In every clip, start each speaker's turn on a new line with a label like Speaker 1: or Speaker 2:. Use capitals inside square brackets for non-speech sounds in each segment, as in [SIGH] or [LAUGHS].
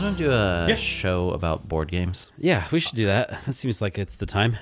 Speaker 1: want to do a
Speaker 2: Yeah.
Speaker 1: show about board games?
Speaker 3: Yeah, we should do that. [LAUGHS] That seems like it's the time.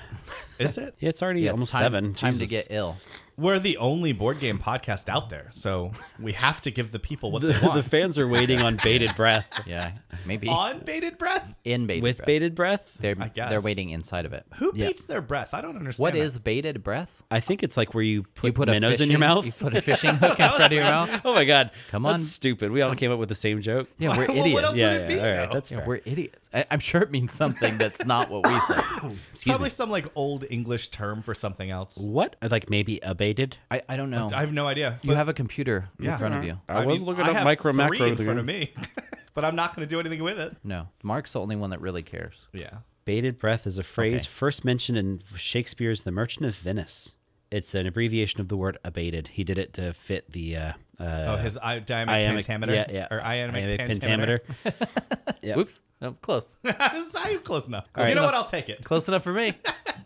Speaker 2: Is it?
Speaker 3: Yeah, it's already
Speaker 1: Yeah, it's
Speaker 3: almost
Speaker 1: time,
Speaker 3: seven.
Speaker 1: Time
Speaker 3: Jesus.
Speaker 1: to get ill.
Speaker 2: We're the only board game podcast out there, so we have to give the people what
Speaker 3: the,
Speaker 2: they want.
Speaker 3: the fans are waiting on
Speaker 1: [LAUGHS]
Speaker 3: bated breath.
Speaker 1: Yeah, maybe
Speaker 2: on bated breath.
Speaker 1: in bated
Speaker 3: With
Speaker 1: breath.
Speaker 3: bated breath,
Speaker 1: They're
Speaker 2: I guess.
Speaker 1: they're waiting inside of it.
Speaker 2: Who
Speaker 3: Yeah.
Speaker 2: beats their breath? I don't understand.
Speaker 1: What
Speaker 2: that.
Speaker 1: is bated breath?
Speaker 3: I think it's like where you put,
Speaker 1: You put a
Speaker 3: minnows
Speaker 1: fishing,
Speaker 3: in your mouth.
Speaker 1: You put a fishing hook in front of your mouth.
Speaker 3: [LAUGHS] oh my god,
Speaker 1: Come
Speaker 3: That's
Speaker 1: on.
Speaker 3: stupid. We all came up with the same joke.
Speaker 1: Yeah, we're
Speaker 2: Well,
Speaker 1: idiots.
Speaker 2: What else
Speaker 3: yeah,
Speaker 2: would it be?
Speaker 3: yeah, all right,
Speaker 2: though?
Speaker 3: that's
Speaker 1: Yeah,
Speaker 3: fair.
Speaker 1: we're idiots. I, I'm sure it means something that's not what we said.
Speaker 2: It's
Speaker 3: Excuse
Speaker 2: probably
Speaker 3: me.
Speaker 2: some like old English term for something else.
Speaker 3: What? uh, Like maybe abated?
Speaker 1: I, I don't know.
Speaker 2: I have no idea.
Speaker 1: you
Speaker 2: but-
Speaker 1: have a computer in front of you.
Speaker 3: I was looking up
Speaker 2: have
Speaker 3: micro,
Speaker 2: three
Speaker 3: macro
Speaker 2: in
Speaker 3: the
Speaker 2: front of me, [LAUGHS] but I'm not going to do anything with it.
Speaker 1: No, Mark's the only one that really cares.
Speaker 2: Yeah.
Speaker 3: Bated breath is a phrase
Speaker 1: Okay.
Speaker 3: first mentioned in Shakespeare's The Merchant of Venice. It's an abbreviation of the word abated. He did it to fit the uh,
Speaker 2: Oh,
Speaker 3: uh,
Speaker 2: his I- dynamic
Speaker 3: iambic-
Speaker 2: pentameter.
Speaker 3: Yeah, yeah.
Speaker 2: Or iambic,
Speaker 3: Iambic
Speaker 2: pentameter. [LAUGHS]
Speaker 3: Yep.
Speaker 1: Oops, no,
Speaker 3: [LAUGHS]
Speaker 1: close,
Speaker 2: I'm close enough.
Speaker 3: All right.
Speaker 2: you know
Speaker 3: Enough.
Speaker 2: what? I'll take it.
Speaker 1: close enough for me.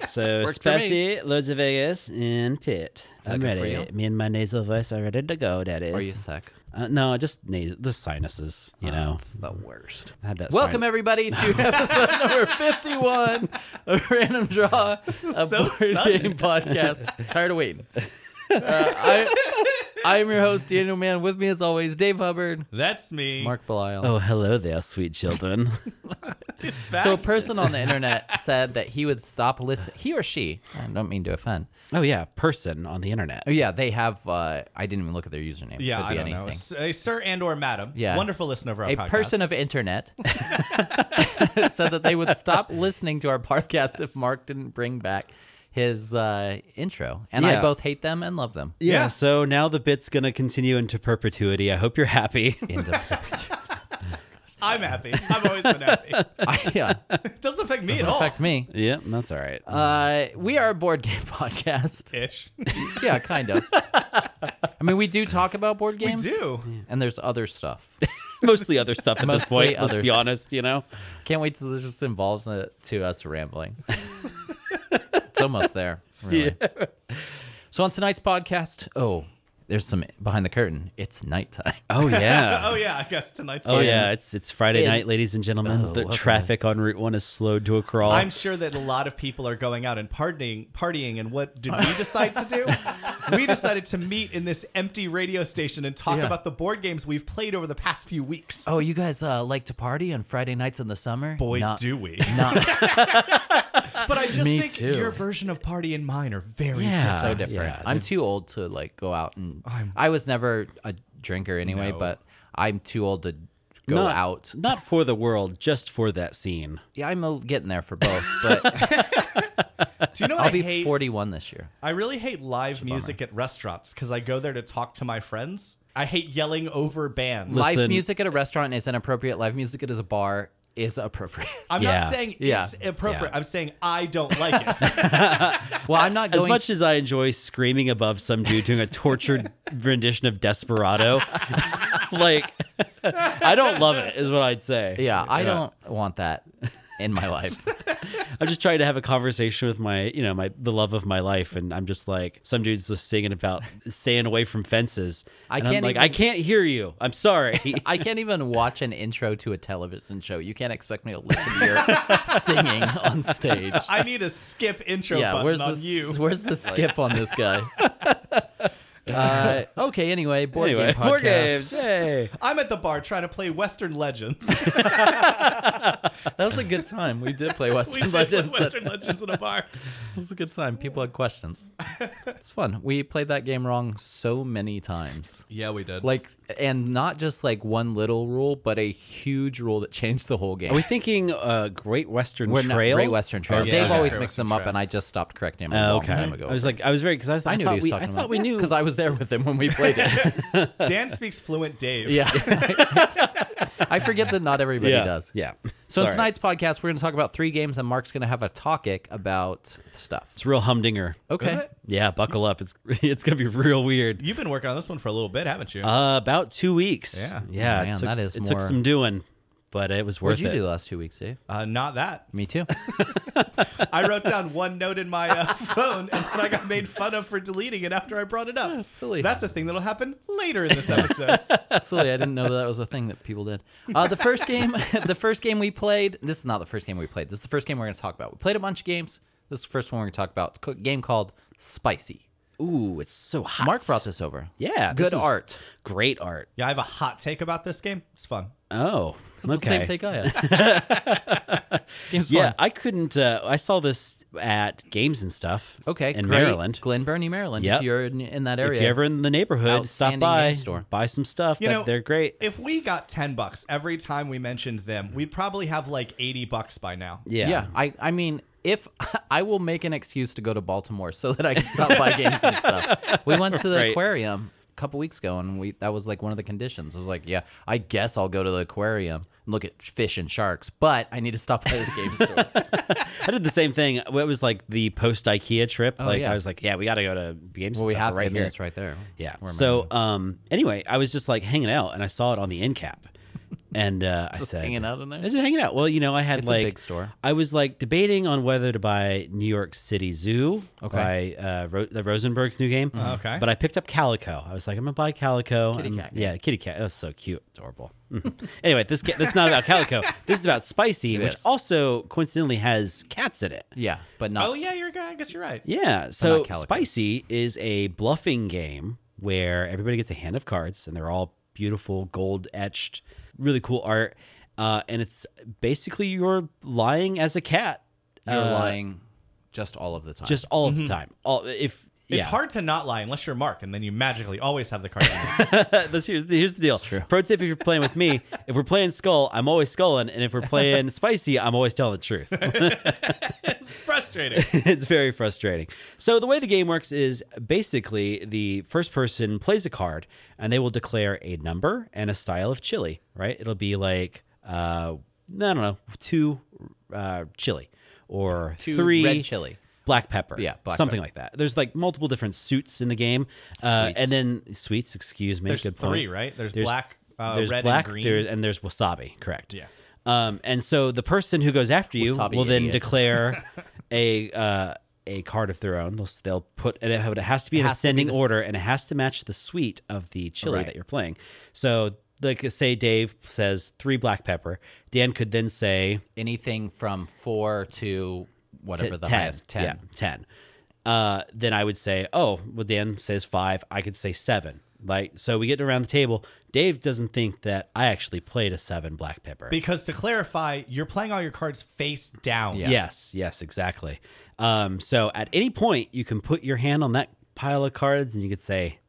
Speaker 3: So
Speaker 1: Worked for me.
Speaker 3: spicy, loads of Vegas, and pit.
Speaker 1: that
Speaker 3: I'm
Speaker 1: good for
Speaker 3: ready.
Speaker 1: you?
Speaker 3: Me and my nasal voice are ready to go. That
Speaker 1: Are you
Speaker 3: is.
Speaker 1: sick?
Speaker 3: Uh, no, just nasal, the sinuses. You know,
Speaker 1: It's the worst.
Speaker 3: I had that.
Speaker 1: Welcome
Speaker 3: sin-
Speaker 1: everybody to
Speaker 2: [LAUGHS]
Speaker 1: episode number fifty-one of Random
Speaker 2: [LAUGHS]
Speaker 1: Draw, a
Speaker 2: So
Speaker 1: board
Speaker 2: sudden.
Speaker 1: game
Speaker 2: [LAUGHS]
Speaker 1: podcast. Tired of waiting. Uh, I, I'm your host Daniel Mann. With me, as always, Dave Hubbard,
Speaker 2: That's me.
Speaker 1: Mark Belial.
Speaker 3: Oh, hello there,
Speaker 1: [LAUGHS]
Speaker 3: sweet children.
Speaker 2: Back.
Speaker 1: So a person on the internet said that he would stop listening. He or she, I don't mean to offend.
Speaker 3: oh yeah, person on the internet.
Speaker 1: Oh yeah, they have. Uh, I didn't even look at their username.
Speaker 2: yeah,
Speaker 1: Could
Speaker 2: I
Speaker 1: be
Speaker 2: don't know.
Speaker 1: anything.
Speaker 2: S- A sir and or madam.
Speaker 1: Yeah.
Speaker 2: Wonderful listener of our
Speaker 1: A
Speaker 2: podcast.
Speaker 1: person of internet [LAUGHS] said that they would stop listening to our podcast if Mark didn't bring back his uh, intro, and I
Speaker 3: Yeah.
Speaker 1: both hate them and love them.
Speaker 2: [LAUGHS]
Speaker 3: Yeah.
Speaker 2: Yeah.
Speaker 3: So now the bit's gonna continue into perpetuity. I hope you're happy. [LAUGHS]
Speaker 1: Into-
Speaker 2: I'm happy. I've always been happy. It
Speaker 1: I- yeah,
Speaker 2: doesn't affect me at all.
Speaker 1: affect me.
Speaker 3: yeah, that's all right.
Speaker 1: Uh, we are a board game [LAUGHS] podcast.
Speaker 2: [LAUGHS] Ish.
Speaker 1: Yeah, kind of. I mean, we do talk about board
Speaker 2: we
Speaker 1: games.
Speaker 2: do.
Speaker 1: And there's other stuff.
Speaker 3: Mostly other stuff at this
Speaker 1: Mostly
Speaker 3: point. Let's
Speaker 1: other
Speaker 3: be
Speaker 1: stuff.
Speaker 3: honest.
Speaker 1: [LAUGHS]
Speaker 3: You know.
Speaker 1: Can't wait till this just involves it to us rambling. [LAUGHS] it's almost there. Really. So on tonight's podcast, oh, there's some behind the curtain. It's nighttime.
Speaker 3: Oh yeah.
Speaker 2: Oh yeah, I guess tonight's.
Speaker 3: Oh
Speaker 2: game.
Speaker 3: yeah, it's it's Friday
Speaker 1: And-
Speaker 3: night, ladies and gentlemen.
Speaker 1: Oh,
Speaker 3: the
Speaker 1: welcome.
Speaker 3: traffic on Route One is slowed to a crawl.
Speaker 2: I'm sure that a lot of people are going out and partying, partying, and what did we decide to do? we decided to meet in this empty radio station and talk
Speaker 1: Yeah.
Speaker 2: about the board games we've played over the past few weeks.
Speaker 1: [LAUGHS] Oh, you guys uh, like to party on Friday nights in the summer?
Speaker 2: Boy,
Speaker 1: Not-
Speaker 2: do we!
Speaker 1: Not
Speaker 2: But I just
Speaker 1: Me
Speaker 2: think
Speaker 1: too.
Speaker 2: your version of party and mine are very
Speaker 3: Yeah.
Speaker 1: so
Speaker 2: different.
Speaker 1: different.
Speaker 3: Yeah,
Speaker 1: I'm too old to like go out and. i was never a drinker anyway,
Speaker 2: No.
Speaker 1: but I'm too old to go
Speaker 3: Not-
Speaker 1: out.
Speaker 3: not for the world, just for that scene.
Speaker 1: Yeah, I'm uh, getting there for both,
Speaker 2: [LAUGHS]
Speaker 1: but
Speaker 2: Do you know what
Speaker 1: I'll
Speaker 2: I
Speaker 1: be
Speaker 2: hate?
Speaker 1: 41 this year.
Speaker 2: I really hate live music at restaurants because I go there to talk to my friends. I hate yelling over bands.
Speaker 3: Listen-
Speaker 1: live music at a restaurant is inappropriate. Live music at a bar is appropriate.
Speaker 2: I'm
Speaker 3: Yeah.
Speaker 2: not saying
Speaker 1: Yeah.
Speaker 2: it's appropriate.
Speaker 3: Yeah.
Speaker 2: I'm saying I don't like
Speaker 1: [LAUGHS]
Speaker 2: it.
Speaker 1: Well, I'm not
Speaker 3: As
Speaker 1: going.
Speaker 3: much as I enjoy screaming above some dude doing
Speaker 1: [LAUGHS]
Speaker 3: a tortured rendition of Desperado, [LAUGHS] like I don't love it, is what I'd say.
Speaker 1: yeah, I don't want that in my life.
Speaker 3: I'm just trying to have a conversation with my, you know, my the love of my life, and I'm just like some dude's just singing about staying away from fences.
Speaker 1: I
Speaker 3: and I'm
Speaker 1: can't
Speaker 3: like
Speaker 1: even-
Speaker 3: I can't hear you.
Speaker 1: [LAUGHS]
Speaker 3: I'm sorry.
Speaker 1: I can't even watch an intro to a television show. You can't expect me to listen to your singing on stage.
Speaker 2: I need a skip intro
Speaker 1: Yeah,
Speaker 2: button
Speaker 1: where's
Speaker 2: on
Speaker 1: the
Speaker 2: you.
Speaker 1: where's the skip on this guy? Uh, okay, anyway, board
Speaker 3: anyway,
Speaker 1: game podcast.
Speaker 3: board games.
Speaker 1: [LAUGHS]
Speaker 3: Hey.
Speaker 2: I'm at the bar trying to play Western Legends.
Speaker 1: That was a good time. We did play
Speaker 2: [LAUGHS] we
Speaker 1: Western
Speaker 2: did play
Speaker 1: Legends. That
Speaker 2: Western Legends in a bar.
Speaker 1: was a good time. People had questions. It's fun. We played that game wrong so many times.
Speaker 2: Yeah, we did.
Speaker 1: like and not just like one little rule but a huge rule that changed the whole game
Speaker 3: Are we thinking uh, Great Western
Speaker 1: We're not-
Speaker 3: Trail?
Speaker 1: Great Western Trail.
Speaker 2: yeah,
Speaker 1: Dave
Speaker 2: okay.
Speaker 1: always
Speaker 2: Great
Speaker 1: mixed
Speaker 2: Western
Speaker 1: them up,
Speaker 2: Trail.
Speaker 1: and I just stopped correcting him a
Speaker 3: Oh,
Speaker 1: long
Speaker 3: okay.
Speaker 1: time ago.
Speaker 3: I was like, I was very because I, thought-
Speaker 1: I
Speaker 3: I
Speaker 1: knew
Speaker 3: thought
Speaker 1: what he was
Speaker 3: we,
Speaker 1: talking
Speaker 3: I
Speaker 1: about
Speaker 3: thought we knew.
Speaker 1: because I was there with him when we played
Speaker 3: [LAUGHS]
Speaker 1: it.
Speaker 2: Dan speaks fluent Dave.
Speaker 1: yeah, [LAUGHS] I forget that not everybody
Speaker 3: yeah,
Speaker 1: does.
Speaker 3: Yeah.
Speaker 2: [LAUGHS]
Speaker 1: So in
Speaker 3: Sorry.
Speaker 1: tonight's podcast, we're going to talk about three games, and Mark's going to have a topic about stuff.
Speaker 3: it's real humdinger.
Speaker 1: Okay.
Speaker 2: Is it?
Speaker 3: Yeah, buckle up. It's [LAUGHS] it's gonna be real weird.
Speaker 2: You've been working on this one for a little bit, haven't you?
Speaker 3: Uh, about two weeks.
Speaker 2: Yeah.
Speaker 3: Yeah.
Speaker 1: Man,
Speaker 3: it took,
Speaker 1: that is
Speaker 3: it took
Speaker 1: more-
Speaker 3: some doing, but it was
Speaker 1: What'd
Speaker 3: worth
Speaker 1: you
Speaker 3: it.
Speaker 1: do the last two weeks, Dave?
Speaker 2: Uh, not that.
Speaker 1: Me
Speaker 3: [LAUGHS]
Speaker 1: too.
Speaker 2: I wrote down one note in my uh, [LAUGHS] phone, and then I got made fun of for deleting it after I brought it up. That's
Speaker 1: silly.
Speaker 2: That's a thing that'll happen later in
Speaker 1: [LAUGHS]
Speaker 2: this episode.
Speaker 1: Silly, I didn't know that was a thing that people did. Uh, the first game, [LAUGHS] the first game we played. This is not the first game we played. This is the first game we're going to talk about. We played a bunch of games. This is the first one we're going to talk about. It's a co- game called Spicy.
Speaker 3: Ooh, it's so hot.
Speaker 1: Mark brought this over.
Speaker 3: Yeah, this
Speaker 1: good
Speaker 3: is
Speaker 1: art.
Speaker 3: Great art.
Speaker 2: yeah, I have a hot take about this game. It's fun.
Speaker 3: Oh,
Speaker 1: It's the
Speaker 3: okay.
Speaker 1: same take I had.
Speaker 3: [LAUGHS]
Speaker 1: This game's
Speaker 3: yeah,
Speaker 1: fun.
Speaker 3: I couldn't. Uh, I saw this at games and stuff.
Speaker 1: Okay,
Speaker 3: in
Speaker 1: great.
Speaker 3: Maryland.
Speaker 1: Glen Burnie, Maryland.
Speaker 3: Yep.
Speaker 1: If you're in, in that area,
Speaker 3: If you're ever in the neighborhood, stop
Speaker 1: Outstanding
Speaker 3: by,
Speaker 1: game store.
Speaker 3: buy some stuff.
Speaker 2: You
Speaker 3: That-
Speaker 2: know-
Speaker 3: they're great.
Speaker 2: If we got 10 bucks every time we mentioned them, we'd probably have like 80 bucks by now.
Speaker 1: yeah.
Speaker 3: Yeah.
Speaker 1: I, I mean, if [LAUGHS] I will make an excuse to go to Baltimore so that I can stop
Speaker 3: [LAUGHS]
Speaker 1: by games and stuff. We went to the
Speaker 3: Right.
Speaker 1: aquarium a couple weeks ago, and we that was like one of the conditions. I was like, yeah, I guess I'll go to the aquarium and look at fish and sharks, but I need to stop by
Speaker 3: [LAUGHS]
Speaker 1: the game store.
Speaker 3: I did the same thing. It was like the post IKEA trip. like
Speaker 1: Oh, yeah.
Speaker 3: I was like, yeah, we got to go to games.
Speaker 1: Well,
Speaker 3: and
Speaker 1: we
Speaker 3: stuff
Speaker 1: have
Speaker 3: right
Speaker 1: right
Speaker 3: here.
Speaker 1: It's right there.
Speaker 3: Yeah.
Speaker 1: Where am I
Speaker 3: So um, anyway, I was just like hanging out, and I saw it on the end cap, and uh, I said,
Speaker 1: hanging out in there?
Speaker 3: I was just hanging out. Well, you know, I had
Speaker 1: It's a
Speaker 3: like
Speaker 1: big store.
Speaker 3: I was like debating on whether to buy New York City Zoo
Speaker 1: Okay. Mm-hmm.
Speaker 3: by uh, Ro- the Rosenberg's new game.
Speaker 2: okay.
Speaker 3: But I picked up Calico. I was like, I'm gonna buy Calico.
Speaker 1: Kitty
Speaker 3: I'm-
Speaker 1: cat game.
Speaker 3: Yeah, kitty cat. That was so cute, adorable. Mhm. anyway, this ca- this is not about Calico. This is
Speaker 1: [LAUGHS]
Speaker 3: about Spicy, which
Speaker 1: is.
Speaker 3: also coincidentally has cats in it.
Speaker 1: Yeah, but not.
Speaker 2: Oh, yeah, you're a guy. I guess you're right.
Speaker 3: Yeah. So
Speaker 1: calico.
Speaker 3: Spicy is a bluffing game where everybody gets a hand of cards and they're all beautiful, gold etched, really cool art. Uh, and it's basically you're lying as a cat
Speaker 1: You're
Speaker 3: uh,
Speaker 1: lying just all of the time.
Speaker 3: just all of the time. All if
Speaker 2: Mm-hmm. It's
Speaker 3: yeah.
Speaker 2: hard to not lie unless you're Mark, and then you magically always have the card.
Speaker 3: [LAUGHS] This- here's, here's the deal. Pro tip: If you're playing with
Speaker 2: [LAUGHS]
Speaker 3: me, if we're playing Skull, I'm always skulling, and if we're playing Spicy, I'm always telling the truth.
Speaker 2: it's frustrating.
Speaker 3: [LAUGHS] it's very frustrating. So the way the game works is basically the first person plays a card, and they will declare a number and a style of chili. Right? It'll be like uh, I don't know, two uh, chili or
Speaker 1: Two
Speaker 3: three
Speaker 1: red chili.
Speaker 3: black pepper.
Speaker 1: Yeah, black
Speaker 3: something like that. There's like multiple different suits in the game, uh,
Speaker 1: Sweets.
Speaker 3: and then sweets. Excuse me.
Speaker 2: There's
Speaker 3: good point.
Speaker 2: three, right? There's, black, uh,
Speaker 3: there's
Speaker 2: red,
Speaker 3: black,
Speaker 2: and green.
Speaker 3: There's, and there's wasabi. Correct.
Speaker 2: Yeah.
Speaker 3: Um, and so the person who goes after you
Speaker 1: Wasabi
Speaker 3: will then
Speaker 1: idiot. [LAUGHS]
Speaker 3: declare a uh, a card of their own. They'll, they'll put and it, it has to be in
Speaker 1: has to be
Speaker 3: ascending
Speaker 1: the s-
Speaker 3: order, and it has to match the suite of the chili
Speaker 1: Right.
Speaker 3: that you're playing. So, like, say Dave says three black pepper. Dan could then say
Speaker 1: anything from four to
Speaker 3: t-
Speaker 1: whatever the
Speaker 3: 10.
Speaker 1: highest ten.
Speaker 3: Yeah, 10. Uh, then I would say, oh, well, Dan says five. I could say seven. Like, so we get around the table. Dave doesn't think that I actually played a seven black pepper.
Speaker 2: Because to clarify, you're playing all your cards face down.
Speaker 1: Yeah.
Speaker 3: Yes, yes, exactly. Um, so at any point, you can put your hand on that pile of cards and you could say,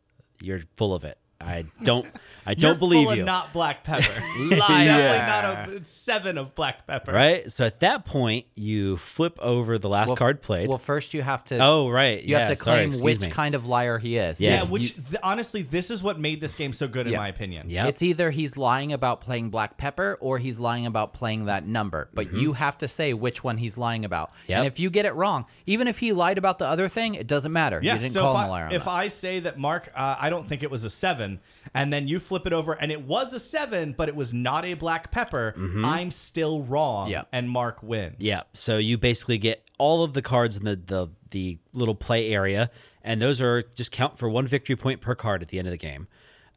Speaker 3: you're full of it. I don't,
Speaker 1: [LAUGHS]
Speaker 3: I
Speaker 2: You're
Speaker 3: don't believe
Speaker 2: full of
Speaker 3: you. [LAUGHS]
Speaker 2: not black pepper.
Speaker 1: Liar.
Speaker 2: Definitely not a seven of black pepper.
Speaker 3: right. So at that point, you flip over the last card played.
Speaker 1: Well, first you have to.
Speaker 3: oh, right.
Speaker 1: You have to claim which kind of liar he is.
Speaker 3: Yeah.
Speaker 2: Yeah, which th- honestly, this is what made this game so good, in my opinion.
Speaker 3: Yeah.
Speaker 1: It's either he's lying about playing black pepper or he's lying about playing that number. But you have to say which one he's lying about.
Speaker 3: Mm-hmm. Yep.
Speaker 1: And if you get it wrong, even if he lied about the other thing, it doesn't matter.
Speaker 2: Yeah,
Speaker 1: you didn't
Speaker 2: so
Speaker 1: call
Speaker 2: if,
Speaker 1: him a liar.
Speaker 2: I,
Speaker 1: on
Speaker 2: if
Speaker 1: that.
Speaker 2: I say that Mark, uh, I don't think it was a seven, and then you flip it over and it was a seven, but it was not a black pepper, I'm still wrong,
Speaker 1: Mm-hmm. Yeah.
Speaker 2: and Mark wins.
Speaker 3: Yeah. So you basically get all of the cards in the, the the little play area, and those are just count for one victory point per card at the end of the game.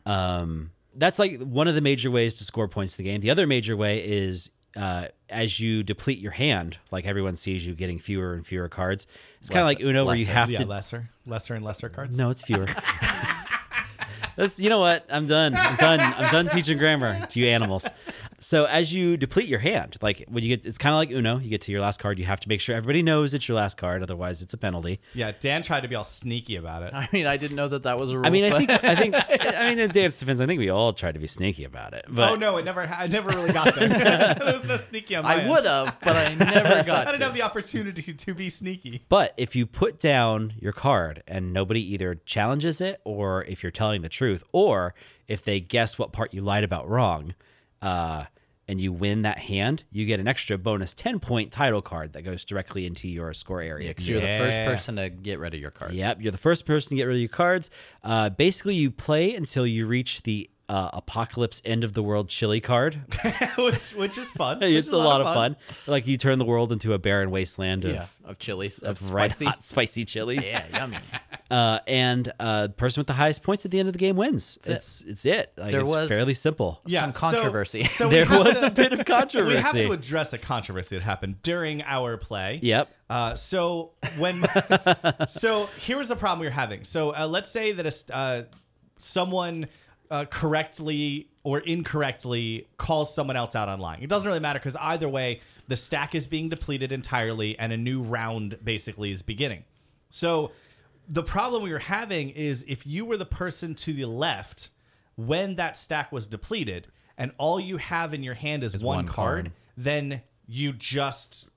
Speaker 3: Um, that's like one of the major ways to score points in the game. The other major way is uh, as you deplete your hand, like everyone sees you getting fewer and fewer cards. It's kind of like Uno, where you
Speaker 1: lesser.
Speaker 3: have
Speaker 2: Yeah,
Speaker 3: to.
Speaker 2: lesser, lesser and lesser cards.
Speaker 3: No, it's fewer. [LAUGHS] That's, you know what? I'm done. I'm done. I'm done teaching grammar to you animals. So as you deplete your hand, like when you get, it's kind of like Uno. You get to your last card. You have to make sure everybody knows it's your last card. Otherwise, it's a penalty.
Speaker 2: Yeah, Dan tried to be all sneaky about it.
Speaker 1: I mean, I didn't know that that was a rule.
Speaker 3: I mean, I
Speaker 1: but-
Speaker 3: think, I think, I mean, in Dan's defense, I think we all tried to be sneaky about it. But
Speaker 2: oh no, it never. I never really
Speaker 1: [LAUGHS]
Speaker 2: got there. [LAUGHS] there was no sneaky on my
Speaker 1: [LAUGHS] I
Speaker 2: end.
Speaker 1: would have, but
Speaker 3: [LAUGHS]
Speaker 1: I never got.
Speaker 2: I didn't
Speaker 1: to.
Speaker 2: have the opportunity to be sneaky. [LAUGHS]
Speaker 3: But if you put down your card and nobody either challenges it, or if you're telling the truth, or if they guess what part you lied about wrong, uh, and you win that hand, you get an extra bonus 10 point title card that goes directly into your score area.
Speaker 1: 'Cause You're the first
Speaker 2: Yeah.
Speaker 1: person to get rid of your cards.
Speaker 3: Yep, you're the first person to get rid of your cards. Uh, basically, you play until you reach the uh, apocalypse end of the world chili card. [LAUGHS]
Speaker 2: which which is fun. which
Speaker 3: it's
Speaker 2: is
Speaker 3: a lot, of fun. Like you turn the world into a barren wasteland of,
Speaker 1: yeah, of chilies, of
Speaker 3: of red
Speaker 1: spicy.
Speaker 3: hot spicy chilies.
Speaker 1: Yeah, yummy.
Speaker 3: Uh, and uh, the person with the highest points at the end of the game wins.
Speaker 1: it.
Speaker 3: It's it's it. Like,
Speaker 1: There
Speaker 3: it's
Speaker 1: was-
Speaker 3: fairly simple.
Speaker 1: Yeah. some
Speaker 2: so-
Speaker 1: controversy.
Speaker 2: So, we
Speaker 3: [LAUGHS] There
Speaker 2: have
Speaker 3: was
Speaker 2: to-
Speaker 3: a bit of
Speaker 2: [LAUGHS] We
Speaker 3: controversy.
Speaker 2: have to address a controversy that happened during our play.
Speaker 3: Yep.
Speaker 2: Uh, so when, so here's the problem we were having. So uh, let's say that a, s- uh, someone uh, correctly or incorrectly calls someone else out online. It doesn't really matter because either way, the stack is being depleted entirely, and a new round basically is beginning. So the problem we were having is if you were the person to the left when that stack was depleted, and all you have in your hand is, one,
Speaker 1: one
Speaker 2: card,
Speaker 1: card.
Speaker 2: then you just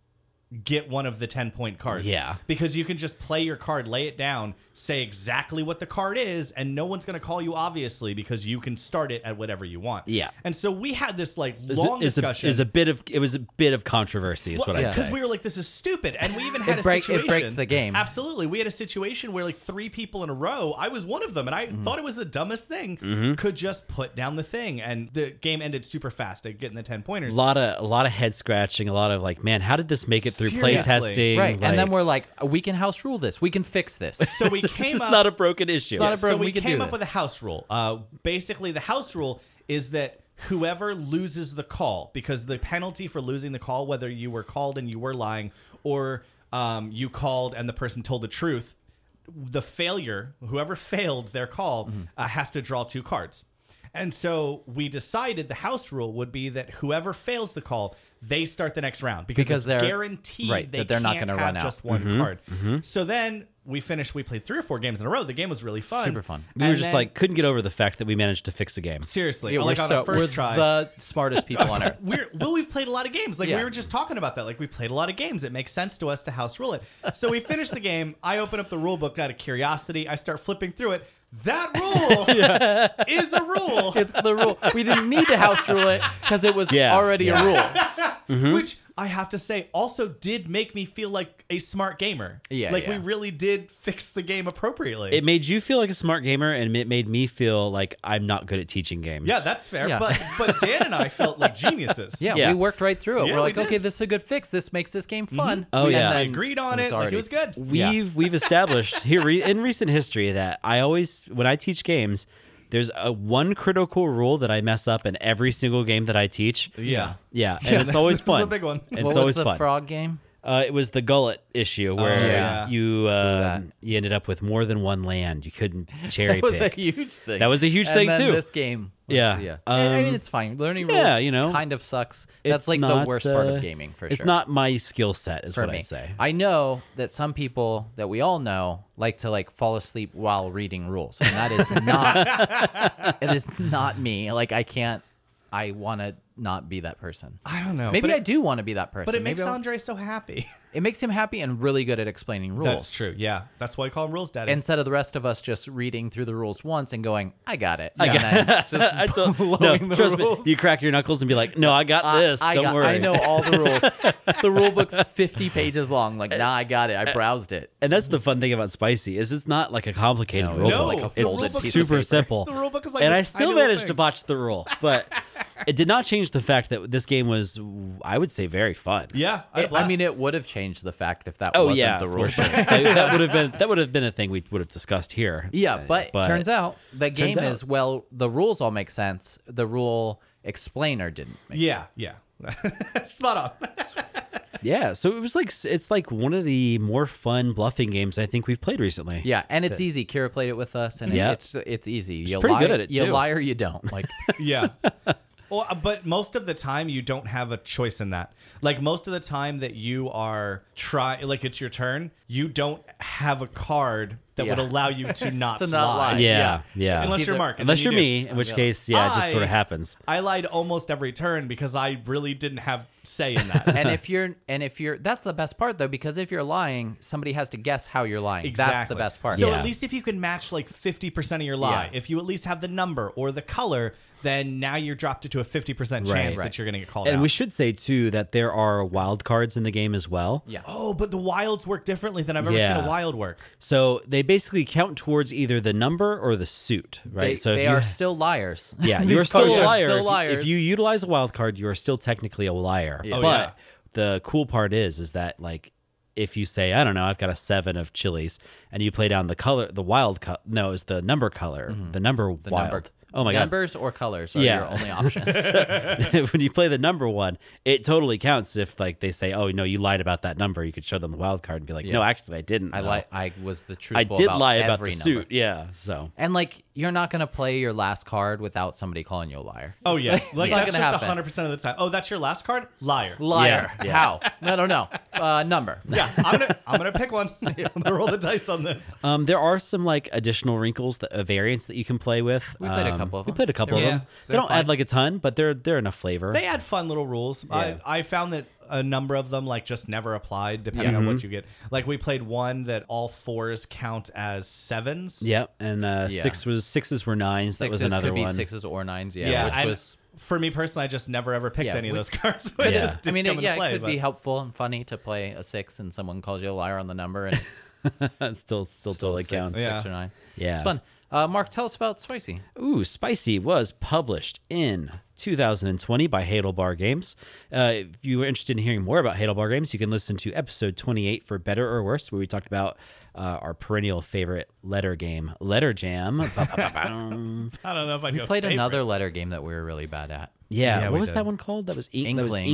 Speaker 2: get one of the 10 point cards.
Speaker 3: Yeah.
Speaker 2: Because you can just play your card, lay it down, say exactly what the card is, and no one's going to call you, obviously, because you can start it at whatever you want.
Speaker 3: Yeah.
Speaker 2: And so we had this like
Speaker 3: Is
Speaker 2: long
Speaker 3: it- is
Speaker 2: discussion.
Speaker 3: A, is a bit of it was a bit of controversy. Is what I'd
Speaker 2: Because
Speaker 3: say.
Speaker 2: we were like, this is stupid. And we even had a
Speaker 1: break- it
Speaker 2: situation.
Speaker 1: breaks the game.
Speaker 2: Absolutely. We had a situation where like three people in a row, I was one of them, and I
Speaker 3: Mm-hmm.
Speaker 2: thought it was the dumbest thing, could just put down the thing. And the game ended super fast at getting the 10 pointers.
Speaker 3: a lot of a lot of head scratching. A lot of like, man, how did this make it through play
Speaker 2: Seriously.
Speaker 3: testing?
Speaker 1: right, and then
Speaker 3: Like,
Speaker 1: we're like, we can house rule this. We can fix [LAUGHS] this.
Speaker 2: so
Speaker 3: [LAUGHS]
Speaker 2: we
Speaker 3: this
Speaker 2: came
Speaker 3: is
Speaker 2: up.
Speaker 3: not a broken issue.
Speaker 1: not a bro-
Speaker 2: so we,
Speaker 1: we could
Speaker 2: came
Speaker 1: do
Speaker 2: up
Speaker 1: this.
Speaker 2: with a house rule. Uh, basically, the house rule is that whoever loses the call, because the penalty for losing the call, whether you were called and you were lying, or um, you called and the person told the truth, the failure, whoever [LAUGHS] failed their call,
Speaker 1: Mm-hmm.
Speaker 2: uh, has to draw two cards. And so we decided the house rule would be that whoever fails the call, they start the next round because,
Speaker 1: Because
Speaker 2: it's
Speaker 1: they're-
Speaker 2: guaranteed
Speaker 1: right,
Speaker 2: they
Speaker 1: that they're not
Speaker 2: can't
Speaker 1: gonna
Speaker 2: have
Speaker 1: run out.
Speaker 2: just one card.
Speaker 1: Mm-hmm.
Speaker 2: So then we finished. We played three or four games in a row. The game was really fun,
Speaker 1: Super fun.
Speaker 3: we were
Speaker 2: And
Speaker 3: just
Speaker 2: then-
Speaker 3: like, couldn't get over the fact that we managed to fix the game.
Speaker 2: seriously,
Speaker 1: Yeah, we're
Speaker 2: like on
Speaker 1: so-
Speaker 2: our first
Speaker 1: we're
Speaker 2: try.
Speaker 1: the smartest people on earth.
Speaker 2: we're, well, we've played a lot of games. Like
Speaker 1: Yeah.
Speaker 2: we were just talking about that. Like we played a lot of games. It makes sense to us to house rule it. So we finished the game. I open up the rule book out of curiosity. I start flipping through it. That
Speaker 1: [LAUGHS]
Speaker 2: rule is a rule,
Speaker 1: [LAUGHS] It's the rule. We didn't need to house rule it because it was
Speaker 3: Yeah,
Speaker 1: already
Speaker 3: yeah.
Speaker 1: a rule. Mm-hmm.
Speaker 2: which I have to say also did make me feel like a smart gamer.
Speaker 1: Yeah,
Speaker 2: like we
Speaker 1: yeah.
Speaker 2: really did fix the game appropriately.
Speaker 3: It made you feel like a smart gamer, and it made me feel like I'm not good at teaching games.
Speaker 2: yeah, that's fair.
Speaker 1: Yeah.
Speaker 2: But but Dan and I felt like geniuses.
Speaker 1: [LAUGHS] [LAUGHS] Yeah,
Speaker 3: Yeah.
Speaker 1: we Mm-hmm. worked right through it.
Speaker 2: Yeah,
Speaker 1: we're
Speaker 2: we
Speaker 1: like,
Speaker 2: did.
Speaker 1: okay, this is a good fix. This makes this game fun.
Speaker 3: Oh,
Speaker 1: And
Speaker 3: yeah.
Speaker 1: then
Speaker 2: I agreed on it. like
Speaker 1: already-
Speaker 2: it was good.
Speaker 1: Yeah.
Speaker 3: we've we've established here re- in recent history that I always when I teach games, there's a one critical rule that I mess up in every single game that I teach.
Speaker 2: Yeah.
Speaker 3: Yeah, and it's
Speaker 2: this
Speaker 3: always
Speaker 2: is a
Speaker 3: fun.
Speaker 2: big one.
Speaker 3: And
Speaker 1: What
Speaker 3: it's
Speaker 1: was
Speaker 3: always
Speaker 1: the
Speaker 3: fun.
Speaker 1: frog game?
Speaker 3: Uh, it was the gullet issue where
Speaker 2: Oh, yeah.
Speaker 3: you uh,
Speaker 1: that.
Speaker 3: you ended up with more than one land. You couldn't
Speaker 1: [LAUGHS]
Speaker 3: cherry
Speaker 1: That was a
Speaker 3: pick.
Speaker 1: huge thing.
Speaker 3: That was a huge
Speaker 1: And
Speaker 3: thing,
Speaker 1: then
Speaker 3: too.
Speaker 1: This game, was-
Speaker 3: Yeah.
Speaker 1: yeah. I- I mean,
Speaker 3: Um,
Speaker 1: it's fine. Learning rules,
Speaker 3: yeah, you know,
Speaker 1: kind of sucks. That's
Speaker 3: It's
Speaker 1: like the
Speaker 3: not,
Speaker 1: worst part
Speaker 3: uh,
Speaker 1: of gaming for
Speaker 3: it's
Speaker 1: sure.
Speaker 3: not my skill set, is
Speaker 1: for
Speaker 3: what
Speaker 1: me.
Speaker 3: I'd say.
Speaker 1: [LAUGHS] I know that some people that we all know like to like fall asleep while reading rules, and that
Speaker 3: [LAUGHS]
Speaker 1: is not. it is not me. Like I can't. I want to not be that person.
Speaker 2: I don't know.
Speaker 1: Maybe
Speaker 2: but
Speaker 1: I do want to be that person.
Speaker 2: But it makes
Speaker 1: Maybe I-
Speaker 2: Andre so happy.
Speaker 1: it makes him happy and really good at explaining rules.
Speaker 2: That's true. Yeah, that's why I call him rules daddy.
Speaker 1: Instead of the rest of us just reading through the rules once and going, "I got it," I
Speaker 3: got- [LAUGHS]
Speaker 1: and then just
Speaker 3: I told- no,
Speaker 1: blowing the
Speaker 3: trust
Speaker 1: rules.
Speaker 3: me. You crack your knuckles and be like, "No, I got this.
Speaker 1: I, I
Speaker 3: Don't
Speaker 1: got-
Speaker 3: worry."
Speaker 1: I know all the rules.
Speaker 3: [LAUGHS]
Speaker 1: the rule book's 50 pages long.
Speaker 3: Eh,
Speaker 1: Like, nah, I got it. I browsed it.
Speaker 3: And that's the fun thing about spicy is it's not like a complicated
Speaker 1: No,
Speaker 3: rule.
Speaker 1: it's
Speaker 3: book.
Speaker 1: like a
Speaker 3: It's
Speaker 1: folded piece of
Speaker 3: super
Speaker 1: paper.
Speaker 3: simple.
Speaker 2: The rule book is like
Speaker 3: and
Speaker 2: this
Speaker 3: I still
Speaker 2: tiny little
Speaker 3: managed to
Speaker 2: thing.
Speaker 3: botch the rule, but
Speaker 2: [LAUGHS]
Speaker 3: it did not change the fact that this game was, I would say, very fun.
Speaker 2: yeah, I, had a
Speaker 1: It- I mean,
Speaker 2: blast.
Speaker 1: it would have changed the fact if that
Speaker 3: Oh
Speaker 1: wasn't
Speaker 3: yeah,
Speaker 1: the
Speaker 3: for
Speaker 1: rule.
Speaker 3: sure.
Speaker 1: book.
Speaker 3: Like, that would have been that would have been a thing we would have discussed here.
Speaker 1: [LAUGHS] Yeah,
Speaker 3: Uh,
Speaker 1: but, turns out the game
Speaker 3: out-
Speaker 1: is well, the rules all make sense. The rule explainer didn't. Make
Speaker 2: yeah, [LAUGHS] yeah, spot on. [LAUGHS]
Speaker 3: yeah. So it was like it's like one of the more fun bluffing games I think we've played recently.
Speaker 1: Yeah, and it's easy. Kira played it with us, and it-
Speaker 3: Yeah.
Speaker 1: it's it's easy. You
Speaker 3: pretty
Speaker 1: lie,
Speaker 3: good at it,
Speaker 1: You
Speaker 3: too.
Speaker 1: lie or you don't.
Speaker 3: [LAUGHS]
Speaker 1: Like,
Speaker 2: yeah. Well, uh, but most of the time you don't have a choice in that. Like most of the time that you are try, like it's your turn, you don't have a card that would
Speaker 1: Yeah.
Speaker 2: allow you to not
Speaker 1: To not lie.
Speaker 3: yeah,
Speaker 1: Yeah.
Speaker 3: yeah.
Speaker 2: Unless
Speaker 1: It's
Speaker 2: you're
Speaker 1: either-
Speaker 2: Mark. and
Speaker 3: Unless
Speaker 2: then
Speaker 3: you're
Speaker 2: you do.
Speaker 3: me, in which case, yeah, it just sort
Speaker 2: I-
Speaker 3: of happens.
Speaker 2: I lied almost every turn because I really didn't have say in that.
Speaker 1: and if you're and if you're that's the best part though because if you're lying, somebody has to guess how you're lying. That's the best part.
Speaker 2: So
Speaker 3: Yeah.
Speaker 2: at least if you can match like 50% of your lie,
Speaker 1: Yeah.
Speaker 2: if you at least have the number or the color, then now you're dropped it to a 50% chance
Speaker 3: Right.
Speaker 2: that
Speaker 3: Right.
Speaker 2: you're going to get called
Speaker 3: And
Speaker 2: out.
Speaker 3: we should say too that there are wild cards in the game as well.
Speaker 1: yeah.
Speaker 2: oh, but the wilds work differently than I've ever
Speaker 3: Yeah.
Speaker 2: seen a wild work.
Speaker 3: So they they basically count towards either the number or the suit, right?
Speaker 1: They,
Speaker 3: so if
Speaker 1: they
Speaker 3: you,
Speaker 1: are [LAUGHS] still liars. [LAUGHS]
Speaker 3: [LAUGHS] yeah,
Speaker 1: These
Speaker 3: you are still
Speaker 1: cards
Speaker 3: a
Speaker 1: are
Speaker 3: liar.
Speaker 1: still
Speaker 3: If you- if,
Speaker 1: liars.
Speaker 3: you utilize a wild card, you are still technically a liar.
Speaker 2: Oh,
Speaker 3: but
Speaker 2: yeah.
Speaker 3: the cool part is, is that like if you say, I don't know, I've got a seven of chilies, and you play down the color, the wild color. No, it's the number color, the number wild.
Speaker 1: Mm-hmm. number-
Speaker 3: Oh my god, [LAUGHS]
Speaker 1: numbers or colors are
Speaker 3: Yeah.
Speaker 1: your only
Speaker 3: [LAUGHS]
Speaker 1: options.
Speaker 3: when you play the number one, it totally counts if like they say, "Oh no, you lied about that number." You could show them the wild card and be like, "No, actually, I didn't.
Speaker 1: I
Speaker 3: though.
Speaker 1: li- I was the
Speaker 3: I
Speaker 1: truthful.
Speaker 3: did lie about
Speaker 1: every
Speaker 3: the
Speaker 1: number.
Speaker 3: suit." Yeah. So
Speaker 1: And like, you're not gonna play your last card without somebody calling you a liar.
Speaker 2: Oh yeah, like
Speaker 1: not
Speaker 2: that's
Speaker 1: gonna
Speaker 2: just
Speaker 1: happen.
Speaker 2: hundred percent of the time. Oh, that's your last card, liar.
Speaker 1: Liar.
Speaker 3: Yeah, yeah.
Speaker 1: How? I don't know. Uh,
Speaker 3: [LAUGHS]
Speaker 1: number.
Speaker 2: yeah, I'm gonna I'm gonna pick one. [LAUGHS] I'm gonna roll the dice on this.
Speaker 3: um, there are some like additional wrinkles, that, uh, variants that you can play with.
Speaker 1: We played a
Speaker 3: Um,
Speaker 1: couple of
Speaker 3: We
Speaker 1: them.
Speaker 3: played a couple
Speaker 2: Yeah.
Speaker 3: of them. They
Speaker 2: They're
Speaker 3: don't add like a ton, but they're they're enough flavor.
Speaker 2: [LAUGHS] They add fun little rules.
Speaker 3: Yeah.
Speaker 2: I, I found that a number of them like just never applied depending
Speaker 1: Yeah.
Speaker 3: Mm-hmm.
Speaker 2: on what you get. Like we played one that all fours count as sevens.
Speaker 3: yeah, and uh,
Speaker 1: Yeah.
Speaker 3: six was sixes were nines. that was
Speaker 1: Sixes
Speaker 3: another
Speaker 1: could be
Speaker 3: one. [LAUGHS]
Speaker 1: sixes or nines. Yeah,
Speaker 2: yeah.
Speaker 1: which
Speaker 2: and [LAUGHS]
Speaker 1: was.
Speaker 2: for me personally, I just never ever picked
Speaker 1: Yeah,
Speaker 2: any
Speaker 1: we-
Speaker 2: of those [LAUGHS] cards. So it
Speaker 3: Yeah.
Speaker 2: just
Speaker 1: I
Speaker 2: didn't
Speaker 1: mean,
Speaker 2: come
Speaker 1: it, yeah,
Speaker 2: into play,
Speaker 1: it could
Speaker 2: but-
Speaker 1: be helpful and funny to play a six and someone calls you a liar on the number and it's
Speaker 3: still, still
Speaker 1: still
Speaker 3: totally
Speaker 1: six,
Speaker 3: counts.
Speaker 1: six
Speaker 2: Yeah.
Speaker 1: or nine.
Speaker 3: Yeah.
Speaker 1: it's fun. Uh, Mark, tell us about Spicy.
Speaker 3: Ooh, Spicy was published in 2020 by Heidelbar Games. Uh, if you were interested in hearing more about Heidelbar Games, you can listen to episode 28 for Better or Worse, where we talked about uh, our perennial favorite letter game, Letter Jam. [LAUGHS] Ba-ba-ba-bum.
Speaker 2: I don't know if I
Speaker 1: We played another letter game that we were really bad at.
Speaker 3: yeah,
Speaker 2: Yeah,
Speaker 3: what
Speaker 2: we
Speaker 3: was
Speaker 2: did.
Speaker 3: that one called? That was, Ink- that was
Speaker 1: Inkling.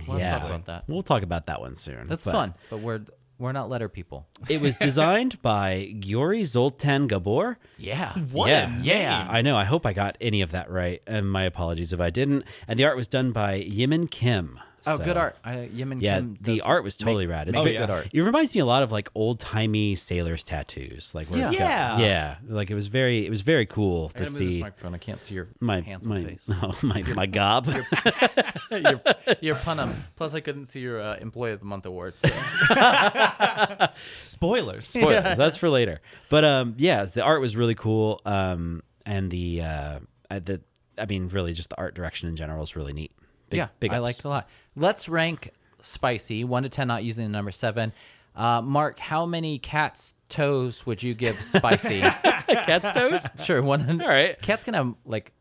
Speaker 3: Inkling.
Speaker 1: We'll have to
Speaker 3: yeah.
Speaker 1: talk about that.
Speaker 3: We'll talk about that one soon.
Speaker 1: That's
Speaker 3: But
Speaker 1: fun, but we're we're not letter people. [LAUGHS]
Speaker 3: It was designed by Gyori Zoltan Gabor.
Speaker 1: Yeah.
Speaker 2: What? a
Speaker 3: Yeah.
Speaker 1: Yeah.
Speaker 3: I know. I hope I got any of that right, and my apologies if I didn't. And the art was done by Yimin Kim.
Speaker 1: Oh,
Speaker 3: So,
Speaker 1: good art. Uh, Yim and
Speaker 3: Yeah,
Speaker 1: Kim
Speaker 3: the
Speaker 1: does
Speaker 3: art was totally
Speaker 1: make-
Speaker 3: rad. It's
Speaker 1: make
Speaker 2: very-
Speaker 1: good art.
Speaker 3: It reminds me a lot of like old timey sailors' tattoos, like where it's
Speaker 2: Yeah.
Speaker 3: got-
Speaker 2: Yeah.
Speaker 3: yeah. Like it was very, it was very cool
Speaker 1: I
Speaker 3: to
Speaker 1: gotta move this
Speaker 3: see
Speaker 1: microphone. I can't see your
Speaker 3: my
Speaker 1: handsome
Speaker 3: my
Speaker 1: face.
Speaker 3: oh, [LAUGHS] my my gob.
Speaker 1: your, your punum. Plus, I couldn't see your uh, Employee of the Month award. So.
Speaker 2: spoilers.
Speaker 3: Spoilers. That's for later. But um, yeah, the art was really cool. Um, and the uh, I- the I mean, really, just the art direction in general is really neat.
Speaker 1: [LAUGHS]
Speaker 3: Big,
Speaker 1: yeah,
Speaker 3: big
Speaker 1: I
Speaker 3: ups.
Speaker 1: liked it a lot. Let's rank spicy one to ten, not using the number seven. Uh, Mark, how many cat's toes would you give spicy?
Speaker 3: [LAUGHS] cat's toes.
Speaker 1: sure, one.
Speaker 3: All right.
Speaker 1: Cats can have like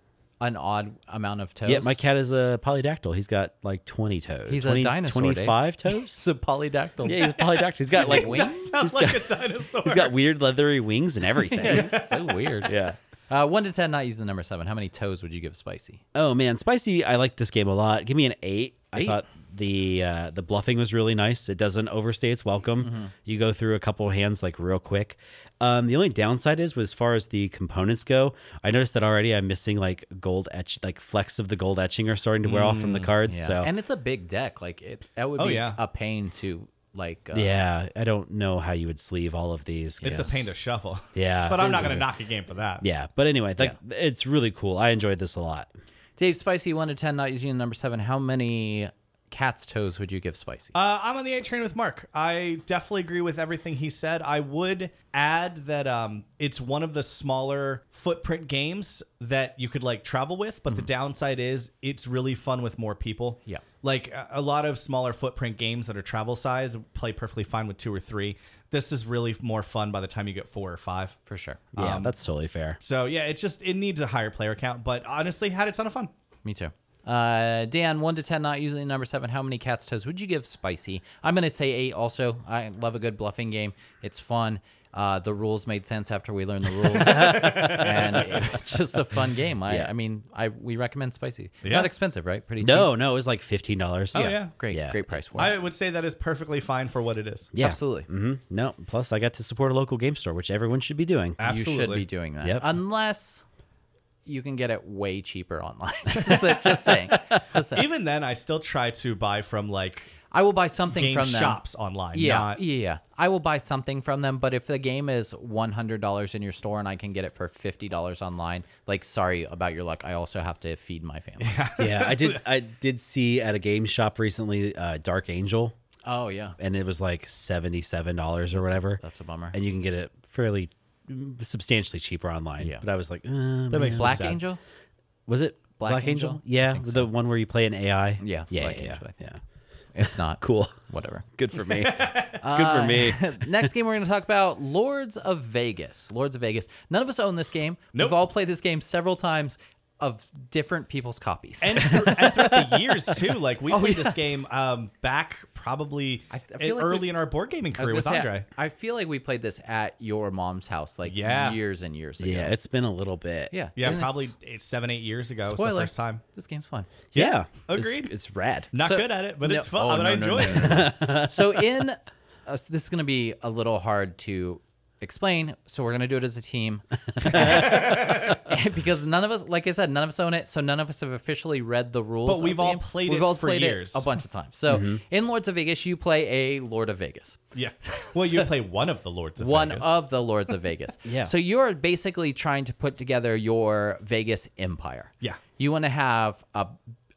Speaker 1: an odd amount of toes.
Speaker 3: Yeah, my cat is a polydactyl. He's got like 20 toes.
Speaker 1: He's a
Speaker 3: 20,
Speaker 1: dinosaur, Dave.
Speaker 3: 25
Speaker 1: [LAUGHS]
Speaker 3: toes?
Speaker 1: It's a polydactyl. [LAUGHS]
Speaker 3: yeah, he's a polydactyl. He's got like
Speaker 1: Wings?
Speaker 2: [LAUGHS] Sounds like a
Speaker 1: [LAUGHS]
Speaker 2: dinosaur.
Speaker 3: He's got weird leathery wings and everything.
Speaker 1: It's so weird.
Speaker 3: yeah.
Speaker 1: Uh, one to ten, not using the number seven. How many toes would you give spicy?
Speaker 3: Oh man, spicy. I like this game a lot. Give me an 8. I
Speaker 1: Eight?
Speaker 3: thought the uh, the bluffing was really nice. It doesn't overstay its welcome.
Speaker 2: Mm-hmm.
Speaker 3: You go through a couple hands like real quick. Um, the only downside is, was as far as the components go, I noticed that already. I'm missing like gold etch, like flecks of the gold etching are starting to wear off
Speaker 2: Mm,
Speaker 3: from the cards. So
Speaker 1: and it's a big deck. Like it, that would
Speaker 2: Oh,
Speaker 1: be
Speaker 2: yeah.
Speaker 1: a pain to like. Uh,
Speaker 3: yeah, I don't know how you would sleeve all of these.
Speaker 2: It's
Speaker 3: yes.
Speaker 2: a pain to shuffle.
Speaker 3: Yeah.
Speaker 2: But I'm not going to knock a game for that.
Speaker 3: Yeah, but anyway, like it's really cool. I enjoyed this a lot.
Speaker 1: Dave, spicy one to ten, not using the number seven. How many cat's toes would you give spicy?
Speaker 2: Uh, I'm on the A train with Mark. I definitely agree with everything he said. I would add that um, it's one of the smaller footprint games that you could like travel with, but the downside is it's really fun with more people.
Speaker 1: Mm-hmm. Yeah.
Speaker 2: Like a, a lot of smaller footprint games that are travel size play perfectly fine with two or three. This is really more fun by the time you get four or five. Um,
Speaker 1: For sure.
Speaker 3: Yeah, that's totally fair.
Speaker 2: So yeah, it's just it needs a higher player count, but honestly, had a ton of fun.
Speaker 1: Me too. Uh, Dan, one to ten, not using the number seven. How many cat's toes would you give Spicy? I'm gonna say eight. Also, I love a good bluffing game. It's fun. Uh, the rules made sense after we learned the
Speaker 2: [LAUGHS]
Speaker 1: rules, and it's just a fun game. I,
Speaker 3: Yeah.
Speaker 1: I mean, I we recommend Spicy.
Speaker 2: Yeah.
Speaker 1: Not expensive, right? Pretty cheap.
Speaker 3: No, no, it was like fifteen dollars.
Speaker 2: Oh, yeah.
Speaker 1: Great,
Speaker 3: Yeah.
Speaker 1: great price. Wow.
Speaker 2: I would say that is perfectly fine for what it is.
Speaker 3: yeah,
Speaker 1: Absolutely.
Speaker 3: hmm No, plus I got to support a local game store, which everyone should be doing.
Speaker 1: You should
Speaker 2: Absolutely.
Speaker 1: be doing that.
Speaker 3: Yep.
Speaker 1: Unless you can get it way cheaper online. [LAUGHS] so just saying. Just saying.
Speaker 2: Even then, I still try to buy from like
Speaker 1: I will buy something
Speaker 2: game
Speaker 1: from them.
Speaker 2: shops online.
Speaker 1: Yeah,
Speaker 2: not-
Speaker 1: yeah, yeah. I will buy something from them, but if the game is one hundred dollars in your store and I can get it for fifty dollars online, like sorry about your luck. I also have to feed my family.
Speaker 3: [LAUGHS] yeah, I did. I did see at a game shop recently, uh, Dark Angel,
Speaker 1: Oh yeah,
Speaker 3: and it was like seventy-seven dollars or whatever.
Speaker 1: that's a bummer.
Speaker 3: and you can get it fairly mm, substantially cheaper online.
Speaker 1: Yeah.
Speaker 3: but I was like, uh,
Speaker 2: makes
Speaker 1: Black
Speaker 2: sad.
Speaker 1: Angel.
Speaker 3: was it
Speaker 1: Black Angel?
Speaker 3: Yeah,
Speaker 1: think
Speaker 3: the one where you play an AI.
Speaker 1: Yeah,
Speaker 3: yeah,
Speaker 1: Black
Speaker 3: yeah,
Speaker 1: Angel, I
Speaker 3: yeah.
Speaker 1: If
Speaker 2: [LAUGHS]
Speaker 1: not,
Speaker 3: Cool.
Speaker 1: Whatever. Uh,
Speaker 3: Good
Speaker 1: [LAUGHS]
Speaker 3: for me. Good for me.
Speaker 1: Next game we're going to talk about Lords of Vegas. Lords of Vegas. None of us own this game.
Speaker 2: Nope.
Speaker 1: We've all played this game several times of different people's copies.
Speaker 2: and, thr- and throughout the
Speaker 1: [LAUGHS]
Speaker 2: years too. Like we played this game um, back probably
Speaker 1: Oh, I th- I feel
Speaker 2: in-
Speaker 1: like we-
Speaker 2: early in our board gaming
Speaker 1: I was
Speaker 2: career with
Speaker 1: gonna say,
Speaker 2: Andre.
Speaker 1: I feel like we played this at your mom's house like
Speaker 2: Yeah.
Speaker 1: years and years ago.
Speaker 3: Yeah, it's been a little bit.
Speaker 1: Yeah.
Speaker 2: Yeah,
Speaker 1: and
Speaker 2: probably
Speaker 1: it's-
Speaker 2: eight, seven, eight years ago. was
Speaker 1: Spoiler.
Speaker 2: the first time.
Speaker 1: This game's fun.
Speaker 3: Yeah. It's-
Speaker 2: Agreed.
Speaker 3: It's, rad.
Speaker 2: Not
Speaker 1: So-
Speaker 2: good at it, but
Speaker 1: No-
Speaker 2: it's fun.
Speaker 1: oh,
Speaker 2: but
Speaker 1: no,
Speaker 2: I
Speaker 1: no,
Speaker 2: enjoy
Speaker 1: no,
Speaker 2: it.
Speaker 1: so in uh, so this is going to be a little hard to explain so we're going to do it as a team [LAUGHS] because none of us like i said none of us own it so none of us have officially read the rules
Speaker 2: But
Speaker 1: of
Speaker 2: we've
Speaker 1: the
Speaker 2: all
Speaker 1: game.
Speaker 2: played
Speaker 1: we've
Speaker 2: it
Speaker 1: all
Speaker 2: for
Speaker 1: played
Speaker 2: years.
Speaker 1: it a bunch of times so in lords of vegas you play a lord of vegas
Speaker 2: [LAUGHS]
Speaker 1: [LAUGHS]
Speaker 2: Yeah. Well, you play one of the Lords of
Speaker 1: one
Speaker 2: Vegas.
Speaker 1: of the lords of vegas
Speaker 3: [LAUGHS] Yeah.
Speaker 1: so you're basically trying to put together your vegas empire
Speaker 2: Yeah.
Speaker 1: you want to have a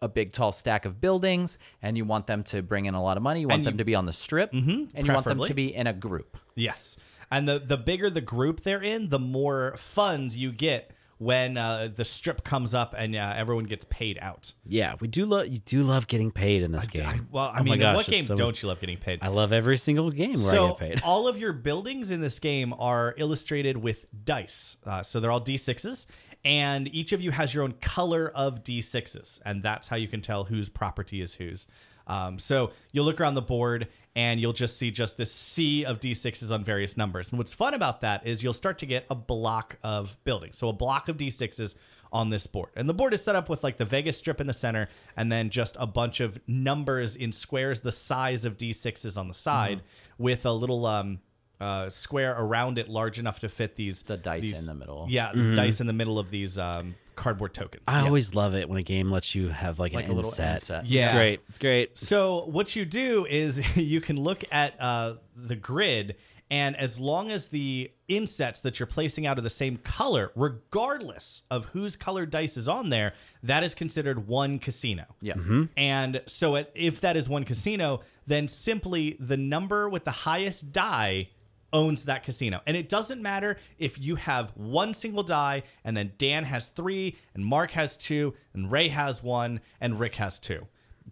Speaker 1: a big tall stack of buildings and you want them to bring in a lot of money you want
Speaker 2: And
Speaker 1: them
Speaker 2: you-
Speaker 1: to be on the strip
Speaker 3: Mm-hmm.
Speaker 1: and you want them
Speaker 2: preferably.
Speaker 1: to be in a group
Speaker 2: Yes. And the, the bigger the group they're in, the more funds you get when uh, the strip comes up and uh, everyone gets paid out.
Speaker 3: Yeah, we do love you do love getting paid in this game.
Speaker 2: I- well, I
Speaker 3: Oh my
Speaker 2: mean, in
Speaker 3: gosh,
Speaker 2: what
Speaker 3: it's
Speaker 2: game
Speaker 3: so-
Speaker 2: don't you love getting paid?
Speaker 3: I love every single game where I
Speaker 2: so
Speaker 3: get paid. [LAUGHS]
Speaker 2: all of your buildings in this game are illustrated with dice. Uh, so they're all d6s, and each of you has your own color of d6s, and that's how you can tell whose property is whose. Um, so you'll look around the board, and you'll just see just this sea of d6s on various numbers. And what's fun about that is you'll start to get a block of buildings. So a block of d6s on this board. And the board is set up with like the Vegas strip in the center and then just a bunch of numbers in squares the size of D6s on the side
Speaker 1: Mm-hmm.
Speaker 2: with a little um uh, square around it large enough to fit these
Speaker 1: The dice
Speaker 2: these-
Speaker 1: in the middle.
Speaker 2: Yeah,
Speaker 3: Mm-hmm.
Speaker 2: the dice in the middle of these um, cardboard tokens.
Speaker 3: I always love it when a game lets you have like,
Speaker 1: like
Speaker 3: an
Speaker 1: a little
Speaker 3: inset.
Speaker 1: inset.
Speaker 2: Yeah.
Speaker 3: It's great. It's great.
Speaker 2: So what you do is [LAUGHS] you can look at uh, the grid, and as long as the insets that you're placing out are the same color, regardless of whose colored dice is on there, that is considered one casino.
Speaker 1: Yeah.
Speaker 2: And so it, if that is one casino, then simply the number with the highest die owns that casino. And it doesn't matter if you have one single die and then Dan has 3 and Mark has 2 and Ray has 1 and Rick has 2.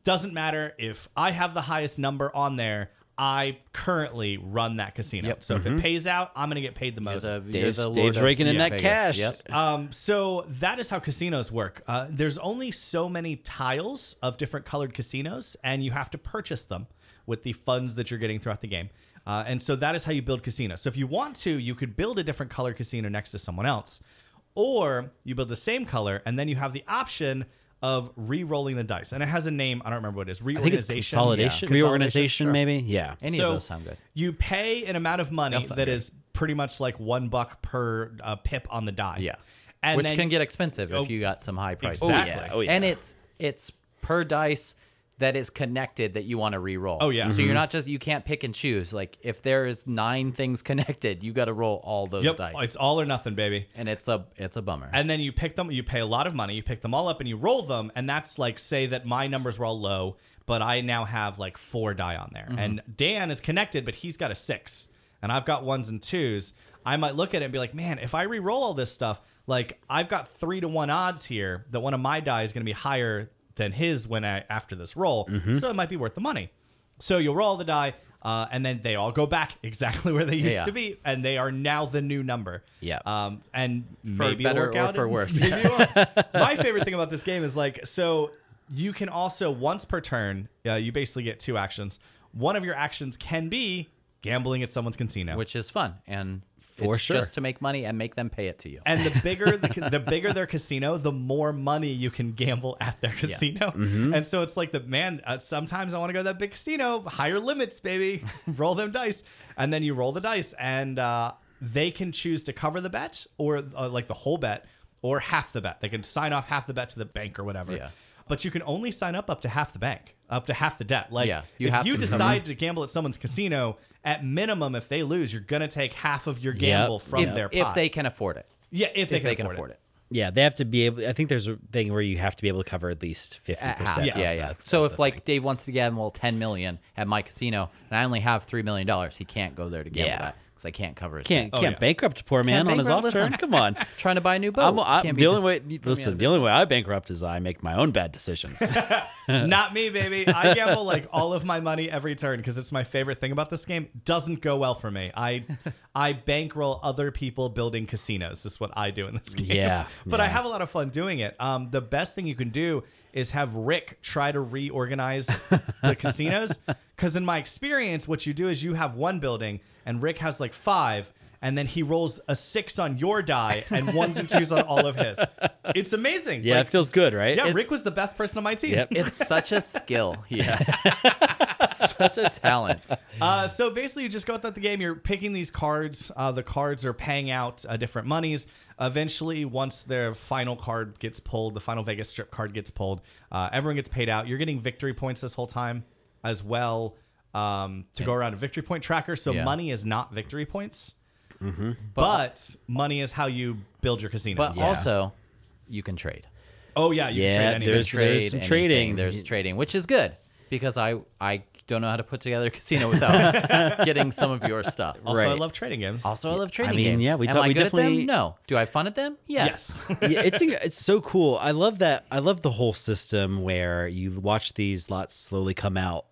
Speaker 2: Doesn't matter if I have the highest number on there. I currently run that casino.
Speaker 1: Yep.
Speaker 2: So if it pays out, I'm going to Mm-hmm. get paid the most.
Speaker 1: The- you're
Speaker 3: Dave's,
Speaker 1: the Lord
Speaker 3: Dave's
Speaker 1: of
Speaker 3: raking in that
Speaker 1: Vegas.
Speaker 3: cash.
Speaker 1: Yep.
Speaker 2: Um, so that is how casinos work. Uh, there's only so many tiles of different colored casinos, and you have to purchase them with the funds that you're getting throughout the game. Uh, and so that is how you build casinos. So if you want to, you could build a different color casino next to someone else, or you build the same color, and then you have the option of re-rolling the dice. And it has a name. I don't remember what it is.
Speaker 3: I think it's
Speaker 2: Reorganization.
Speaker 3: consolidation,
Speaker 2: Yeah.
Speaker 3: reorganization, maybe. Yeah.
Speaker 1: Any
Speaker 2: So
Speaker 1: of those sound good.
Speaker 2: You pay an amount of money
Speaker 1: That's not
Speaker 2: that
Speaker 1: good.
Speaker 2: is pretty much like one buck per uh, pip on the die.
Speaker 1: Yeah.
Speaker 2: And
Speaker 1: Which
Speaker 2: then-
Speaker 1: can get expensive
Speaker 2: Oh,
Speaker 1: if you got some high prices.
Speaker 2: exactly.
Speaker 3: Oh, yeah. Oh, yeah.
Speaker 1: And it's it's per dice that is connected that you want to re-roll.
Speaker 2: Oh, yeah.
Speaker 3: Mm-hmm.
Speaker 1: So you're not just you can't pick and choose. Like if there is nine things [LAUGHS] connected, you got to roll all those
Speaker 2: Yep,
Speaker 1: dice.
Speaker 2: it's all or nothing, baby.
Speaker 1: and it's a it's a bummer.
Speaker 2: And then you pick them. You pay a lot of money. You pick them all up and you roll them. And that's like say that my numbers were all low, but I now have like four die on
Speaker 1: Mm-hmm.
Speaker 2: there. And Dan is connected, but he's got a six, and I've got ones and twos. I might look at it and be like, man, if I re-roll all this stuff, like I've got three to one odds here that one of my die is going to be higher than his when I after this roll.
Speaker 1: Mm-hmm.
Speaker 2: So it might be worth the money. So you'll roll the die, uh, and then they all go back [LAUGHS] exactly where they used
Speaker 1: Yeah.
Speaker 2: to be, and they are now the new number.
Speaker 3: Yeah.
Speaker 2: Um, and
Speaker 1: For
Speaker 2: maybe
Speaker 1: better
Speaker 2: it'll work
Speaker 1: or
Speaker 2: out
Speaker 1: for
Speaker 2: and-
Speaker 1: worse.
Speaker 2: [LAUGHS] maybe it
Speaker 1: [LAUGHS]
Speaker 2: won't. My favorite thing about this game is like so you can also once per turn, uh, you basically get two actions. One of your actions can be gambling at someone's casino.
Speaker 1: which is fun and
Speaker 3: For
Speaker 1: it's
Speaker 3: sure.
Speaker 1: just to make money and make them pay it to you.
Speaker 2: and the bigger the, ca-
Speaker 1: [LAUGHS]
Speaker 2: the bigger their casino, the more money you can gamble at their casino.
Speaker 1: Mm-hmm.
Speaker 2: And so it's like the man. Uh, sometimes I want to go to that big casino, higher
Speaker 1: [LAUGHS]
Speaker 2: limits, baby. roll them dice, and then you roll the dice, and uh, they can choose to cover the bet or uh, like the whole bet or half the bet. They can sign off half the bet to the bank or whatever.
Speaker 1: Yeah.
Speaker 2: But you can only sign up up to half the bank, up to half the debt. Like
Speaker 1: Yeah, you
Speaker 2: if
Speaker 1: have
Speaker 2: you
Speaker 1: to mm-hmm. become-
Speaker 2: decide to gamble at someone's casino, at minimum, if they lose, you're gonna take half of your gamble from
Speaker 1: if,
Speaker 2: their pot.
Speaker 1: if they can afford it.
Speaker 2: yeah, if they,
Speaker 1: If
Speaker 2: can,
Speaker 1: they can
Speaker 2: afford,
Speaker 1: afford
Speaker 2: it.
Speaker 1: it.
Speaker 3: Yeah, they have to be able. I think there's a thing where you have to be able to cover at least fifty
Speaker 1: at half.
Speaker 3: percent.
Speaker 1: Yeah, yeah. So if like Dave wants to gamble ten million at my casino and I only have three million dollars, he can't go there to gamble
Speaker 3: Yeah.
Speaker 1: that 'cause because I can't cover his
Speaker 3: Can't
Speaker 1: back.
Speaker 3: can't
Speaker 2: yeah.
Speaker 3: bankrupt a poor man on his off
Speaker 1: Oh, bankrupt,
Speaker 3: turn.
Speaker 1: listen.
Speaker 3: Come
Speaker 1: [LAUGHS]
Speaker 3: on.
Speaker 1: trying to buy a new boat.
Speaker 3: I'm, I,
Speaker 1: can't
Speaker 3: the
Speaker 1: be
Speaker 3: only
Speaker 1: just-
Speaker 3: way, listen, the only way I bankrupt is I make my own
Speaker 1: [LAUGHS]
Speaker 3: bad decisions.
Speaker 2: Not me, baby. I gamble like all of my money every turn because it's my favorite thing about this game. Doesn't go well for me. I I bankroll other people building casinos. This is what I do in this game.
Speaker 3: Yeah,
Speaker 2: [LAUGHS] But I
Speaker 3: yeah.
Speaker 2: have a lot of fun doing it. Um, the best thing you can do is have Rick try to reorganize the casinos. Because in my experience, what you do is you have one building and Rick has like five. And then he rolls a six on your die and ones and twos on all of his. It's amazing.
Speaker 3: Yeah,
Speaker 2: Like,
Speaker 3: it feels good, right?
Speaker 2: yeah
Speaker 3: It's-
Speaker 2: Rick was the best person on my team.
Speaker 3: Yep.
Speaker 1: It's such a
Speaker 3: [LAUGHS]
Speaker 1: skill. Yeah. such a talent.
Speaker 2: Uh, so basically, you just go throughout the game. You're picking these cards. Uh, the cards are paying out uh, different monies. Eventually, once their final card gets pulled, the final Vegas Strip card gets pulled. Uh, everyone gets paid out. You're getting victory points this whole time as well um, to go around a victory point tracker. So
Speaker 1: Yeah.
Speaker 2: money is not victory points,
Speaker 1: But-
Speaker 2: but, money is how you build your casino.
Speaker 1: But also, you can trade.
Speaker 2: oh yeah, you
Speaker 3: Yeah,
Speaker 2: can trade anything.
Speaker 3: there's-
Speaker 1: Trade
Speaker 3: some
Speaker 1: anything.
Speaker 3: trading.
Speaker 1: There's trading, which is good because I I don't know how to put together a casino
Speaker 3: [LAUGHS]
Speaker 1: without getting some of your stuff.
Speaker 2: Also, I
Speaker 3: right.
Speaker 2: love trading games.
Speaker 1: Also, I love trading
Speaker 3: mean,
Speaker 1: games.
Speaker 3: yeah, we
Speaker 1: Am
Speaker 3: talk-
Speaker 1: I
Speaker 3: we
Speaker 1: good at
Speaker 3: definitely-
Speaker 1: them? No. Do I have fun at them?
Speaker 2: [LAUGHS]
Speaker 1: Yes.
Speaker 2: yes.
Speaker 3: yeah, it's it's so cool. I love that. I love the whole system where you watch these lots slowly come out,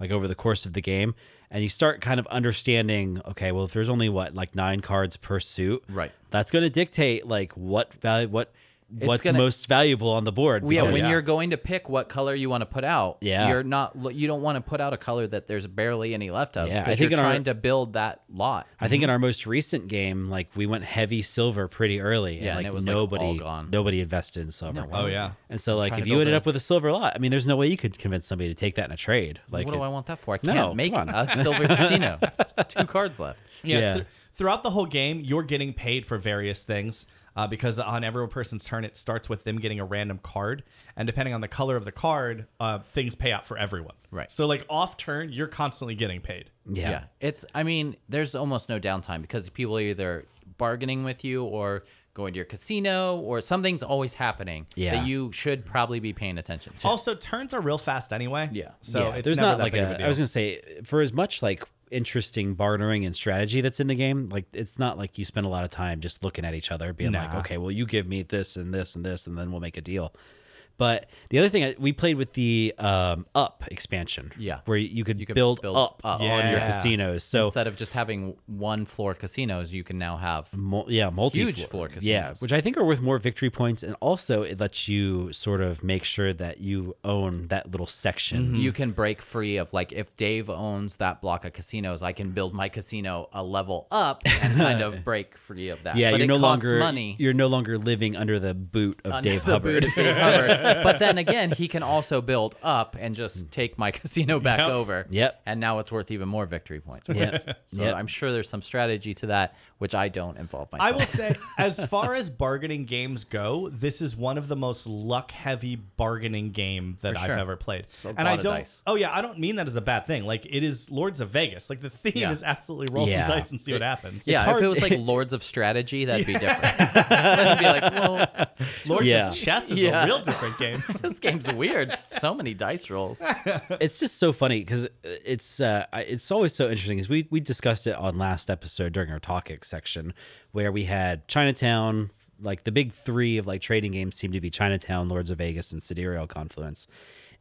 Speaker 3: like over the course of the game, and you start kind of understanding. Okay, well, if there's only what like nine cards per suit,
Speaker 1: Right.
Speaker 3: That's going to dictate like what value, what what's
Speaker 1: gonna-
Speaker 3: most valuable on the board.
Speaker 1: yeah,
Speaker 3: because-
Speaker 1: when you're going to pick what color you want to put out,
Speaker 3: Oh, Yeah.
Speaker 1: you're not lo- you don't want to put out a color that there's barely any left of.
Speaker 3: Yeah, I
Speaker 1: because
Speaker 3: think
Speaker 1: you're
Speaker 3: in our-
Speaker 1: trying to build that lot.
Speaker 3: I think in our most recent game, like we went heavy silver pretty early,
Speaker 1: Yeah,
Speaker 3: and
Speaker 1: and
Speaker 3: like
Speaker 1: it was, like, all
Speaker 3: nobody
Speaker 1: gone.
Speaker 3: nobody invested in silver.
Speaker 1: why
Speaker 2: oh yeah.
Speaker 3: And so, like,
Speaker 1: trying
Speaker 3: if
Speaker 1: to
Speaker 3: you
Speaker 1: build
Speaker 3: ended
Speaker 1: a-
Speaker 3: up with a silver lot, I mean, there's no way you could convince somebody to take that in a trade. Like,
Speaker 1: what do
Speaker 3: it-
Speaker 1: I want that for? I
Speaker 3: No,
Speaker 1: can't make
Speaker 3: come on.
Speaker 1: a silver
Speaker 3: [LAUGHS]
Speaker 1: casino. It's two cards left.
Speaker 2: Yeah.
Speaker 3: Yeah.
Speaker 2: thr- throughout the whole game, you're getting paid for various things uh, because on every person's turn, it starts with them getting a random card, and depending on the color of the card, uh, things pay out for everyone.
Speaker 1: Right.
Speaker 2: So like off turn, you're constantly getting paid.
Speaker 3: yeah.
Speaker 1: It's I mean, there's almost no downtime because people are either bargaining with you or going to your casino or something's always happening
Speaker 3: Yeah.
Speaker 1: that you should probably be paying attention to.
Speaker 2: Also, turns are real fast anyway.
Speaker 1: Yeah.
Speaker 2: So
Speaker 3: Yeah,
Speaker 2: it's
Speaker 3: there's
Speaker 2: never
Speaker 3: not
Speaker 2: that
Speaker 3: like
Speaker 2: big of
Speaker 3: a.
Speaker 2: a deal.
Speaker 3: I was gonna say, for as much like interesting bartering and strategy that's in the game, like it's not like you spend a lot of time just looking at each other, being like,
Speaker 2: Nah.
Speaker 3: okay, well, you give me this and this and this, and then we'll make a deal. But the other thing I- we played with the um, up expansion,
Speaker 1: Yeah.
Speaker 3: where you could,
Speaker 1: You could
Speaker 3: build,
Speaker 1: build
Speaker 3: up,
Speaker 1: up.
Speaker 3: on your
Speaker 2: Yeah.
Speaker 3: casinos. So
Speaker 1: Instead of just having one floor casinos, you can now have
Speaker 3: Mul- yeah, multi
Speaker 1: Huge floor casinos.
Speaker 3: Yeah, which I think are worth more victory points, and also it lets you sort of make sure that you own that little section.
Speaker 1: you can break free of like if Dave owns that block of casinos, I can build my casino a level up and kind
Speaker 3: [LAUGHS]
Speaker 1: of break free of that.
Speaker 3: Yeah,
Speaker 1: but
Speaker 3: you're
Speaker 1: it
Speaker 3: no
Speaker 1: costs
Speaker 3: longer
Speaker 1: money.
Speaker 3: you're no longer living under the boot of
Speaker 1: under
Speaker 3: Dave
Speaker 1: the
Speaker 3: Hubbard.
Speaker 1: boot of Dave Hubbard.
Speaker 3: [LAUGHS]
Speaker 1: But then again, he can also build up and just take my [LAUGHS] casino back
Speaker 2: Yep.
Speaker 1: over.
Speaker 3: Mm. Yep.
Speaker 1: And now it's worth even more victory points.
Speaker 3: Yes.
Speaker 1: [LAUGHS] So
Speaker 3: Yep.
Speaker 1: I'm sure there's some strategy to that, which I don't involve
Speaker 2: I
Speaker 1: myself.
Speaker 2: will say, as far as bargaining games go, this is one of the most luck-heavy bargaining game that
Speaker 1: For
Speaker 2: I've
Speaker 1: sure.
Speaker 2: ever played.
Speaker 1: a
Speaker 2: and I
Speaker 1: lot of
Speaker 2: don't.
Speaker 1: dice.
Speaker 2: Oh yeah, I don't mean that as a bad thing. Like it is Lords of Vegas. Like the theme
Speaker 1: Yeah.
Speaker 2: is absolutely roll
Speaker 3: Yeah.
Speaker 2: some dice and see what happens.
Speaker 1: yeah, if
Speaker 3: hard-
Speaker 1: it was like
Speaker 3: [LAUGHS]
Speaker 1: Lords of Strategy, that'd be different. [LAUGHS] I'd be like,
Speaker 3: [LAUGHS]
Speaker 1: well,
Speaker 2: Lords
Speaker 3: Yeah.
Speaker 2: of Chess is
Speaker 1: Yeah.
Speaker 2: a real different game. [LAUGHS]
Speaker 1: this game's weird. So many dice
Speaker 3: [LAUGHS]
Speaker 1: rolls.
Speaker 3: it's just so funny because it's uh, I- it's always so interesting. Is we we discussed it on last episode during our talking section where we had Chinatown. Like the big three of like trading games seem to be Chinatown, Lords of Vegas, and Sidereal Confluence.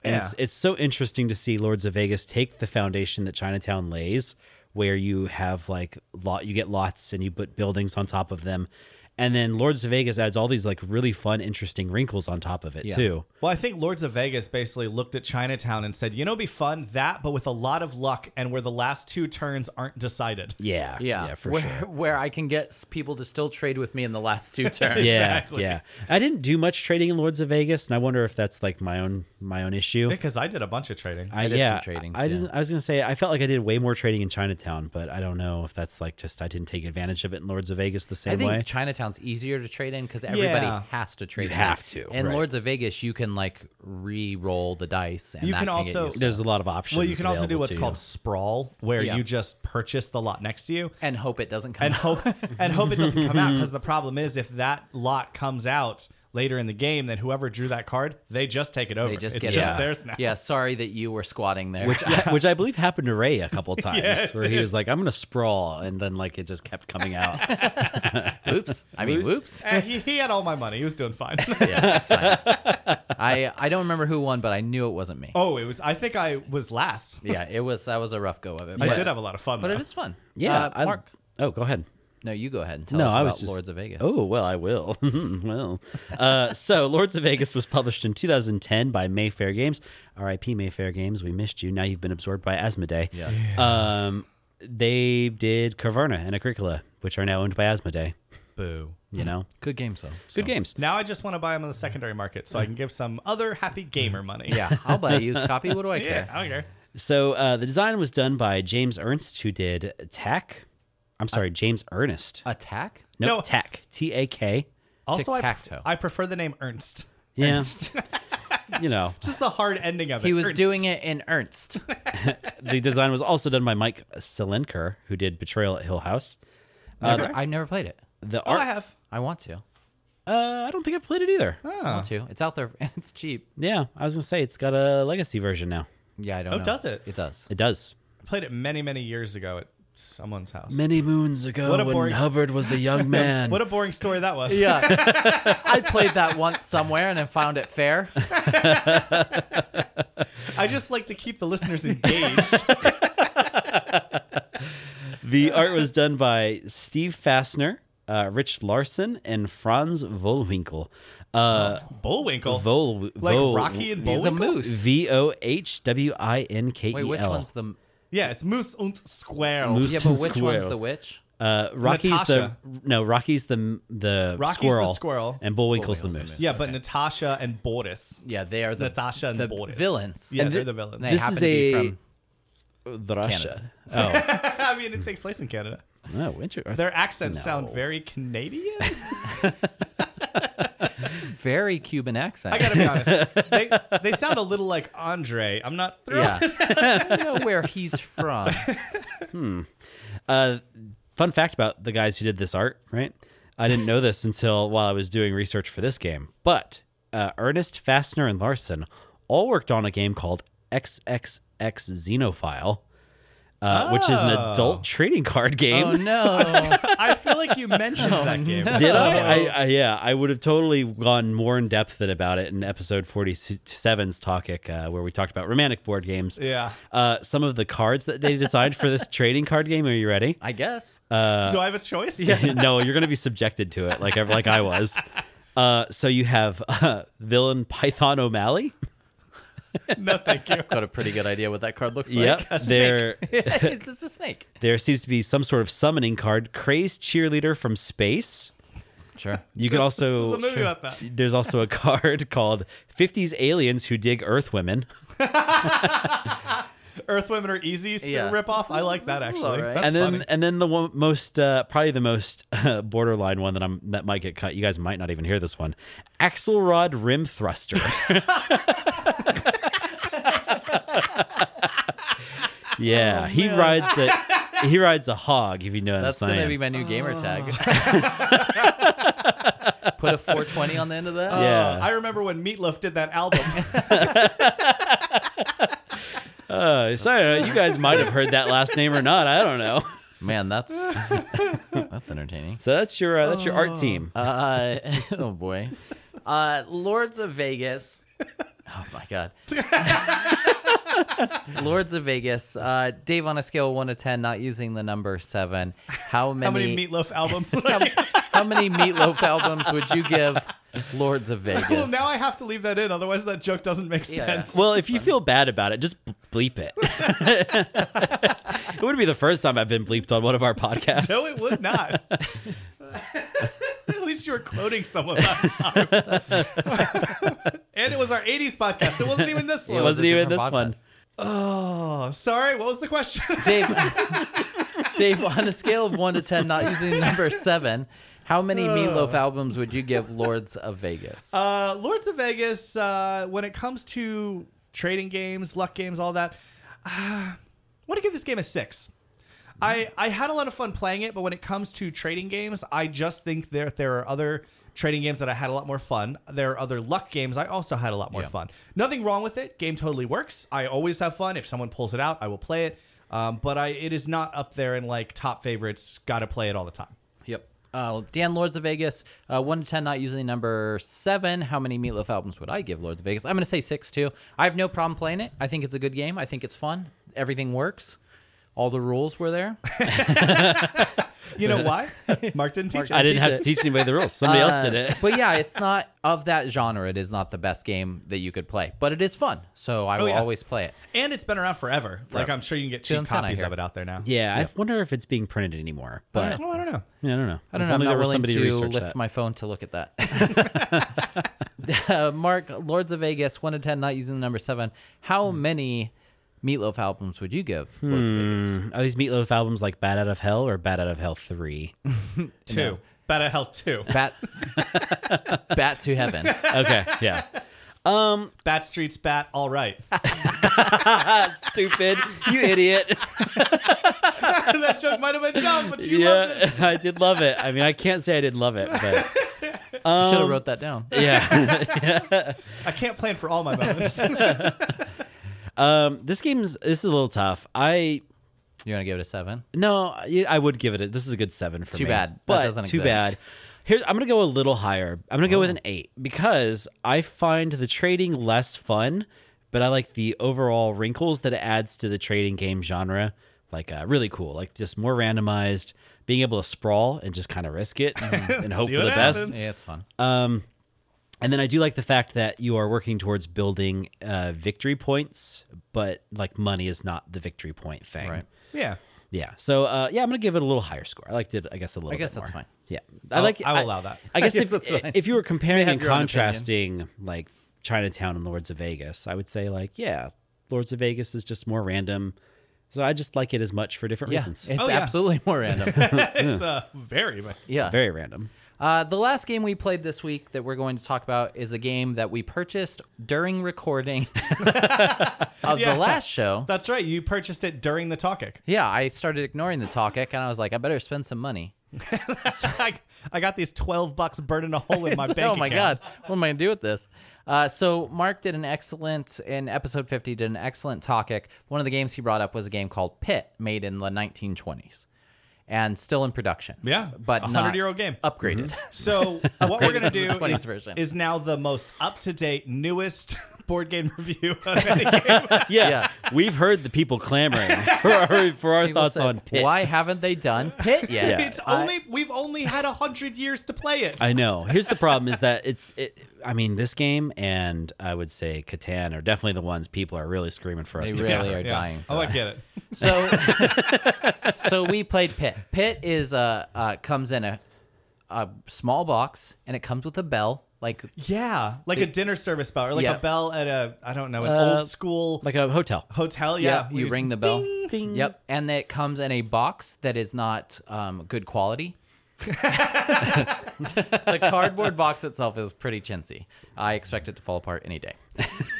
Speaker 3: And it's,
Speaker 2: Yeah.
Speaker 3: it's so interesting to see Lords of Vegas take the foundation that Chinatown lays, where you have like lot you get lots and you put buildings on top of them. And then Lords of Vegas adds all these like really fun, interesting wrinkles on top of it too.
Speaker 2: Well, I think Lords of Vegas basically looked at Chinatown and said, you know, it'd be fun that, but with a lot of luck and where the last two turns aren't decided.
Speaker 3: Yeah.
Speaker 1: Yeah,
Speaker 3: Yeah, for
Speaker 1: where,
Speaker 3: sure.
Speaker 1: Where I can get s- people to still trade with me in the last
Speaker 3: [LAUGHS]
Speaker 1: two
Speaker 2: [LAUGHS]
Speaker 1: turns.
Speaker 3: Yeah,
Speaker 2: Exactly.
Speaker 3: yeah. I didn't do much trading in Lords of Vegas, and I wonder if that's like my own my own issue.
Speaker 2: Because I did a bunch of trading.
Speaker 3: I,
Speaker 1: did some
Speaker 3: yeah,
Speaker 1: trading,
Speaker 3: I,
Speaker 1: too.
Speaker 3: didn't, I was gonna say I felt like I did way more trading in Chinatown, but I don't know if that's like just I didn't take advantage of it in Lords of Vegas the
Speaker 1: I
Speaker 3: same
Speaker 1: think
Speaker 3: way.
Speaker 1: Chinatown's easier to trade in because everybody
Speaker 2: Yeah.
Speaker 1: has to trade. You
Speaker 3: have to,
Speaker 1: In
Speaker 3: right.
Speaker 1: Lords of Vegas, you can like re-roll the dice, and
Speaker 2: You
Speaker 1: that
Speaker 2: can
Speaker 1: get
Speaker 2: also-
Speaker 1: you stuff.
Speaker 3: There's a lot of options.
Speaker 2: well, you can also do
Speaker 3: available
Speaker 2: what's
Speaker 3: to [LAUGHS]
Speaker 2: called sprawl, where
Speaker 1: Yeah.
Speaker 2: you just purchase the lot next to you
Speaker 1: and hope it doesn't come.
Speaker 2: and
Speaker 1: out.
Speaker 2: hope and hope it doesn't come out. Because the problem is, if that lot comes out, later in the game, then whoever drew that card, they just take it over.
Speaker 1: They just
Speaker 2: it's
Speaker 1: get
Speaker 2: just
Speaker 1: it.
Speaker 2: theirs now.
Speaker 1: Yeah, sorry that you were squatting there.
Speaker 3: Which, I, which I believe happened to Ray a
Speaker 2: [LAUGHS]
Speaker 3: couple times,
Speaker 2: Yes.
Speaker 3: where he was like, "I'm gonna sprawl," and then like it just kept coming out.
Speaker 2: [LAUGHS]
Speaker 1: whoops. I mean, whoops.
Speaker 2: [LAUGHS] And he, he had all my money. He was doing fine.
Speaker 1: [LAUGHS] Yeah, that's fine. I I don't remember who won, but I knew it wasn't me.
Speaker 2: oh, it was. I think I was last.
Speaker 1: Yeah, it was. That was a rough go of it.
Speaker 2: I
Speaker 1: but-
Speaker 2: did have a lot of fun.
Speaker 1: But
Speaker 2: though.
Speaker 1: it is fun.
Speaker 3: Yeah,
Speaker 1: Uh,
Speaker 3: I-
Speaker 1: Mark.
Speaker 3: Oh, go ahead.
Speaker 1: No, you go ahead and tell
Speaker 3: no,
Speaker 1: us
Speaker 3: I
Speaker 1: about
Speaker 3: was just,
Speaker 1: Lords of Vegas.
Speaker 3: Oh well, I will. [LAUGHS] well, uh, so Lords of Vegas was published in 2010 by Mayfair Games. R.I.P. Mayfair Games. We missed you. Now you've been absorbed by Asmodee.
Speaker 1: Yeah.
Speaker 3: Um, they did Caverna and Agricola, which are now owned by Asmodee.
Speaker 2: Boo.
Speaker 3: You
Speaker 1: [LAUGHS]
Speaker 3: know,
Speaker 1: good game, so
Speaker 3: good games.
Speaker 2: Now I just want to buy them on the secondary market so I can give some other happy gamer money. [LAUGHS]
Speaker 1: Yeah, I'll buy a used copy. What do I
Speaker 2: Yeah,
Speaker 1: care?
Speaker 2: I don't care.
Speaker 3: So uh, the design was done by James Ernst, who did Tack. I'm sorry, James Ernest.
Speaker 1: Attack.
Speaker 3: no,
Speaker 2: no.
Speaker 3: Tack. T A K.
Speaker 2: Also, I,
Speaker 1: Tic-tac-toe.
Speaker 2: I prefer the name Ernst. [LAUGHS]
Speaker 3: Yeah. you know,
Speaker 2: Just the hard ending of it.
Speaker 1: He was
Speaker 2: Ernst.
Speaker 1: doing it in
Speaker 2: [LAUGHS]
Speaker 1: Ernst.
Speaker 3: the design was also done by Mike Selenker, who did Betrayal at Hill House.
Speaker 1: Uh, I never played it.
Speaker 3: The
Speaker 2: Oh,
Speaker 3: art,
Speaker 2: I have.
Speaker 1: I want to.
Speaker 3: uh, I don't think I've played it either.
Speaker 1: I want to. It's out there. [LAUGHS] and It's cheap.
Speaker 3: Yeah, I was gonna say it's got a legacy version now.
Speaker 1: Yeah, I don't.
Speaker 2: Oh,
Speaker 1: know.
Speaker 2: does it?
Speaker 1: It does.
Speaker 3: It does.
Speaker 2: Played it many, many years ago at someone's house.
Speaker 3: Many moons ago,
Speaker 2: What a when boring-
Speaker 3: Hubbard was a
Speaker 2: [LAUGHS]
Speaker 3: young man,
Speaker 2: What a boring story
Speaker 1: [LAUGHS]
Speaker 2: that was.
Speaker 1: Yeah, I played that once somewhere and then found it fair.
Speaker 2: I just like to keep the
Speaker 1: [LAUGHS]
Speaker 2: listeners engaged.
Speaker 3: the art was done by Steve Fassner, uh, Rich Larson, and Franz Volwinkel. Uh,
Speaker 2: Bullwinkle.
Speaker 3: Vol,
Speaker 2: Oh, like
Speaker 3: Vol-
Speaker 2: Rocky and
Speaker 1: He's a
Speaker 2: Bullwinkle.
Speaker 1: moose.
Speaker 3: V O H W I N K E L.
Speaker 1: Wait, which one's the?
Speaker 2: Yeah, it's Moose und Squirrel.
Speaker 3: Moose.
Speaker 1: Yeah, but which one's
Speaker 3: Squirrel.
Speaker 1: the witch?
Speaker 3: Uh, Rocky's
Speaker 2: Natasha.
Speaker 3: the no. Rocky's the the
Speaker 2: Rocky's the
Speaker 3: squirrel.
Speaker 2: squirrel.
Speaker 3: and Bullwinkle's,
Speaker 1: Bullwinkle's
Speaker 3: the
Speaker 1: the
Speaker 3: moose.
Speaker 2: Yeah, but Natasha and Boris.
Speaker 1: Yeah, they are the
Speaker 2: Natasha and
Speaker 1: the
Speaker 2: Boris.
Speaker 1: villains.
Speaker 2: Yeah,
Speaker 3: And
Speaker 2: they're
Speaker 3: thi-
Speaker 2: the villains.
Speaker 1: They
Speaker 3: This
Speaker 1: happen
Speaker 3: is
Speaker 1: to be
Speaker 3: a-
Speaker 1: from
Speaker 3: The Russia.
Speaker 2: [LAUGHS] I mean, it takes place in Canada.
Speaker 3: Oh, interesting.
Speaker 2: Their accents sound
Speaker 3: No.
Speaker 1: [LAUGHS]
Speaker 2: very Canadian.
Speaker 1: very Cuban accent.
Speaker 2: I gotta be honest. They, they
Speaker 1: [LAUGHS]
Speaker 2: sound a little like Andre. I'm not thrilled.
Speaker 1: yeah, [LAUGHS] I don't know where he's
Speaker 2: [LAUGHS]
Speaker 1: from.
Speaker 3: Uh, fun fact about the guys who did this art, right? I didn't know this until while I was doing research for this game, but uh, Ernest Fastener and Larson all worked on a game called XXX Xenophile, uh, which is an adult trading card game.
Speaker 1: Oh
Speaker 2: [LAUGHS]
Speaker 1: no!
Speaker 2: I feel like you
Speaker 1: [LAUGHS]
Speaker 2: mentioned that game.
Speaker 3: Did I? I, I? Yeah, I would have totally gone more in depth than about it in episode 47's Talkic, uh, where we talked about romantic board games.
Speaker 2: Yeah.
Speaker 3: Uh, some of the cards that they designed for this [LAUGHS] trading card game. Are you ready?
Speaker 1: I guess.
Speaker 3: Uh,
Speaker 2: Do I have a
Speaker 3: [LAUGHS]
Speaker 2: choice?
Speaker 3: no, you're going to be subjected to it, like like I was. Uh, so you have uh, villain Python O'Malley.
Speaker 2: [LAUGHS] No, thank you.
Speaker 1: Got a pretty good idea what that card looks like.
Speaker 3: yep, there
Speaker 1: [LAUGHS] it's just a snake.
Speaker 3: there seems to be some sort of summoning card. Crazed cheerleader from space.
Speaker 1: Sure.
Speaker 3: You can also
Speaker 2: There's a movie about that.
Speaker 3: There's also a [LAUGHS] card called 50s Aliens Who Dig Earth Women.
Speaker 2: Earth Women Are Easy spin
Speaker 1: Yeah.
Speaker 2: ripoff.
Speaker 1: This
Speaker 2: I
Speaker 1: is-
Speaker 2: like that
Speaker 1: this is
Speaker 2: actually.
Speaker 1: alright.
Speaker 2: That's
Speaker 3: and then
Speaker 2: funny.
Speaker 3: and then the one, most uh, probably the most [LAUGHS] uh, borderline one that I'm that might get cut. You guys might not even hear this one. Axelrod Rim Thruster. [LAUGHS] yeah,
Speaker 2: Oh,
Speaker 3: he rides a he rides a hog. If you know what
Speaker 1: That's
Speaker 3: I'm saying.
Speaker 1: gonna be my new gamer tag.
Speaker 2: Oh.
Speaker 1: [LAUGHS] Put a 420 on the end of that.
Speaker 3: Yeah.
Speaker 2: Uh, I remember when Meatloaf did that album.
Speaker 1: [LAUGHS]
Speaker 3: Uh, so, uh, you guys might have heard that last name or not. I don't know. [LAUGHS]
Speaker 1: Man, that's
Speaker 2: [LAUGHS]
Speaker 1: that's entertaining.
Speaker 3: So that's your uh, that's your
Speaker 2: Oh.
Speaker 3: art team.
Speaker 1: Uh, [LAUGHS] oh boy, uh, Lords of Vegas. Oh my god,
Speaker 2: [LAUGHS]
Speaker 1: Lords of Vegas. Uh, Dave, on a scale of one to ten, not using the number seven, how many
Speaker 2: How many Meatloaf
Speaker 1: [LAUGHS]
Speaker 2: albums? [LAUGHS]
Speaker 1: how many meatloaf albums would you give Lords of Vegas?
Speaker 2: well, now I have to leave that in, otherwise that joke doesn't make
Speaker 1: Yeah. [LAUGHS]
Speaker 2: sense.
Speaker 3: Well, if you feel bad about it, just bl- bleep it. [LAUGHS] it wouldn't be the first time I've been bleeped on one of our podcasts.
Speaker 2: No, it would not. At least you were quoting someone last time. [LAUGHS] and it was our 80s podcast. It wasn't even this
Speaker 1: It
Speaker 2: one.
Speaker 1: was
Speaker 3: wasn't
Speaker 1: a
Speaker 3: even this
Speaker 1: different
Speaker 3: one.
Speaker 1: podcast.
Speaker 2: Oh, sorry. What was the question?
Speaker 1: Dave,
Speaker 2: [LAUGHS]
Speaker 1: Dave, on a scale of one to ten, not using the number seven, how many meatloaf albums would you give Lords of Vegas?
Speaker 2: Uh, Lords of Vegas, uh, when it comes to trading games, luck games, all that, uh, I want to give this game a six. I, I had a lot of fun playing it, but when it comes to trading games, I just think that there are other trading games that I had a lot more fun. There are other luck games I also had a lot more
Speaker 1: Yeah.
Speaker 2: fun. Nothing wrong with it. Game totally works. I always have fun. If someone pulls it out, I will play it. Um, but I it is not up there in like top favorites. Got to play it all the time.
Speaker 1: Yep. Uh, Dan Lords of Vegas, uh, one to ten, not usually number seven. How many Meatloaf albums would I give Lords of Vegas? I'm gonna say six too. I have no problem playing it. I think it's a good game. I think it's fun. Everything works. All the rules were
Speaker 3: [LAUGHS]
Speaker 1: there.
Speaker 2: You [LAUGHS] know why? Mark didn't teach it.
Speaker 3: I didn't have to teach anybody the rules. Somebody
Speaker 1: Uh,
Speaker 3: else did it. [LAUGHS]
Speaker 1: but yeah, it's not of that genre. It is not the best game that you could play, but it is fun. So
Speaker 3: Oh,
Speaker 1: I will
Speaker 2: yeah.
Speaker 1: always play it.
Speaker 2: And it's been around forever. Like
Speaker 1: Forever.
Speaker 2: I'm sure you can get
Speaker 1: Till
Speaker 2: cheap
Speaker 1: ten, I
Speaker 2: copies
Speaker 1: hear.
Speaker 2: of it out there now.
Speaker 3: Yeah, I wonder if it's being printed anymore.
Speaker 2: I
Speaker 3: But
Speaker 2: don't, know, I don't know.
Speaker 3: yeah, I don't know.
Speaker 1: I don't
Speaker 3: If
Speaker 1: know. I'm
Speaker 3: only there
Speaker 1: not
Speaker 3: was
Speaker 1: willing
Speaker 3: somebody
Speaker 1: to
Speaker 3: research
Speaker 1: lift
Speaker 3: that.
Speaker 1: my phone to look at
Speaker 3: [LAUGHS]
Speaker 1: that. [LAUGHS] uh, Mark, Lords of Vegas, one to ten, not using the number seven. How
Speaker 3: Hmm.
Speaker 1: many Meatloaf albums would you give Lords of Vegas?
Speaker 3: Are these Meatloaf albums like Bad Out of Hell or Bad Out of Hell Three?
Speaker 2: Two. Better
Speaker 1: [LAUGHS]
Speaker 2: Hell Two.
Speaker 1: Bat, bat [LAUGHS] to heaven.
Speaker 3: [LAUGHS] okay, [LAUGHS] yeah.
Speaker 2: Bat Streets Bat. All right. [LAUGHS]
Speaker 3: Stupid, [LAUGHS] you idiot.
Speaker 2: that joke might have been dumb, but you loved it.
Speaker 3: yeah, I did love it. I mean, I can't say I didn't love it, but [LAUGHS]
Speaker 1: Should have wrote that down.
Speaker 3: yeah.
Speaker 2: I can't plan for all
Speaker 1: [LAUGHS]
Speaker 2: my moments.
Speaker 3: Um, this game's this is a little tough. I
Speaker 1: You want to give it a seven?
Speaker 3: no, I I would give it. A, this is a good seven for
Speaker 1: Too
Speaker 3: me.
Speaker 1: bad. That
Speaker 3: but
Speaker 1: doesn't
Speaker 3: too
Speaker 1: exist. Oh.
Speaker 3: bad. Here, I'm gonna go a little higher. I'm gonna go with an eight because I find the trading less fun, but I like the overall wrinkles that it adds to the trading game genre. Like uh, really cool. Like just more randomized, being able to sprawl and just kind of
Speaker 1: [LAUGHS]
Speaker 3: risk it and hope
Speaker 2: See
Speaker 3: for
Speaker 2: what
Speaker 3: the
Speaker 2: happens.
Speaker 3: best.
Speaker 1: Yeah, it's fun.
Speaker 3: And then I do like the fact that you are working towards building uh, victory points, but like money is not the victory point thing.
Speaker 1: Right.
Speaker 2: yeah.
Speaker 3: Yeah. So uh, yeah, I'm gonna give it a little higher score. I liked it. I guess a little.
Speaker 1: I guess
Speaker 3: bit
Speaker 1: that's
Speaker 3: more.
Speaker 1: fine.
Speaker 3: Yeah. I
Speaker 2: I'll-
Speaker 3: like.
Speaker 2: I will allow that.
Speaker 1: [LAUGHS]
Speaker 3: I guess,
Speaker 1: I guess that's
Speaker 3: if
Speaker 1: fine.
Speaker 3: if you were comparing and
Speaker 1: your own opinion.
Speaker 3: contrasting like Chinatown and Lords of Vegas, I would say like yeah, Lords of Vegas is just more random. So I just like it as much for different
Speaker 1: Yeah,
Speaker 3: reasons.
Speaker 1: it's
Speaker 2: Oh, yeah.
Speaker 1: absolutely more
Speaker 2: [LAUGHS]
Speaker 1: random.
Speaker 2: It's uh, very much.
Speaker 1: Yeah.
Speaker 3: Very random.
Speaker 1: Uh, the last game we played this week that we're going to talk about is a game that we purchased during recording [LAUGHS] of
Speaker 2: Yeah.
Speaker 1: the last show.
Speaker 2: That's right. You purchased it during the talkic.
Speaker 1: Yeah, I started ignoring the talkic and I was like, I better spend some money.
Speaker 2: [LAUGHS] I, I got these 12 bucks burning a
Speaker 1: [LAUGHS]
Speaker 2: hole in my bank
Speaker 1: oh my
Speaker 2: account.
Speaker 1: god, what am I gonna do with this? Uh, so Mark did an excellent in episode fifty did an excellent topic. One of the games he brought up was a game called Pit, made in the nineteen twenties, and still in production.
Speaker 2: Yeah,
Speaker 1: but
Speaker 2: a
Speaker 1: not
Speaker 2: 100-year-old game.
Speaker 1: upgraded. [LAUGHS]
Speaker 2: So what we're going to do
Speaker 1: the 20s
Speaker 2: is,
Speaker 1: version.
Speaker 2: is now the most up-to-date, newest [LAUGHS] board game review
Speaker 1: [LAUGHS]
Speaker 2: of any game.
Speaker 3: Yeah.
Speaker 1: Yeah.
Speaker 3: We've heard the people
Speaker 1: [LAUGHS]
Speaker 3: clamoring for our for our
Speaker 1: People
Speaker 3: thoughts
Speaker 1: said,
Speaker 3: on pit.
Speaker 1: Why haven't they
Speaker 2: [LAUGHS]
Speaker 1: done Pit yet?
Speaker 3: Yeah.
Speaker 2: It's
Speaker 1: I-
Speaker 2: only we've only had 100 years to play it.
Speaker 3: I know. Here's the problem: is that it's. It, I mean, this game and I would say Catan are definitely the ones people are really screaming for us.
Speaker 1: They
Speaker 3: to
Speaker 1: really
Speaker 3: cover.
Speaker 1: are dying for
Speaker 2: Oh, I get it.
Speaker 1: So, so [LAUGHS] we played Pit. Pit is a uh, comes in a a small box and it comes with a bell. Like
Speaker 2: Yeah, like a dinner service bell or like
Speaker 1: Yeah.
Speaker 2: a bell at a I don't know an
Speaker 3: Uh,
Speaker 2: old school
Speaker 3: like a hotel.
Speaker 2: hotel. Yeah,
Speaker 1: yeah, you
Speaker 2: we-
Speaker 1: ring the bell.
Speaker 3: ding.
Speaker 1: Yep, and it comes in a box that is not um, good
Speaker 3: [LAUGHS]
Speaker 1: quality. the cardboard box itself is pretty chintzy. I expect it to fall apart any day.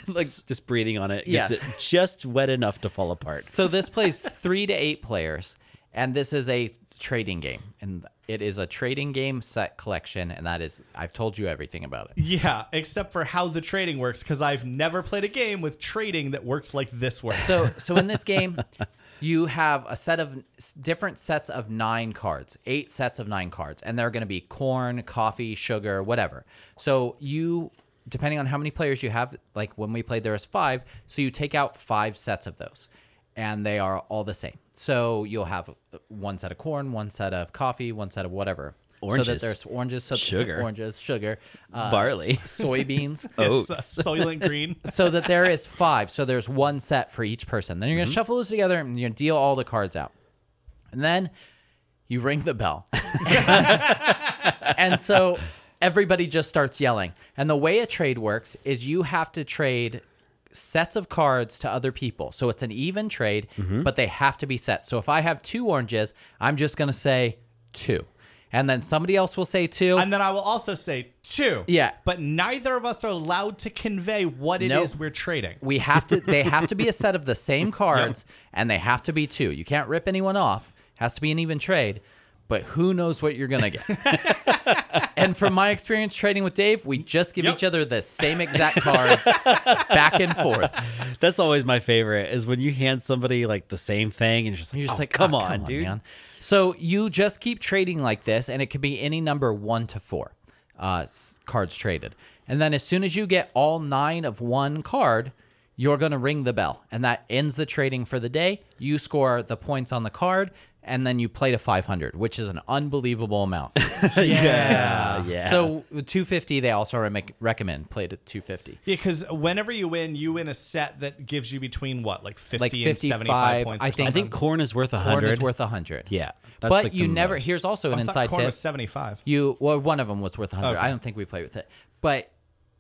Speaker 3: like just breathing on it gets
Speaker 1: Yeah.
Speaker 3: it just wet enough to fall apart.
Speaker 1: So this plays three to eight players, and this is a trading game, and it is a trading game set collection, and that is I've told you everything about it.
Speaker 2: [LAUGHS] Yeah, except for how the trading works, because I've never played a game with trading that works like this works.
Speaker 1: So, so in this game, you have a set of s- different sets of nine cards, eight sets of nine cards, and they're going to be corn, coffee, sugar, whatever. So you, depending on how many players you have, like when we played, there was five. So you take out five sets of those, and they are all the same. So you'll have uh, one set of corn, one set of coffee, one set of whatever. So
Speaker 3: Oranges.
Speaker 1: that there's oranges, so
Speaker 3: Sugar.
Speaker 1: oranges, sugar, uh,
Speaker 3: Barley. Oh,
Speaker 1: s-
Speaker 3: [LAUGHS]
Speaker 1: soybeans.
Speaker 2: [LAUGHS] It's, uh,
Speaker 3: Oats.
Speaker 2: Soylent Green.
Speaker 1: [LAUGHS] so that there is five. So there's one set for each person. Then you're gonna shuffle those together and you're gonna deal all the cards out. And then you ring the bell. and so everybody just starts yelling. And the way a trade works is you have to trade sets of cards to other people. So it's an even trade, but they have to be set. So if I have two oranges, I'm just gonna say two. And then somebody else will say two.
Speaker 2: And then I will also say two.
Speaker 1: Yeah.
Speaker 2: But neither of us are allowed to convey what it
Speaker 1: Nope.
Speaker 2: is
Speaker 1: [LAUGHS]
Speaker 2: we're trading.
Speaker 1: we have to they have to be a set of the same cards and they have to be two you can't rip anyone off Has to be an even trade, but who knows what you're gonna get. and from my experience trading with Dave, we just give
Speaker 2: Yep.
Speaker 1: each other the same exact cards back and forth.
Speaker 3: That's always my favorite is when you hand somebody like the same thing and you're just like,
Speaker 1: You're just
Speaker 3: "Oh,
Speaker 1: like,
Speaker 3: come,
Speaker 1: "Oh,
Speaker 3: on, dude.
Speaker 1: man." So you just keep trading like this, and it could be any number one to four uh, s- cards traded. And then as soon as you get all nine of one card, you're going to ring the bell, and that ends the trading for the day. You score the points on the card, and then you play to 500, which is an unbelievable amount.
Speaker 3: Yeah, [LAUGHS] yeah.
Speaker 1: So with 250, they also re- recommend play to 250.
Speaker 2: Yeah, because whenever you win, you win a set that gives you between what, like fifty
Speaker 1: Like
Speaker 2: and
Speaker 1: 55,
Speaker 2: seventy-five points.
Speaker 1: I
Speaker 2: or
Speaker 1: think-
Speaker 3: I
Speaker 2: something?
Speaker 3: think corn is worth a
Speaker 1: um, Corn
Speaker 3: hundred.
Speaker 1: is worth 100.
Speaker 3: yeah, that's
Speaker 1: but
Speaker 3: like the
Speaker 1: you never.
Speaker 3: most.
Speaker 1: Here's also an
Speaker 2: I thought
Speaker 1: inside
Speaker 2: corn
Speaker 1: tip.
Speaker 2: was seventy-five.
Speaker 1: You well, one of them was worth 100.
Speaker 2: Okay.
Speaker 1: I don't think we played with it, but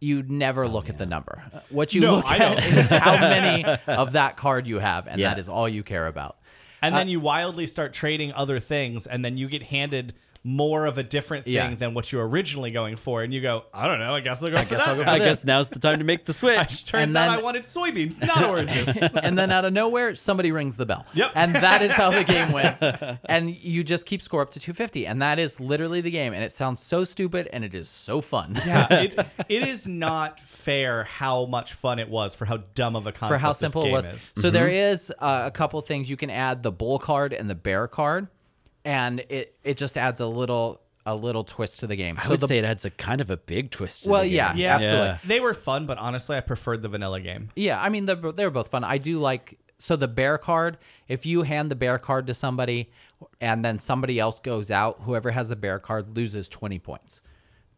Speaker 1: you
Speaker 3: Oh,
Speaker 1: never look at the number. What you
Speaker 2: No,
Speaker 1: look
Speaker 2: I
Speaker 1: at
Speaker 2: don't.
Speaker 1: is how many of that card you have, and
Speaker 3: Yeah.
Speaker 1: that is all you care about.
Speaker 2: And
Speaker 1: Uh,
Speaker 2: then you wildly start trading other things, and then you get handed more of a different thing
Speaker 1: Yeah.
Speaker 2: than what you were originally going for, and you go, I don't know, I guess I'll go for
Speaker 1: guess
Speaker 2: that. [LAUGHS]
Speaker 1: I'll go
Speaker 3: I
Speaker 1: for
Speaker 3: guess now's the time
Speaker 1: [LAUGHS]
Speaker 3: to make the switch.
Speaker 2: Turns
Speaker 1: And
Speaker 2: out
Speaker 1: then-
Speaker 2: I wanted soybeans,
Speaker 1: [LAUGHS]
Speaker 2: not oranges.
Speaker 1: and then out of nowhere, somebody rings the bell.
Speaker 2: Yep.
Speaker 1: And that is how the game wins. And you just keep score up to 250, and that is literally the game. And it sounds so stupid, and it is so fun. [LAUGHS]
Speaker 2: yeah, it, it is not fair how much fun it was for how dumb of a concept
Speaker 1: for how
Speaker 2: this
Speaker 1: simple it
Speaker 2: game
Speaker 1: was.
Speaker 2: is.
Speaker 1: So there
Speaker 3: Mm-hmm.
Speaker 1: is uh, a couple things you can add: the bull card and the bear card, and it it just adds a little a little twist to the game.
Speaker 3: I
Speaker 1: so
Speaker 3: would
Speaker 1: the
Speaker 3: say it adds a kind of a big twist. to
Speaker 1: Well,
Speaker 3: the game.
Speaker 1: yeah,
Speaker 2: Yeah,
Speaker 1: absolutely.
Speaker 3: Yeah.
Speaker 2: They were fun, but honestly, I preferred the
Speaker 1: [LAUGHS]
Speaker 2: vanilla game.
Speaker 1: yeah, I mean they're bo- they're both fun. I do like so the bear card. If you hand the bear card to somebody, and then somebody else goes out, whoever has the bear card loses twenty points.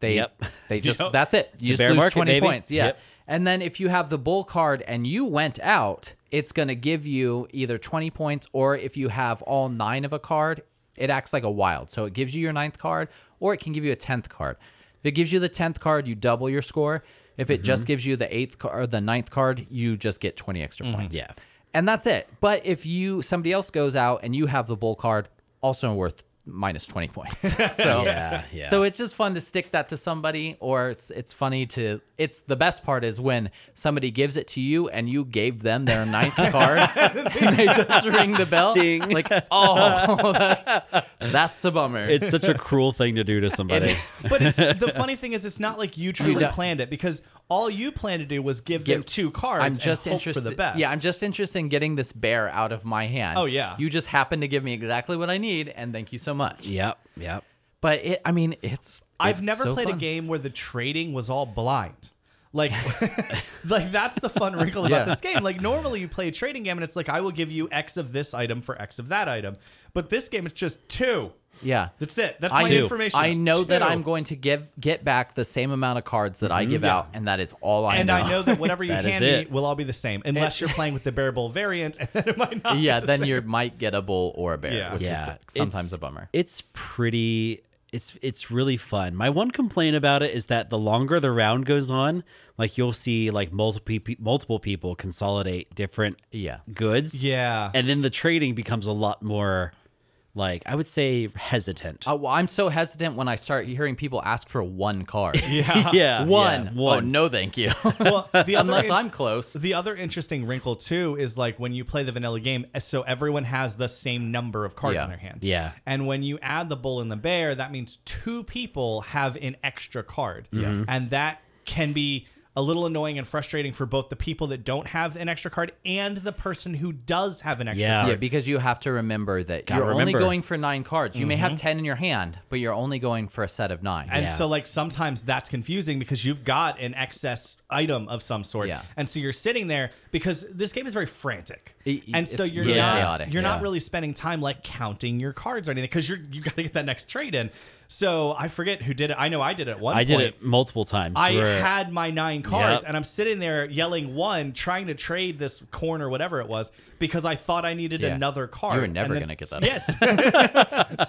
Speaker 1: They
Speaker 3: Yep. [LAUGHS]
Speaker 1: they just
Speaker 2: Yep.
Speaker 1: that's it. You just
Speaker 3: bear
Speaker 1: lose
Speaker 3: market,
Speaker 1: twenty
Speaker 3: baby.
Speaker 1: points. Yeah.
Speaker 3: Yep.
Speaker 1: And then if you have the bull card and you went out, it's going to give you either 20 points or if you have all nine of a card, it acts like a wild. So it gives you your ninth card or it can give you a 10th card. If it gives you the 10th card, you double your score. If it just gives you the eighth card or the ninth card, you just get 20 extra points.
Speaker 3: Yeah.
Speaker 1: And that's it. But if you somebody else goes out and you have the bull card, also worth minus 20 points. [LAUGHS] so
Speaker 3: Yeah,
Speaker 1: [LAUGHS]
Speaker 3: yeah.
Speaker 1: So it's just fun to stick that to somebody or it's it's funny to it's the best part is when somebody gives it to you and you gave them their ninth
Speaker 3: [LAUGHS]
Speaker 1: card and they just ring the bell.
Speaker 3: Ding.
Speaker 1: Like, "Oh, [LAUGHS] that's that's a bummer."
Speaker 3: [LAUGHS] It's such a cruel thing
Speaker 1: [LAUGHS]
Speaker 3: to do to somebody.
Speaker 2: But it's, the funny thing is, it's not like you truly
Speaker 1: don't-
Speaker 2: planned it because all you planned to do was give them two cards.
Speaker 1: I'm just
Speaker 2: and hope
Speaker 1: interested
Speaker 2: for the best.
Speaker 1: Yeah, I'm just interested in getting this bear out of my hand.
Speaker 2: Oh, yeah.
Speaker 1: You just happen to give me exactly what I need and thank you so much.
Speaker 3: yep, yep.
Speaker 1: But it I mean, it's
Speaker 2: I've
Speaker 1: it's
Speaker 2: never
Speaker 1: so
Speaker 2: played
Speaker 1: fun.
Speaker 2: a game where the trading was all blind.
Speaker 1: [LAUGHS]
Speaker 2: Like, [LAUGHS] like that's the fun wrinkle about
Speaker 1: Yeah.
Speaker 2: this game. Like normally you play a trading game and it's like I will give you X of this item for X of that item, but this game it's just two.
Speaker 1: Yeah.
Speaker 2: That's it. That's
Speaker 1: I
Speaker 2: my
Speaker 1: knew-
Speaker 2: information.
Speaker 1: I know that
Speaker 2: Two.
Speaker 1: I'm going to give get back the same amount of cards that I
Speaker 3: Mm-hmm.
Speaker 1: give out, and that is all I
Speaker 2: And
Speaker 1: know.
Speaker 2: I
Speaker 1: [LAUGHS]
Speaker 2: know that whatever you
Speaker 3: That is
Speaker 2: hand me
Speaker 3: it.
Speaker 2: will all be the same, unless you're playing with the bear bowl variant, [LAUGHS] and then it might not.
Speaker 1: yeah, then you might get a bull or a bear,
Speaker 2: Yeah.
Speaker 1: which
Speaker 3: yeah,
Speaker 1: is sometimes
Speaker 3: it's-
Speaker 1: a bummer.
Speaker 3: It's pretty. It's it's really fun. My one complaint about it is that the longer the round goes on, like you'll see like multiple pe- multiple people consolidate different
Speaker 1: Yeah.
Speaker 3: goods.
Speaker 2: Yeah.
Speaker 3: and then the trading becomes a lot more like I would say hesitant.
Speaker 1: Uh, well, I'm so hesitant when I start hearing people ask for one card. [LAUGHS]
Speaker 2: Yeah.
Speaker 3: [LAUGHS] yeah,
Speaker 1: Uh-huh. One.
Speaker 3: yeah,
Speaker 1: Oh,
Speaker 3: one.
Speaker 1: no, thank
Speaker 3: [LAUGHS]
Speaker 1: you.
Speaker 2: Well, the other
Speaker 1: Unless
Speaker 2: in-
Speaker 1: I'm close.
Speaker 2: The other interesting wrinkle too is like when you play the vanilla game, eh, so everyone has the same number of cards
Speaker 1: Yeah.
Speaker 2: in their hand.
Speaker 3: Yeah.
Speaker 2: And when you add the bull and the bear, that means two people have an extra card. Yeah. And that can be a little annoying and frustrating for both the people that don't have an extra card and the person who does have an extra
Speaker 3: Yeah.
Speaker 2: card.
Speaker 1: Yeah, because you have to remember that
Speaker 3: Gotta
Speaker 1: you're
Speaker 3: remember. Mm-hmm.
Speaker 1: only going for nine cards. You may have ten in your hand, but you're only going for a set of nine.
Speaker 2: And
Speaker 3: Yeah.
Speaker 2: so, like, sometimes that's confusing because you've got an excess item of some sort.
Speaker 1: Yeah.
Speaker 2: And so you're sitting there because this game is very frantic.
Speaker 1: It-
Speaker 2: and so
Speaker 1: it's
Speaker 2: you're
Speaker 1: really
Speaker 2: not,
Speaker 1: chaotic.
Speaker 2: you're not
Speaker 3: Yeah.
Speaker 2: really spending time like counting your cards or anything because you're, you got to get that next trade in. So I forget who did it. I know I did it at one
Speaker 3: I
Speaker 2: point.
Speaker 3: did it multiple times.
Speaker 2: I
Speaker 3: where-
Speaker 2: had my nine cards
Speaker 3: Yep.
Speaker 2: and I'm sitting there yelling one, trying to trade this corn or whatever it was because I thought I needed
Speaker 1: Yeah.
Speaker 2: another card.
Speaker 1: You were never
Speaker 2: And then-
Speaker 1: gonna get that.
Speaker 2: Yes.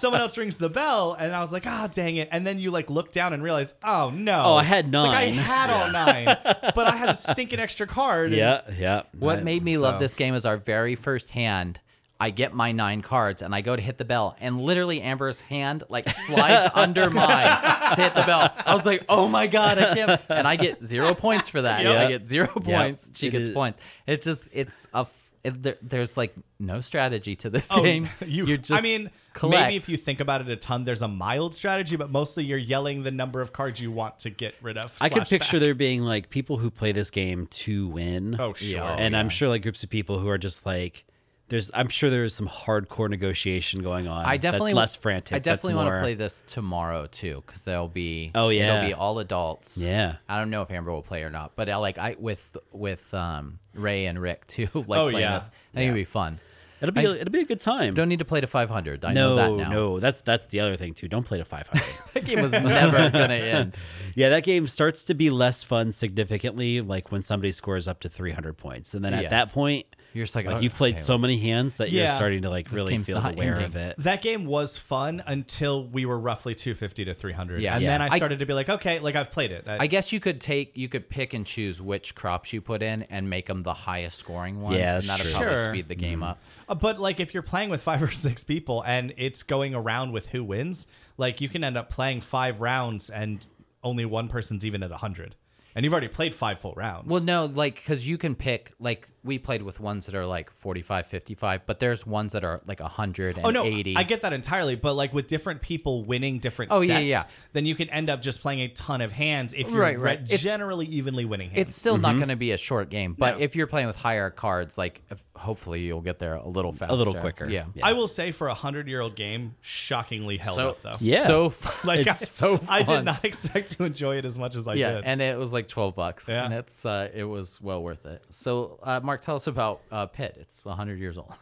Speaker 1: [LAUGHS]
Speaker 2: [LAUGHS] Someone else rings the bell and I was like, ah, dang it. And then you like look down and realize, oh no.
Speaker 3: Oh, I had
Speaker 2: Like I
Speaker 3: nine.
Speaker 2: had
Speaker 1: [LAUGHS]
Speaker 2: all nine, but I had a stinking extra card. and-
Speaker 3: yeah, yeah.
Speaker 1: What
Speaker 3: I-
Speaker 1: made me love
Speaker 2: so-
Speaker 1: this game is our very first hand. I get my nine cards and I go to hit the bell, and literally Amber's hand like
Speaker 2: [LAUGHS]
Speaker 1: slides under mine to hit the bell. I was like, "Oh my god, I
Speaker 2: [LAUGHS]
Speaker 1: can't!" And I get zero points for that.
Speaker 2: Yep.
Speaker 1: I get zero points. She
Speaker 3: It
Speaker 1: gets
Speaker 3: is-
Speaker 1: points. It's just it's a f- it, there, there's like no strategy to this
Speaker 2: Oh,
Speaker 1: game.
Speaker 2: [LAUGHS] You,
Speaker 1: You're just
Speaker 2: I mean,
Speaker 1: collect.
Speaker 2: maybe if you think about it a ton, there's a mild strategy, but mostly you're yelling the number of cards you want to get rid of.
Speaker 3: I could
Speaker 2: slash back.
Speaker 3: picture there being like people who play this game to win.
Speaker 2: Oh, sure.
Speaker 1: Yeah.
Speaker 3: and I'm sure like groups of people who are just like there's I'm sure there's some hardcore negotiation going on.
Speaker 1: I definitely
Speaker 3: that's less frantic.
Speaker 1: I definitely
Speaker 3: want
Speaker 1: to play this tomorrow too, because there'll be
Speaker 3: Oh, yeah.
Speaker 1: it'll be all adults.
Speaker 3: Yeah.
Speaker 1: I don't know if Amber will play or not, but I like I with with um Ray and Rick too. [LAUGHS] Like
Speaker 2: Oh,
Speaker 1: playing
Speaker 2: yeah.
Speaker 1: this, I think it'd be fun.
Speaker 3: It'll be
Speaker 1: I-
Speaker 3: it'll be a good time.
Speaker 1: Don't need to play to 500. I
Speaker 3: no,
Speaker 1: know that now.
Speaker 3: no, that's that's the other thing too. Don't play to 500.
Speaker 1: [LAUGHS] That game
Speaker 3: [LAUGHS]
Speaker 1: was never gonna end.
Speaker 3: yeah, that game starts to be less fun significantly, like when somebody scores up to 300 points, and then at
Speaker 1: Yeah.
Speaker 3: that point,
Speaker 1: You're just like,
Speaker 3: like
Speaker 1: oh,
Speaker 3: you've played
Speaker 1: okay,
Speaker 3: so many hands that you're
Speaker 2: Yeah.
Speaker 3: starting to like really
Speaker 1: game's
Speaker 3: feel
Speaker 1: not
Speaker 3: aware of
Speaker 1: ending. [LAUGHS]
Speaker 3: it.
Speaker 2: That game was fun until we were roughly 250 to 300.
Speaker 1: Yeah.
Speaker 2: And
Speaker 1: Yeah.
Speaker 2: then I
Speaker 1: I-
Speaker 2: started to be like, okay, like I've played it. I,
Speaker 1: I guess you could take, you could pick and choose which crops you put in and make them the highest scoring ones,
Speaker 3: Yeah,
Speaker 1: and
Speaker 3: that's
Speaker 1: that'll
Speaker 3: true. Mm-hmm.
Speaker 1: probably
Speaker 2: Sure.
Speaker 1: speed the game up.
Speaker 2: Uh, But like, if you're playing with [LAUGHS] five or six people and it's going around with who wins, like you can end up playing five rounds and only one person's even at hundred, and you've already played five full rounds.
Speaker 1: Well, no, like because you can pick. Like we played with ones that are like 45, 55, but there's ones that are like 180.
Speaker 2: oh no, I get that entirely. But like with different people winning different
Speaker 1: Oh,
Speaker 2: sets,
Speaker 1: yeah, yeah.
Speaker 2: then you can end up just playing a ton of hands if you're
Speaker 1: Right, right.
Speaker 2: re-
Speaker 1: It's-
Speaker 2: generally evenly winning hands.
Speaker 1: It's still not
Speaker 3: Mm-hmm.
Speaker 1: going to be a short game, but
Speaker 2: No.
Speaker 1: if you're playing with higher cards, like if, hopefully you'll get there a little faster,
Speaker 3: little quicker.
Speaker 1: Yeah.
Speaker 3: Yeah.
Speaker 2: I will say for a hundred year old game, shockingly held
Speaker 1: So
Speaker 2: up though.
Speaker 3: Yeah.
Speaker 1: so fun.
Speaker 2: [LAUGHS] Like
Speaker 1: it's
Speaker 2: I,
Speaker 1: so
Speaker 2: I did
Speaker 1: fun.
Speaker 2: not [LAUGHS] expect to enjoy it as much as I
Speaker 1: [LAUGHS] Yeah,
Speaker 2: did.
Speaker 1: and it was like twelve bucks,
Speaker 2: Yeah.
Speaker 1: and it's uh, it was well worth it. So, uh, Mark, tell us about uh, Pitt. It's hundred years
Speaker 3: [LAUGHS]
Speaker 1: old.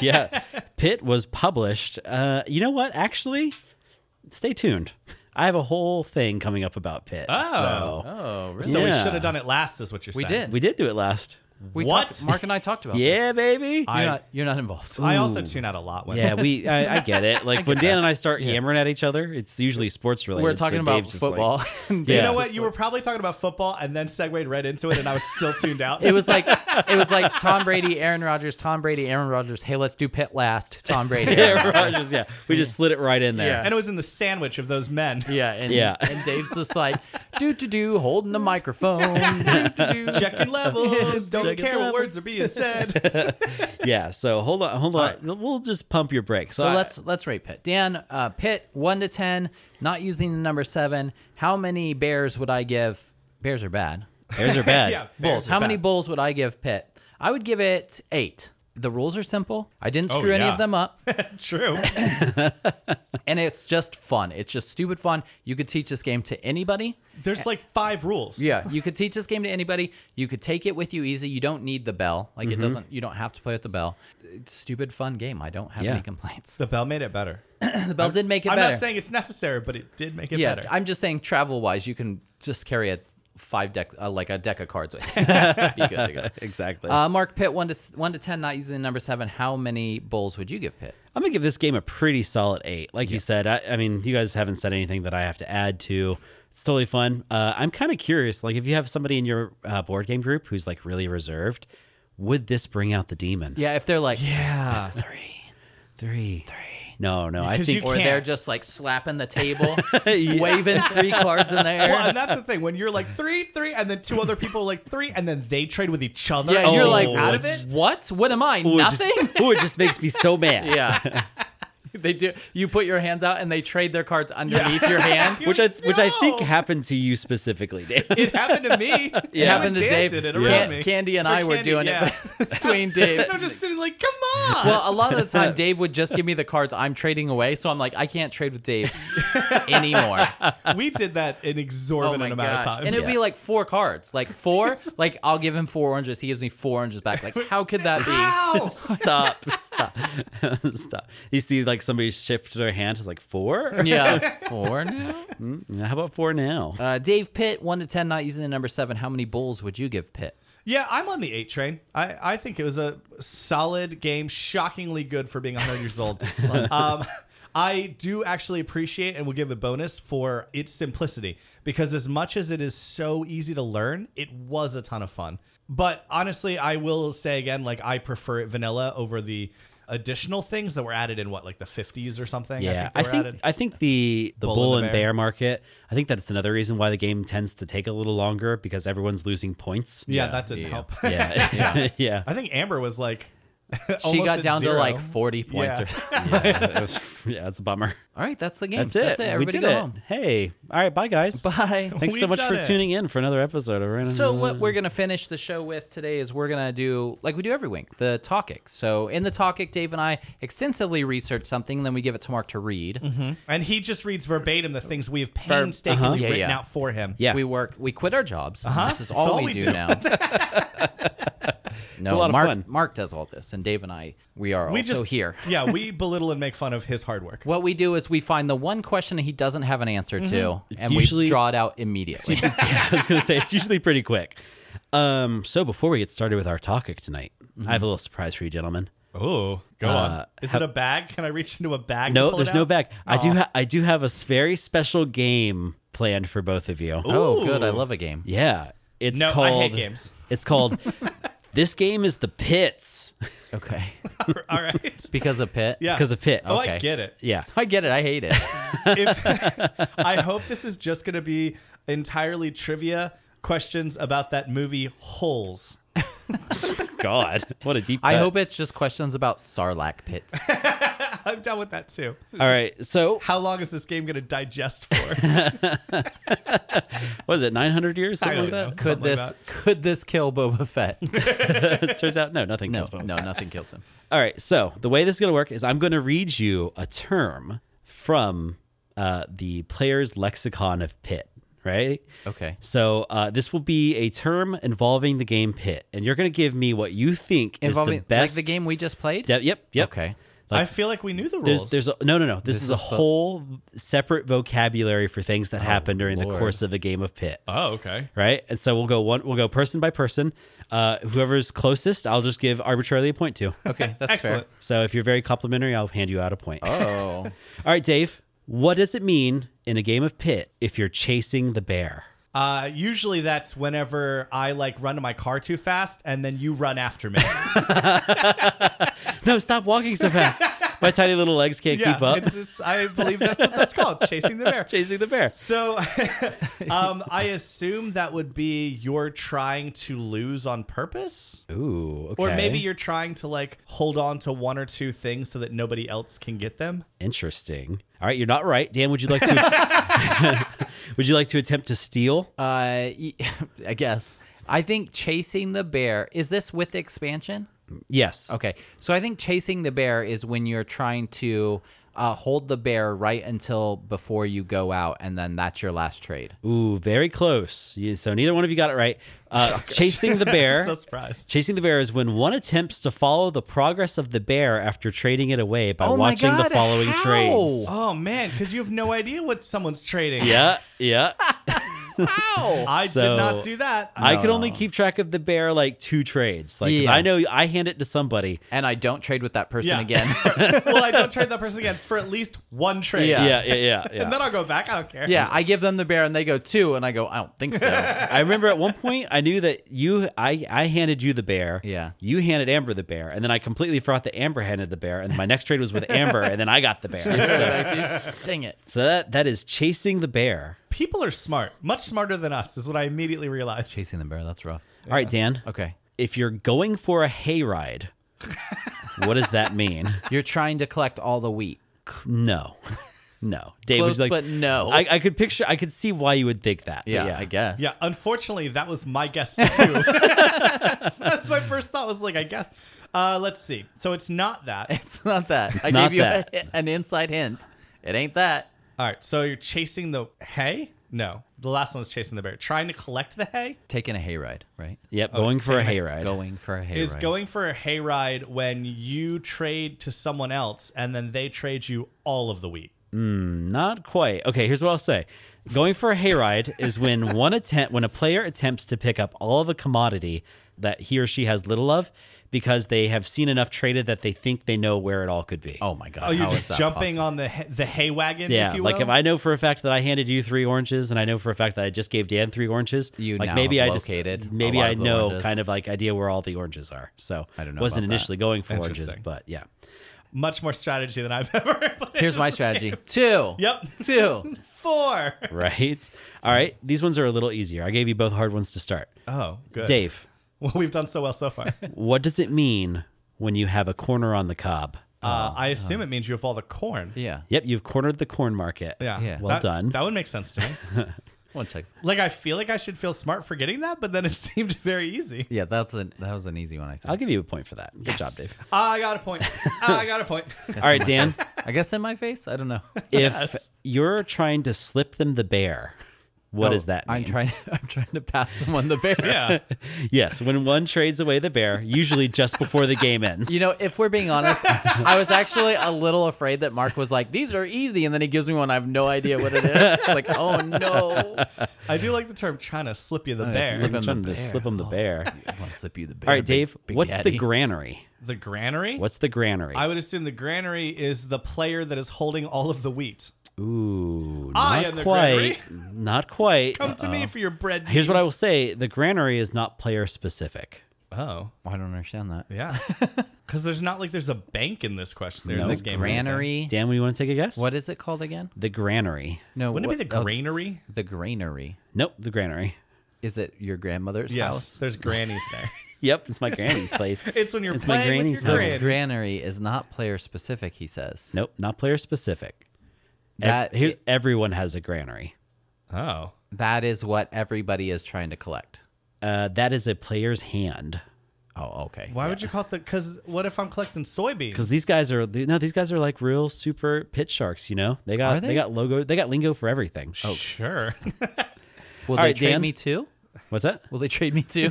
Speaker 3: yeah. Pit was published. Uh, you know what? Actually, stay tuned. I have a whole thing coming up about Pit.
Speaker 2: Oh.
Speaker 3: so-
Speaker 1: oh, really?
Speaker 2: so we
Speaker 3: Yeah.
Speaker 2: should have done it last, is what you're
Speaker 1: We
Speaker 2: saying.
Speaker 1: did.
Speaker 3: we did do it last.
Speaker 1: We
Speaker 2: What?
Speaker 1: talked- Mark and I talked about.
Speaker 3: [LAUGHS] Yeah, baby.
Speaker 1: this.
Speaker 2: I-
Speaker 1: You're not, you're not involved.
Speaker 2: I also tune out a lot when
Speaker 3: yeah, we. I, I get
Speaker 1: [LAUGHS]
Speaker 3: it. Like when Dan and I start yammering at each other, it's usually sports related.
Speaker 1: We're
Speaker 3: so
Speaker 1: talking about
Speaker 3: Dave's just like-
Speaker 2: [LAUGHS]
Speaker 1: football.
Speaker 3: Yeah.
Speaker 2: You know what? You were probably talking about football and then segued right into it, and I was still tuned out.
Speaker 1: [LAUGHS] It was like it was like Tom Brady, Aaron Rodgers, Tom Brady, Aaron Rodgers. Hey, let's do Pitt last. Tom Brady.
Speaker 3: [LAUGHS]
Speaker 1: [LAUGHS]
Speaker 3: yeah, Rogers, yeah, we just slid it right in there.
Speaker 1: Yeah.
Speaker 2: and it was in the sandwich of those men.
Speaker 1: Yeah, and
Speaker 3: Yeah.
Speaker 1: and Dave's just like do do do holding the microphone. doo, doo,
Speaker 2: [LAUGHS]
Speaker 1: doo.
Speaker 2: [LAUGHS] Checking
Speaker 1: [LAUGHS]
Speaker 2: levels. Don't
Speaker 3: checking
Speaker 2: care what
Speaker 3: levels.
Speaker 2: words are being said.
Speaker 3: Yeah. So hold on, hold on. We'll just pump your brakes.
Speaker 1: So
Speaker 3: I-
Speaker 1: let's let's rate Pitt. Dan, uh, Pitt one to ten, not using the number seven. How many bears would I give? Bears are bad.
Speaker 3: Bears
Speaker 1: [LAUGHS]
Speaker 3: are bad.
Speaker 2: yeah.
Speaker 1: Bulls.
Speaker 2: bears are
Speaker 1: How many
Speaker 2: bad.
Speaker 1: bulls would I give Pitt? I would give it eight. The rules are simple. I didn't
Speaker 2: Oh,
Speaker 1: screw any
Speaker 2: yeah.
Speaker 1: of them
Speaker 2: [LAUGHS]
Speaker 1: up. [LAUGHS]
Speaker 2: True.
Speaker 1: and it's just fun. It's just stupid fun. You could teach this game to anybody.
Speaker 2: There's like five rules.
Speaker 1: Yeah, you could teach this game to anybody. You could take it with you easy. You don't need the bell. Like
Speaker 2: Mm-hmm.
Speaker 1: it doesn't. You don't have to play with the bell. It's a stupid fun game. I don't have
Speaker 3: Yeah.
Speaker 1: any complaints.
Speaker 2: The bell made it better.
Speaker 1: The bell did make it
Speaker 2: I'm
Speaker 1: better.
Speaker 2: not saying it's necessary, but it did make it
Speaker 1: yeah,
Speaker 2: better.
Speaker 1: I'm just saying travel wise, you can just carry a five deck, uh, like a deck of cards with.
Speaker 2: [LAUGHS]
Speaker 1: you. [LAUGHS] Be good to go.
Speaker 3: Exactly.
Speaker 1: Uh, Mark Pitt one to s- one to ten, not using the number seven. How many bowls would you give Pitt?
Speaker 3: I'm gonna give this game a pretty solid eight. Like you said, I, I mean, you guys haven't said anything that I have to add to. It's totally fun. Uh, I'm kind of curious, like if you have somebody in your uh, board game group who's like really reserved, would this bring out the demon?
Speaker 1: Yeah, if they're like,
Speaker 2: yeah.
Speaker 3: Three, three, three. No, no, I
Speaker 2: Because
Speaker 3: [LAUGHS] think
Speaker 1: or
Speaker 2: can't.
Speaker 1: they're just like slapping the
Speaker 2: [LAUGHS]
Speaker 1: table,
Speaker 3: [LAUGHS]
Speaker 1: waving three cards in the air.
Speaker 2: Well, and
Speaker 1: [LAUGHS]
Speaker 2: that's the thing when you're like three, three, and then two other people are like three, and then they trade with each other.
Speaker 1: Yeah,
Speaker 2: and
Speaker 1: you're
Speaker 3: Oh,
Speaker 1: like,
Speaker 2: out of it.
Speaker 1: What? What am I?
Speaker 3: Ooh, it just-
Speaker 1: Nothing.
Speaker 3: [LAUGHS] Ooh, it just makes me
Speaker 2: [LAUGHS]
Speaker 3: so mad.
Speaker 1: yeah, [LAUGHS] they do. You put your hands out and they trade their cards underneath your
Speaker 3: [LAUGHS]
Speaker 1: hand.
Speaker 3: Which I which I think
Speaker 2: No.
Speaker 3: happened to you specifically, Dan.
Speaker 2: It happened
Speaker 1: [LAUGHS]
Speaker 2: to me.
Speaker 1: It happened to
Speaker 2: Dan
Speaker 1: Dave.
Speaker 2: Did it
Speaker 1: Can-
Speaker 2: around me.
Speaker 1: Candy and
Speaker 2: Or
Speaker 1: I were
Speaker 2: Candy,
Speaker 1: doing
Speaker 2: yeah.
Speaker 1: it between Dave.
Speaker 2: And [LAUGHS] I'm just sitting like, come on.
Speaker 1: [LAUGHS] Well, a lot of the time, Dave would just give me the cards I'm trading away, so I'm like, I can't trade with Dave anymore.
Speaker 2: we did that an
Speaker 1: oh
Speaker 2: exorbitant
Speaker 1: my
Speaker 2: amount of
Speaker 1: gosh!
Speaker 2: times.
Speaker 1: And it'd be like four cards, like four. like I'll give him four oranges, he gives me four oranges back. Like how could that
Speaker 2: [LAUGHS]
Speaker 1: be?
Speaker 2: Ow!
Speaker 3: [LAUGHS] stop, stop, [LAUGHS] stop. You see, like somebody shift their hand. It's like four.
Speaker 1: Yeah, four now.
Speaker 3: How about four now?
Speaker 1: Uh, Dave Pitt, one to ten, not using the number seven. How many bowls would you give Pitt?
Speaker 2: yeah, I'm on the eight train. I, I think it was a solid game, shockingly good for being 100
Speaker 3: [LAUGHS]
Speaker 2: years old. um, I do actually appreciate and will give a bonus for its simplicity because, as much as it is so easy to learn, it was a ton of fun. But honestly, I will say again, like, I prefer it vanilla over the additional things that were added in what like the 50s or something.
Speaker 3: Yeah,
Speaker 2: I
Speaker 3: I
Speaker 2: think, they were
Speaker 3: think, I
Speaker 2: added.
Speaker 3: think the the
Speaker 2: Bull
Speaker 3: bull,
Speaker 2: and the
Speaker 3: and
Speaker 2: bear.
Speaker 3: bear. market. I think that's another reason why the game tends to take a little longer because everyone's losing points.
Speaker 2: yeah,
Speaker 1: Yeah,
Speaker 2: that didn't
Speaker 1: yeah.
Speaker 2: help.
Speaker 3: [LAUGHS] yeah, yeah. [LAUGHS] yeah.
Speaker 2: [LAUGHS] I think Amber was like, [LAUGHS]
Speaker 1: she
Speaker 2: almost
Speaker 1: got
Speaker 2: at
Speaker 1: down to
Speaker 2: zero.
Speaker 1: like 40 points
Speaker 2: Yeah.
Speaker 1: or something.
Speaker 3: That was- yeah, that's a bummer.
Speaker 1: [LAUGHS] All right, that's the game.
Speaker 3: That's
Speaker 1: So
Speaker 3: it. we
Speaker 1: Everybody
Speaker 3: did
Speaker 1: go
Speaker 3: it.
Speaker 1: home.
Speaker 3: Hey, all right, bye guys.
Speaker 1: [LAUGHS] Bye.
Speaker 3: [LAUGHS] Thanks so
Speaker 2: We've
Speaker 3: much
Speaker 2: done
Speaker 3: for
Speaker 2: it.
Speaker 3: tuning in for another episode of Random.
Speaker 1: So
Speaker 3: [LAUGHS]
Speaker 1: what we're gonna finish the show with today is we're gonna do like we do every week the talkic. So in the talkic, Dave and I extensively research something, then we give it to Mark to read.
Speaker 2: and he just reads verbatim the things we have painstakingly
Speaker 1: Yeah,
Speaker 2: written
Speaker 1: yeah.
Speaker 2: out for him.
Speaker 3: Yeah.
Speaker 1: We work. We quit our jobs. and This is
Speaker 2: It's
Speaker 1: all, we, do, now. [LAUGHS] no,
Speaker 3: lot of
Speaker 1: Mark.
Speaker 3: fun.
Speaker 1: Mark does all this, and Dave and I we are
Speaker 2: we
Speaker 1: also
Speaker 2: just
Speaker 1: here.
Speaker 2: [LAUGHS] yeah, we belittle and make fun of his hard work.
Speaker 1: What we do is we find the one question he doesn't have an answer to, and we
Speaker 3: usually-
Speaker 1: draw it out immediately.
Speaker 3: I was gonna say it's usually pretty quick. Um, so before we get started with our topic tonight, I have a little surprise for you, gentlemen.
Speaker 2: Oh, go on. Is it a bag? Can I reach into a bag? and
Speaker 3: No,
Speaker 2: pull it
Speaker 3: there's no
Speaker 2: out? Oh.
Speaker 3: back. I do. Ha- I do have a s- very special game planned for both of you.
Speaker 1: oh, good! I
Speaker 2: Ooh.
Speaker 1: love a game.
Speaker 3: Yeah, it's
Speaker 2: No, I
Speaker 3: called.
Speaker 2: hate games.
Speaker 3: [LAUGHS] It's
Speaker 2: [LAUGHS]
Speaker 3: called. this game is the pits [LAUGHS]
Speaker 1: Okay,
Speaker 2: [LAUGHS]
Speaker 1: [LAUGHS]
Speaker 2: All right.
Speaker 1: because of Pitt.
Speaker 2: Yeah.
Speaker 3: because of pit.
Speaker 2: Oh, I
Speaker 1: Okay.
Speaker 2: get it.
Speaker 3: Yeah.
Speaker 1: I get it. I hate it.
Speaker 2: If, [LAUGHS] I hope this is just going to be entirely trivia questions about that movie Holes.
Speaker 3: God, what a deep.
Speaker 1: I
Speaker 3: cut.
Speaker 1: hope it's just questions about Sarlacc pits.
Speaker 2: I'm down with that too.
Speaker 3: All right. So
Speaker 2: How long is this game going to digest for?
Speaker 3: was it 900 years?
Speaker 2: I
Speaker 3: Something like
Speaker 2: don't
Speaker 3: that.
Speaker 2: know.
Speaker 1: Could
Speaker 2: Something like
Speaker 1: this could this kill Boba Fett?
Speaker 3: Turns out, no, nothing.
Speaker 1: No,
Speaker 3: counts, but-
Speaker 1: no, nothing kills him.
Speaker 3: All right. So the way this is going to work is I'm going to read you a term from uh, the player's lexicon of pit. Right.
Speaker 1: Okay.
Speaker 3: So uh, this will be a term involving the game pit, and you're going to give me what you think
Speaker 1: Involving
Speaker 3: is the best
Speaker 1: like the game we just played.
Speaker 3: de- yep. Yep.
Speaker 1: Okay.
Speaker 2: I feel like we knew the
Speaker 3: There's,
Speaker 2: rules.
Speaker 3: there's a, no, no, no. This, is a whole separate vocabulary for things that happen during the
Speaker 1: Lord.
Speaker 3: course of a game of pit,
Speaker 2: oh, okay.
Speaker 3: right? And so we'll go one, we'll go person by person. Uh, whoever's closest, I'll just give arbitrarily a point to.
Speaker 1: Okay, that's
Speaker 2: Excellent.
Speaker 3: So if you're very complimentary, I'll hand you out a point.
Speaker 1: fair. [LAUGHS] Oh,
Speaker 3: All right, Dave. What does it mean in a game of pit if you're chasing the bear?
Speaker 2: Uh, usually that's whenever I like run to my car too fast and then you run
Speaker 3: [LAUGHS]
Speaker 2: after me.
Speaker 3: No, stop walking so fast. My tiny little legs can't
Speaker 2: yeah,
Speaker 3: keep up.
Speaker 2: It's, it's, I believe that's what that's called, chasing
Speaker 3: [LAUGHS]
Speaker 2: the bear.
Speaker 3: chasing the bear.
Speaker 2: So, [LAUGHS] um, I assume that would be you're trying to lose on purpose,
Speaker 3: Ooh, okay.
Speaker 2: or maybe you're trying to like hold on to one or two things so that nobody else can get them.
Speaker 3: interesting. All right, you're not right, Dan. Would you like to? [LAUGHS] would you like to attempt to steal?
Speaker 1: uh, y- [LAUGHS] I guess. I think chasing the bear is this with the expansion.
Speaker 3: Yes.
Speaker 1: Okay, so I think chasing the bear is when you're trying to uh, hold the bear right until before you go out, and then that's your last trade.
Speaker 3: Ooh, very close. You- So neither one of you got it right.
Speaker 1: [LAUGHS]
Speaker 3: Uh, chasing the bear.
Speaker 2: So surprised.
Speaker 3: Chasing the bear is when one attempts to follow the progress of the bear after trading it away by
Speaker 1: Oh my
Speaker 3: watching the
Speaker 1: God,
Speaker 3: following
Speaker 1: how?
Speaker 3: trades.
Speaker 2: Oh man, because you have no idea what someone's trading.
Speaker 3: Yeah, yeah.
Speaker 2: I did
Speaker 3: So-
Speaker 2: not do that.
Speaker 3: I could only keep track of the bear like two trades. Like 'cause
Speaker 1: Yeah.
Speaker 3: I know I hand it to somebody.
Speaker 1: [LAUGHS] And I don't trade with that person
Speaker 2: Yeah.
Speaker 1: again.
Speaker 2: [LAUGHS] well, I don't trade that person again for at least one trade.
Speaker 1: Yeah.
Speaker 3: Yeah,
Speaker 1: [LAUGHS]
Speaker 3: yeah, yeah. yeah.
Speaker 2: And then I'll go back. I don't care.
Speaker 1: yeah, I give them the bear, and they go two, and I go, I don't think so.
Speaker 3: I remember at one point I knew that you I I handed you the bear.
Speaker 1: Yeah.
Speaker 3: You handed Amber the bear, and then I completely forgot that Amber handed the bear, and my next trade was with Amber, and then I got
Speaker 1: [LAUGHS]
Speaker 3: the bear.
Speaker 1: Dang it.
Speaker 3: So that that is chasing the bear.
Speaker 2: People are smart, much smarter than us, is what I immediately realized.
Speaker 1: Chasing the bear, that's rough.
Speaker 3: All right, Dan.
Speaker 1: Okay.
Speaker 3: If you're going for a hayride, what does that mean?
Speaker 1: You're trying to collect all the wheat.
Speaker 3: No. No. Dave
Speaker 1: Close,
Speaker 3: would you
Speaker 1: but
Speaker 3: like
Speaker 1: no.
Speaker 3: I, I could picture I could see why you would think that. but
Speaker 1: Yeah,
Speaker 3: yeah.
Speaker 1: I guess.
Speaker 2: Yeah, unfortunately, that was my guess too. [LAUGHS] That's my first thought. Was like, I guess. Uh, let's see. So it's not that.
Speaker 1: It's not that. I
Speaker 3: not
Speaker 1: gave you a-
Speaker 3: that.
Speaker 1: [LAUGHS] an inside hint. It ain't that.
Speaker 2: All right. So you're chasing the hay. No, the last one was chasing the bear. Trying to collect the hay
Speaker 1: Taking a hayride, right?
Speaker 3: Yep, going for a hayride.
Speaker 1: Oh, Going for a hayride.
Speaker 2: is going for a hay ride when you trade to someone else and then they trade you all of the wheat.
Speaker 3: Not quite. Okay, here's what I'll say.
Speaker 1: [LAUGHS]
Speaker 3: Going for a hayride is when one attempt when a player attempts to pick up all of a commodity that he or she has little of because they have seen enough traded that they think they know where it all could be.
Speaker 1: Oh my god!
Speaker 2: Oh, you're
Speaker 1: how is
Speaker 2: just
Speaker 1: that
Speaker 2: jumping
Speaker 1: possible?
Speaker 2: on the he- the hay wagon.
Speaker 3: Yeah,
Speaker 2: if you
Speaker 3: like
Speaker 2: will?
Speaker 3: if I know for a fact that I handed you three oranges, and I know for a fact that I just gave Dan three oranges,
Speaker 1: You
Speaker 3: like
Speaker 1: now
Speaker 3: maybe
Speaker 1: have
Speaker 3: I just
Speaker 1: located a
Speaker 3: maybe
Speaker 1: lot
Speaker 3: I
Speaker 1: of the
Speaker 3: know
Speaker 1: oranges.
Speaker 3: kind of like idea where all the oranges are. So
Speaker 1: I don't know
Speaker 3: Wasn't
Speaker 1: about that.
Speaker 3: initially going for oranges,
Speaker 2: Interesting.
Speaker 3: but yeah, [LAUGHS]
Speaker 2: much more strategy than I've [LAUGHS] ever. put
Speaker 1: Here's
Speaker 2: into
Speaker 1: my
Speaker 2: this
Speaker 1: strategy:
Speaker 2: [LAUGHS] game.
Speaker 1: two.
Speaker 2: Yep. [LAUGHS]
Speaker 1: Two.
Speaker 2: Four.
Speaker 3: right. all right, these ones are a little easier. I gave you both hard ones to start.
Speaker 2: Oh, good.
Speaker 3: Dave,
Speaker 2: [LAUGHS] Well, we've done so well
Speaker 3: [LAUGHS]
Speaker 2: so far. Uh,
Speaker 3: what does it mean when you have a corner on the cob?
Speaker 2: Uh, I assume it means you have all the corn.
Speaker 1: Oh, Yeah.
Speaker 3: Yep, you've cornered the corn market.
Speaker 2: Yeah.
Speaker 1: Yeah.
Speaker 3: Well
Speaker 2: That-
Speaker 3: done.
Speaker 2: That would make sense to
Speaker 3: [LAUGHS]
Speaker 2: me.
Speaker 1: One checks.
Speaker 2: like, I feel like I should feel smart for getting that, but then it [LAUGHS] seemed very easy.
Speaker 1: Yeah, that's an that was an easy one. I think.
Speaker 3: I'll give you a point for that. Good job, Dave.
Speaker 2: Ah, I got a point. Ah, I got
Speaker 3: [LAUGHS]
Speaker 2: a point. [LAUGHS]
Speaker 3: All
Speaker 1: [LAUGHS]
Speaker 3: right, Dan.
Speaker 1: I guess in my face. I don't know.
Speaker 3: If you're trying to slip them the bear,
Speaker 1: Oh,
Speaker 3: what does that mean?
Speaker 1: I'm trying. I'm trying to [LAUGHS] pass someone the bear.
Speaker 2: Yeah.
Speaker 3: Yes, when one trades away the bear, usually just before the game ends.
Speaker 1: You know, if we're being honest, I was actually a little afraid that Mark was like, "These are easy," and then he gives me one. I have no idea what it is. like, oh no!
Speaker 2: I do like the term trying to slip you the
Speaker 1: yeah,
Speaker 2: bear.
Speaker 1: slip him
Speaker 3: slip him
Speaker 1: the
Speaker 3: to
Speaker 1: bear.
Speaker 3: slip him the bear.
Speaker 1: I'm gonna slip you the bear.
Speaker 3: All right, Dave.
Speaker 1: big- big
Speaker 3: what's
Speaker 1: daddy.
Speaker 3: the granary?
Speaker 2: The granary?
Speaker 3: What's the granary?
Speaker 2: I would assume the granary is the player that is holding all of the wheat.
Speaker 3: Ooh, not
Speaker 2: I am the
Speaker 3: quite. not quite.
Speaker 2: [LAUGHS] Come to me for your bread.
Speaker 3: Here's what I will
Speaker 2: needs.
Speaker 3: say: the granary is not player specific.
Speaker 2: Oh,
Speaker 1: I don't understand that.
Speaker 3: [LAUGHS]
Speaker 2: yeah. Because there's not like there's a bank in this question. There in
Speaker 3: No.
Speaker 2: this game.
Speaker 1: Granary.
Speaker 3: Dan, you want to take a guess?
Speaker 1: What is it called again?
Speaker 3: The granary.
Speaker 1: No,
Speaker 2: Wouldn't
Speaker 1: what,
Speaker 2: it be the
Speaker 1: oh,
Speaker 2: granary?
Speaker 1: the granary.
Speaker 3: Nope, the granary.
Speaker 1: Is it your grandmother's
Speaker 2: Yes,
Speaker 1: house?
Speaker 2: there's grannies there.
Speaker 3: Yep, it's my
Speaker 2: [LAUGHS]
Speaker 3: granny's place.
Speaker 2: it's when you're
Speaker 3: It's my
Speaker 2: playing with
Speaker 3: granny's
Speaker 2: your
Speaker 3: house.
Speaker 1: The
Speaker 2: granny.
Speaker 1: granary is not player specific. He says.
Speaker 3: Nope, not player specific. Ev-
Speaker 1: That-
Speaker 3: here- everyone has a granary.
Speaker 2: Oh,
Speaker 1: That is what everybody is trying to collect.
Speaker 3: Uh, that is a player's hand.
Speaker 1: Oh, okay.
Speaker 2: why would you call it the? Because what if I'm collecting soybeans?
Speaker 3: Because these guys are the- no, these guys are like real super pit sharks. You know, they got
Speaker 1: Are they?
Speaker 3: got logo, they got lingo for everything. Oh,
Speaker 2: Sure. [LAUGHS]
Speaker 1: Will
Speaker 3: All
Speaker 1: they
Speaker 3: right,
Speaker 1: trade
Speaker 3: Dan.
Speaker 1: me too?
Speaker 3: what's that?
Speaker 1: Will they trade
Speaker 3: [LAUGHS]
Speaker 1: me too?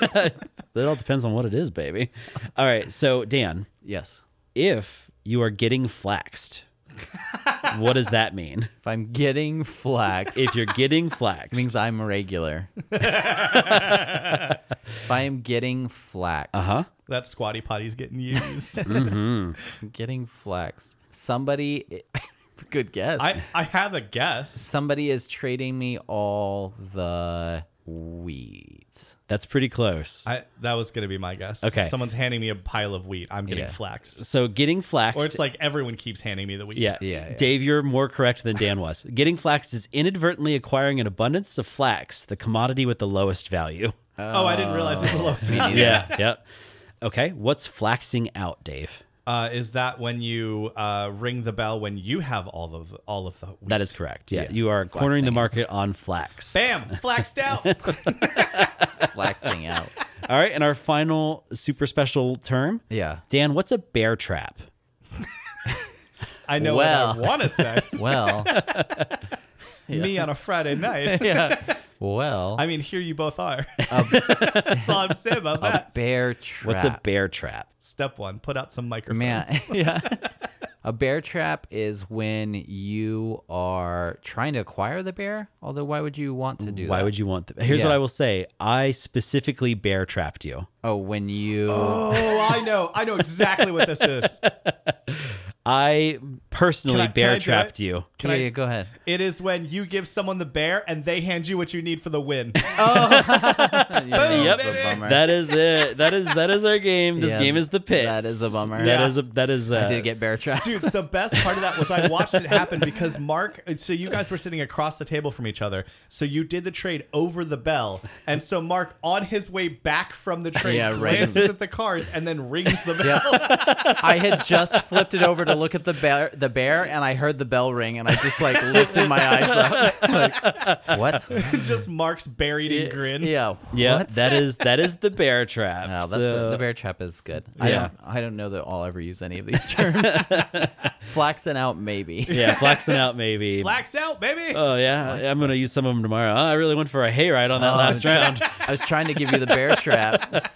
Speaker 3: That all depends on what it is, baby. All right, so Dan,
Speaker 1: [LAUGHS] Yes.
Speaker 3: if you are getting flaxed, what does that mean?
Speaker 1: If I'm getting
Speaker 3: [LAUGHS]
Speaker 1: flax, it
Speaker 3: If you're
Speaker 2: [LAUGHS]
Speaker 3: getting flaxed,
Speaker 1: means I'm
Speaker 3: [LAUGHS]
Speaker 1: regular. if I am getting flax,
Speaker 3: huh?
Speaker 2: that squatty potty's getting used.
Speaker 1: getting flax, somebody, [LAUGHS] good guess.
Speaker 2: I I have a guess.
Speaker 1: somebody is trading me all the wheat.
Speaker 3: That's pretty close.
Speaker 2: I that was gonna be my guess.
Speaker 3: Okay.
Speaker 2: If someone's handing me a pile of wheat. I'm getting
Speaker 1: Yeah.
Speaker 2: flaxed.
Speaker 3: so getting flaxed,
Speaker 2: Or it's like everyone keeps handing me the wheat.
Speaker 3: yeah,
Speaker 1: Yeah, yeah.
Speaker 3: Dave, you're more correct than Dan was. [LAUGHS] getting flaxed is inadvertently acquiring an abundance of flax, the commodity with the lowest value.
Speaker 2: Oh, I didn't realize it was the lowest
Speaker 1: Me
Speaker 2: value.
Speaker 1: neither.
Speaker 3: [LAUGHS] yeah, yeah. Okay, what's flaxing out, Dave?
Speaker 2: Uh, is that when you uh, ring the bell when you have all of all of the wheat?
Speaker 3: That is correct. Yeah,
Speaker 1: Yeah.
Speaker 3: you are cornering the
Speaker 1: Flaxing.
Speaker 3: market on flax.
Speaker 2: Bam, flaxed out.
Speaker 1: Flaxing out.
Speaker 3: All right, and our final super special term.
Speaker 1: Yeah.
Speaker 3: Dan, what's a bear trap?
Speaker 2: I know
Speaker 1: Well.
Speaker 2: what I want to say.
Speaker 1: Well,
Speaker 2: Me on a Friday night.
Speaker 1: yeah. Well,
Speaker 2: I mean, here you both are.
Speaker 1: Um,
Speaker 2: [LAUGHS] That's all I'm saying about
Speaker 1: a
Speaker 2: that.
Speaker 1: bear trap.
Speaker 3: What's a bear trap?
Speaker 2: Step one, put out some microphones.
Speaker 1: Man, [LAUGHS] yeah. A bear trap is when you are trying to acquire the bear. Although, why would you want to do
Speaker 3: Why
Speaker 1: that?
Speaker 3: would you want the Here's
Speaker 1: Yeah.
Speaker 3: what I will say. I specifically bear trapped you.
Speaker 1: Oh, when you.
Speaker 2: Oh, I know. I know exactly what
Speaker 1: [LAUGHS]
Speaker 2: this is.
Speaker 3: I personally
Speaker 2: Can I- can I
Speaker 3: bear
Speaker 2: do
Speaker 3: trapped
Speaker 2: it?
Speaker 3: you.
Speaker 2: Can
Speaker 1: yeah,
Speaker 2: I-
Speaker 1: yeah, go ahead.
Speaker 2: It is when you give someone the bear and they hand you what you need for the win.
Speaker 1: yep.
Speaker 2: baby.
Speaker 3: That is it. That is that is our game. This
Speaker 1: Yeah,
Speaker 3: game is the pit.
Speaker 1: that is a bummer.
Speaker 3: That
Speaker 2: Yeah.
Speaker 3: is a that is uh,
Speaker 1: I did get bear trapped.
Speaker 2: Dude, the best part of that was I watched it happen because Mark. So you guys were sitting across the table from each other. So you did the trade over the bell, and so Mark, on his way back from the trade,
Speaker 1: Yeah, right.
Speaker 2: glances at the cards and then rings the bell. [LAUGHS]
Speaker 1: I had just flipped it over to look at the bear, the bear, and I heard the bell ring, and I just like lifted my eyes up. [LAUGHS] Like, what?
Speaker 2: Just Mark's buried in grin.
Speaker 1: Yeah.
Speaker 3: Yeah,
Speaker 1: What?
Speaker 3: that is that is the bear
Speaker 1: [LAUGHS]
Speaker 3: trap.
Speaker 1: Wow, that's
Speaker 3: So-
Speaker 1: a, the bear trap is good. I
Speaker 3: Yeah.
Speaker 1: don't, I don't know that I'll ever use any of these terms. [LAUGHS] Flaxing out, maybe.
Speaker 3: Yeah, flaxing out
Speaker 2: [LAUGHS]
Speaker 3: maybe.
Speaker 2: Flax out, baby.
Speaker 1: Uh,
Speaker 3: Oh yeah, I'm gonna use some of them tomorrow. Oh, I really went for a hayride on that
Speaker 1: Oh, [LAUGHS]
Speaker 3: last round.
Speaker 1: I was trying to give you the bear
Speaker 3: [LAUGHS]
Speaker 1: trap.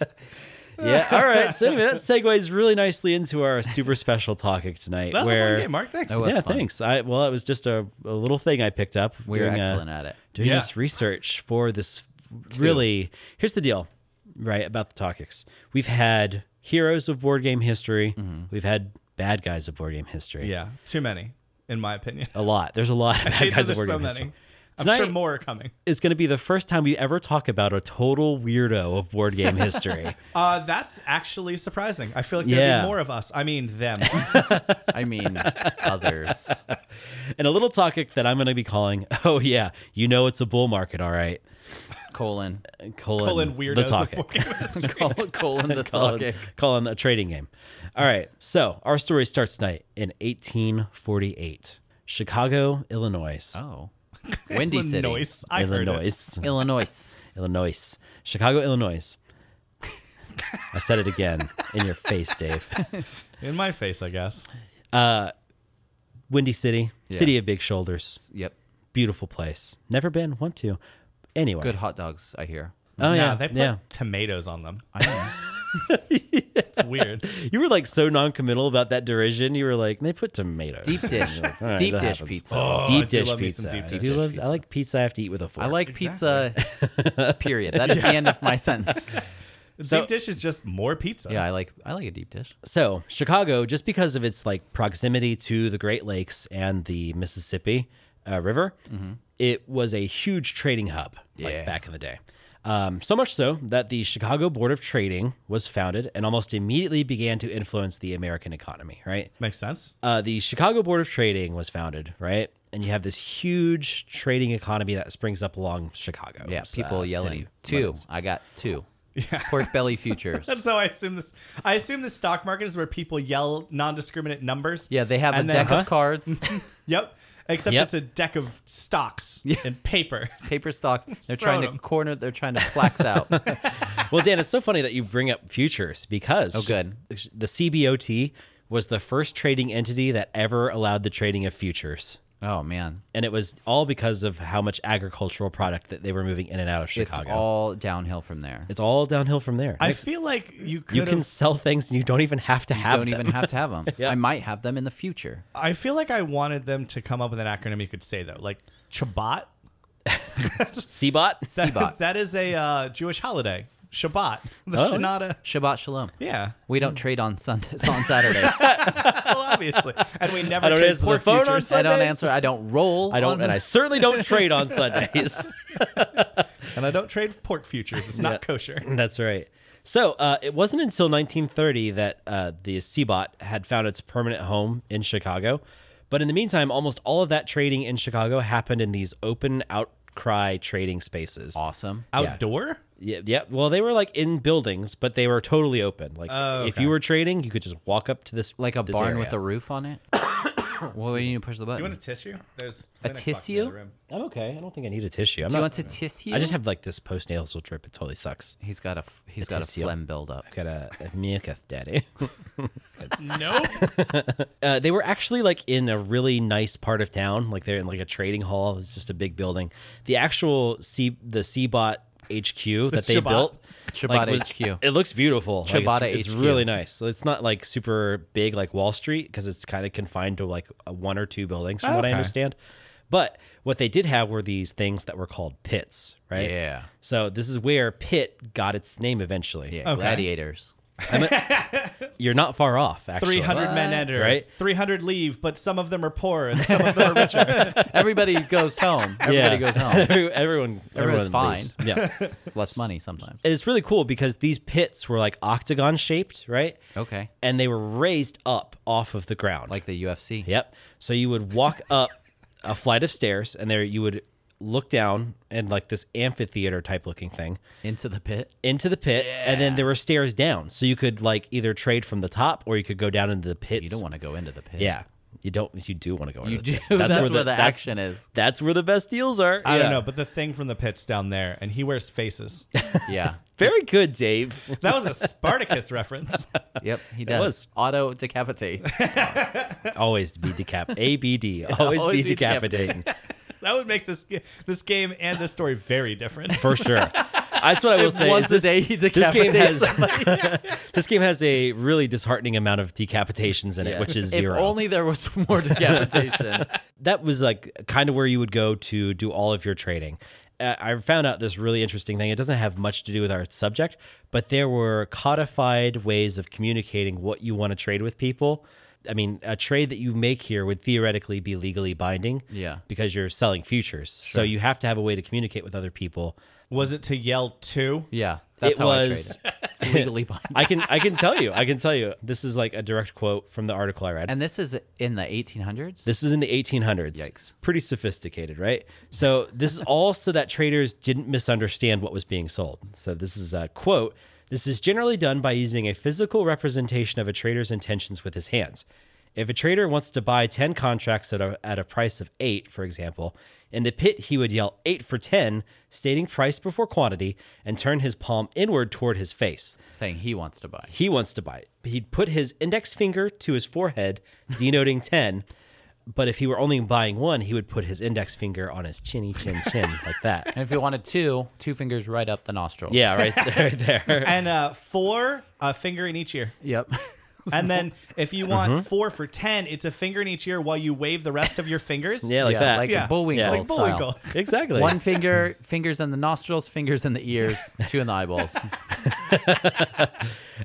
Speaker 3: yeah. All right. So anyway, that segues really nicely into our super special topic tonight.
Speaker 2: That's a
Speaker 3: where
Speaker 2: fun game, Mark. Thanks.
Speaker 1: Oh, well.
Speaker 3: yeah,
Speaker 1: That's fun.
Speaker 3: thanks. I well, it was just a, a little thing I picked up.
Speaker 1: We were
Speaker 3: doing, uh,
Speaker 1: excellent at it.
Speaker 3: doing
Speaker 2: Yeah.
Speaker 3: this research for this. Really, here's the deal. right about the topics we've had heroes of board game history we've had bad guys of board game history
Speaker 2: Mm-hmm. Yeah, too many, in my opinion.
Speaker 3: a lot there's a
Speaker 2: [LAUGHS]
Speaker 3: lot of bad [LAUGHS]
Speaker 2: There's
Speaker 3: guys of
Speaker 2: so
Speaker 3: board game
Speaker 2: many.
Speaker 3: history
Speaker 2: I'm
Speaker 3: Tonight-
Speaker 2: sure more are coming.
Speaker 3: it's going to be the first time we ever talk about a total weirdo of board game
Speaker 2: [LAUGHS]
Speaker 3: history
Speaker 2: Uh, that's actually surprising. I feel like there'd
Speaker 3: Yeah.
Speaker 2: be more of us. I mean,
Speaker 3: [LAUGHS]
Speaker 2: them.
Speaker 1: I mean, others.
Speaker 3: and a little topic that i'm going to be calling [LAUGHS] oh yeah you know it's a bull market all right
Speaker 1: Colon.
Speaker 3: colon,
Speaker 2: Colon
Speaker 3: the
Speaker 2: [LAUGHS] weirdos. of
Speaker 3: topic.
Speaker 2: board games.
Speaker 1: Col- colon
Speaker 2: [LAUGHS]
Speaker 3: [LAUGHS]
Speaker 1: the
Speaker 3: calling,
Speaker 1: talking.
Speaker 3: calling a trading game. All right. So our story starts tonight in 1848, Chicago, Illinois.
Speaker 1: Oh.
Speaker 2: [LAUGHS]
Speaker 1: Windy City.
Speaker 2: Illinois. I heard it.
Speaker 3: Illinois.
Speaker 1: Illinois.
Speaker 3: Illinois. Chicago, Illinois. I said it again in your face, Dave.
Speaker 2: In my face, I guess.
Speaker 3: Windy City,
Speaker 1: Yeah.
Speaker 3: city of big shoulders,
Speaker 1: Yep.
Speaker 3: beautiful place. Never been, want to. Anyway.
Speaker 1: Good hot dogs, I hear.
Speaker 3: Oh,
Speaker 2: Nah,
Speaker 3: yeah.
Speaker 2: They put
Speaker 3: yeah.
Speaker 2: tomatoes on them.
Speaker 1: I know.
Speaker 3: [LAUGHS]
Speaker 2: It's weird.
Speaker 3: You were like so noncommittal about that derision. You were like, they put tomatoes.
Speaker 1: Deep dish.
Speaker 3: All right,
Speaker 1: deep
Speaker 3: that
Speaker 1: dish
Speaker 3: happens.
Speaker 1: pizza.
Speaker 2: Oh, I
Speaker 3: deep
Speaker 2: do
Speaker 3: dish
Speaker 2: love me
Speaker 3: pizza.
Speaker 2: some deep
Speaker 3: I
Speaker 2: dish
Speaker 3: do love. I
Speaker 1: pizza.
Speaker 3: like pizza. I have to eat with a fork.
Speaker 1: I like
Speaker 3: [LAUGHS]
Speaker 1: pizza. period. That is the end of my sentence.
Speaker 2: Deep dish is just more pizza.
Speaker 1: Yeah, I like I like a deep dish.
Speaker 3: So Chicago, just because of its like proximity to the Great Lakes and the Mississippi uh, River, it was a huge trading hub like,
Speaker 1: Mm-hmm. Yeah.
Speaker 3: back in the day. Um, so much so that the Chicago Board of Trading was founded and almost immediately began to influence the American economy. Right,
Speaker 2: Makes sense.
Speaker 3: uh, the Chicago Board of Trading was founded. Right, and you have this huge trading economy that springs up along Chicago.
Speaker 1: Yeah,
Speaker 3: uh,
Speaker 1: people yelling two.
Speaker 3: too.
Speaker 1: I got two. Pork
Speaker 3: [LAUGHS]
Speaker 1: belly futures.
Speaker 2: That's how I assume this. I assume the stock market is where people yell non-discriminate numbers.
Speaker 1: Yeah, they have a
Speaker 2: And then-
Speaker 1: deck of
Speaker 3: [LAUGHS]
Speaker 1: cards,
Speaker 2: [LAUGHS] Yep. Except
Speaker 3: Yep.
Speaker 2: it's a deck of stocks
Speaker 3: [LAUGHS]
Speaker 2: and paper.
Speaker 1: paper stocks. They're trying
Speaker 2: throwing 'em.
Speaker 1: to corner. They're trying to flax
Speaker 3: [LAUGHS]
Speaker 1: out.
Speaker 3: Well, Dan, it's so funny that you bring up futures because oh,
Speaker 1: good.
Speaker 3: the CBOT was the first trading entity that ever allowed the trading of futures.
Speaker 1: oh man,
Speaker 3: And it was all because of how much agricultural product that they were moving in and out of
Speaker 1: it's
Speaker 3: Chicago.
Speaker 1: all downhill from there.
Speaker 3: It's all downhill from there.
Speaker 2: I feel like you could
Speaker 3: you can
Speaker 2: have
Speaker 3: sell things and you don't even have to have
Speaker 1: Don't
Speaker 3: them. [LAUGHS]
Speaker 1: even have to have them.
Speaker 3: Yeah.
Speaker 1: I might have them in the future.
Speaker 2: I feel like I wanted them to come up with an acronym you could say though, like Chabot. [LAUGHS]
Speaker 3: Seabot?
Speaker 2: That-
Speaker 1: Shabbat.
Speaker 2: that is a uh, Jewish holiday. Shabbat. [LAUGHS] That's
Speaker 3: Oh.
Speaker 2: not a
Speaker 1: Shabbat shalom.
Speaker 2: yeah.
Speaker 1: We don't
Speaker 3: Mm.
Speaker 1: trade on Sundays [LAUGHS] on Saturdays.
Speaker 3: [LAUGHS]
Speaker 2: Well, obviously, and we never
Speaker 3: I don't
Speaker 2: trade
Speaker 3: answer the
Speaker 2: pork
Speaker 3: phone on
Speaker 2: futures.
Speaker 1: I don't
Speaker 3: Sundays?
Speaker 1: answer. I don't roll.
Speaker 3: I don't
Speaker 1: on-
Speaker 3: and I certainly don't trade
Speaker 1: [LAUGHS]
Speaker 3: on Sundays.
Speaker 2: and I don't trade pork futures. It's not kosher.
Speaker 3: That's right. So uh, it wasn't until 1930 that uh, the Seabot had found its permanent home in Chicago. But in the meantime, almost all of that trading in Chicago happened in these open outcry trading spaces.
Speaker 1: awesome.
Speaker 2: Outdoor.
Speaker 3: Yeah, yeah. Well, they were like in buildings, but they were totally open. Like if you were trading, you could just walk up to this
Speaker 1: Oh, Like a
Speaker 3: this
Speaker 1: barn
Speaker 3: area.
Speaker 1: with a roof on it.
Speaker 3: [COUGHS]
Speaker 1: well, you need to push the button.
Speaker 2: Do you want
Speaker 3: Mm.
Speaker 2: a tissue? There's
Speaker 1: A
Speaker 2: Kleenex box in the
Speaker 1: tissue?
Speaker 2: other room.
Speaker 3: I'm okay. I don't think I need a tissue. I'm
Speaker 1: Do
Speaker 3: not,
Speaker 1: you want to tissue?
Speaker 3: I just have like this post nasal drip. It totally sucks.
Speaker 1: He's got a f- he's got a
Speaker 3: tissue.
Speaker 1: phlegm buildup.
Speaker 3: I've got a, a mucus, daddy. [LAUGHS]
Speaker 2: Nope.
Speaker 3: uh, they were actually like in a really nice part of town. Like they're in like a trading hall. It's just a big building. The actual C the Seabot HQ that they
Speaker 2: Shabbat.
Speaker 3: built.
Speaker 1: Shabbat
Speaker 3: was-
Speaker 1: HQ.
Speaker 3: It looks beautiful. Like,
Speaker 1: Shabbat
Speaker 3: it's, It's
Speaker 1: HQ.
Speaker 3: really nice. So it's not like super big like Wall Street because it's kind of confined to like a one or two buildings from what I
Speaker 2: Okay.
Speaker 3: understand. But what they did have were these things that were called pits, right?
Speaker 1: Yeah.
Speaker 3: So this is where pit got its name eventually. Uh,
Speaker 1: Yeah, gladiators.
Speaker 3: You're not far off, actually.
Speaker 2: Three hundred men
Speaker 1: What?
Speaker 2: enter.
Speaker 3: Right?
Speaker 2: Three hundred leave, but some of them are poor and some of them are richer.
Speaker 1: Everybody goes
Speaker 3: [LAUGHS]
Speaker 1: home. Everybody goes home.
Speaker 3: Everyone, everyone,
Speaker 1: Everyone's
Speaker 3: everyone leaves.
Speaker 1: fine. [LAUGHS]
Speaker 3: Yeah. [LAUGHS]
Speaker 1: Less money sometimes.
Speaker 3: it's really cool because these pits were like octagon shaped, right?
Speaker 1: Okay.
Speaker 3: And they were raised up off of the ground.
Speaker 1: Like the UFC.
Speaker 3: yep. So you
Speaker 1: [LAUGHS]
Speaker 3: would walk up a flight of stairs, and there you would look down and like this amphitheater type looking thing
Speaker 1: Into the pit.
Speaker 3: into the pit, and then there were stairs down, so you could like either trade from the top or you could go down into the pits.
Speaker 1: You don't want to go into the pit.
Speaker 3: yeah. You don't. You do want to go.
Speaker 1: You
Speaker 3: into
Speaker 1: do.
Speaker 3: The pit.
Speaker 1: That's, where the,
Speaker 3: that's-
Speaker 1: action is.
Speaker 3: That's where the best deals are.
Speaker 2: I
Speaker 3: Yeah.
Speaker 2: don't know, but the thing from the pits down there, and he wears faces.
Speaker 1: Yeah.
Speaker 3: Very good, Dave. [LAUGHS]
Speaker 2: That was a Spartacus reference.
Speaker 1: Yep. He does.
Speaker 3: was.
Speaker 1: Auto decapitate.
Speaker 3: Always be decap.
Speaker 1: [LAUGHS]
Speaker 3: ABD. Always,
Speaker 1: always
Speaker 3: be
Speaker 1: be
Speaker 3: decapitating.
Speaker 2: That would make this g- this game and this story very different.
Speaker 3: for sure. That's what I will say.
Speaker 1: was
Speaker 3: is
Speaker 1: the
Speaker 3: this,
Speaker 1: day he
Speaker 3: this game
Speaker 1: decapitated
Speaker 3: has [LAUGHS] this game has a really disheartening amount of decapitations in it, which is
Speaker 1: [LAUGHS]
Speaker 3: zero.
Speaker 1: If only there was more decapitation.
Speaker 3: that was like kind of where you would go to do all of your trading. uh, I found out this really interesting thing. It doesn't have much to do with our subject, but there were codified ways of communicating what you want to trade with people. I mean, a trade that you make here would theoretically be legally binding,
Speaker 1: Yeah.
Speaker 3: because you're selling futures. So you have to have a way to communicate with other people.
Speaker 2: Was it to yell two?
Speaker 1: Yeah, that's
Speaker 3: it
Speaker 1: how
Speaker 3: was.
Speaker 1: I trade it. It's
Speaker 3: [LAUGHS]
Speaker 1: legally binding.
Speaker 3: I can I can tell you I can tell you this is like a direct quote from the article I read.
Speaker 1: And this is in the 1800s.
Speaker 3: This is in the 1800s.
Speaker 1: Yikes.
Speaker 3: Pretty sophisticated, right? So this is all so that traders didn't misunderstand what was being sold. So this is a quote. This is generally done by using a physical representation of a trader's intentions with his hands. If a trader wants to buy 10 contracts at a, at a price of 8, for example, in the pit he would yell 8 for 10, stating price before quantity, and turn his palm inward toward his face
Speaker 1: saying he wants to buy.
Speaker 3: he wants to buy it. He'd put his index finger to
Speaker 1: [LAUGHS]
Speaker 3: his forehead, denoting 10. But if he were only buying one, he would put his index finger on his chinny chin chin like
Speaker 1: [LAUGHS]
Speaker 3: that.
Speaker 1: And if you wanted two, two fingers right up the nostril.
Speaker 3: Yeah, right there, right there.
Speaker 2: And uh, four, a finger in each ear.
Speaker 1: [LAUGHS] Yep.
Speaker 2: And then if you want four for ten, it's a finger in each ear while you wave the rest of your fingers.
Speaker 3: Yeah, like
Speaker 1: yeah,
Speaker 3: that.
Speaker 1: like
Speaker 2: Yeah.
Speaker 1: a bullwinkle
Speaker 3: Yeah.
Speaker 2: like
Speaker 1: style.
Speaker 2: Bullwinkle.
Speaker 1: [LAUGHS]
Speaker 3: exactly.
Speaker 1: One finger, fingers in the nostrils, fingers in the
Speaker 3: [LAUGHS]
Speaker 1: ears, two in the eyeballs.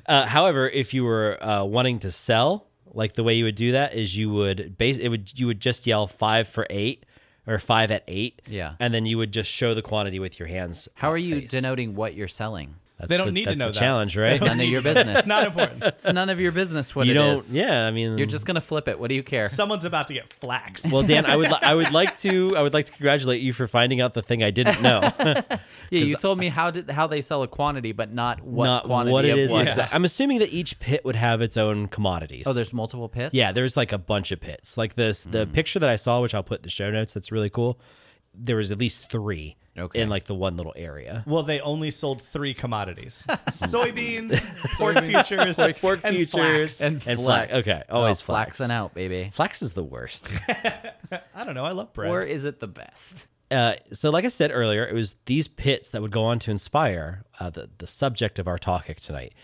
Speaker 3: Uh, however, if you were uh, wanting to sell, like the way you would do that is you would base it would you would just yell five for eight or five at eight.
Speaker 1: Yeah.
Speaker 3: And then you would just show the quantity with your hands.
Speaker 1: How are you
Speaker 3: out-faced.
Speaker 1: denoting what you're
Speaker 3: [LAUGHS]
Speaker 1: selling?
Speaker 3: That's
Speaker 2: They don't
Speaker 3: the-
Speaker 2: need to
Speaker 3: that's
Speaker 2: know
Speaker 3: the
Speaker 2: that.
Speaker 3: challenge, right?
Speaker 1: None
Speaker 3: [LAUGHS]
Speaker 1: of your business.
Speaker 2: It's not important.
Speaker 1: it's none of your business what
Speaker 3: you
Speaker 1: it
Speaker 3: don't.
Speaker 1: is.
Speaker 3: Yeah, I mean,
Speaker 1: You're just gonna flip it. What do you care?
Speaker 2: Someone's about to get flax.
Speaker 3: Well, Dan, I would li- I would like to I would like to congratulate you for finding out the thing I didn't know,
Speaker 1: yeah, you told me how did how they sell a quantity, but not [LAUGHS] what
Speaker 3: not
Speaker 1: quantity
Speaker 3: what it
Speaker 1: of
Speaker 3: is.
Speaker 1: what.
Speaker 3: exact- I'm assuming that each pit would have its own commodities.
Speaker 1: Oh, there's Hmm. multiple pits.
Speaker 3: yeah, there's like a bunch of pits. Like this, the picture that I saw, which I'll put in the show notes. That's really cool. There was at least three
Speaker 1: Okay.
Speaker 3: in like the one little area.
Speaker 2: Well, they only sold three commodities: soybeans, pork futures, and
Speaker 3: futures.
Speaker 2: flax.
Speaker 1: and flax.
Speaker 3: And flax. Okay, always
Speaker 1: oh,
Speaker 3: flax.
Speaker 1: flaxing out, baby.
Speaker 3: Flax is the worst.
Speaker 2: I don't know. I love bread.
Speaker 1: Or is it the best?
Speaker 3: Uh, so, like I said earlier, it was these pits that would go on to inspire uh, the, the subject of our topic tonight.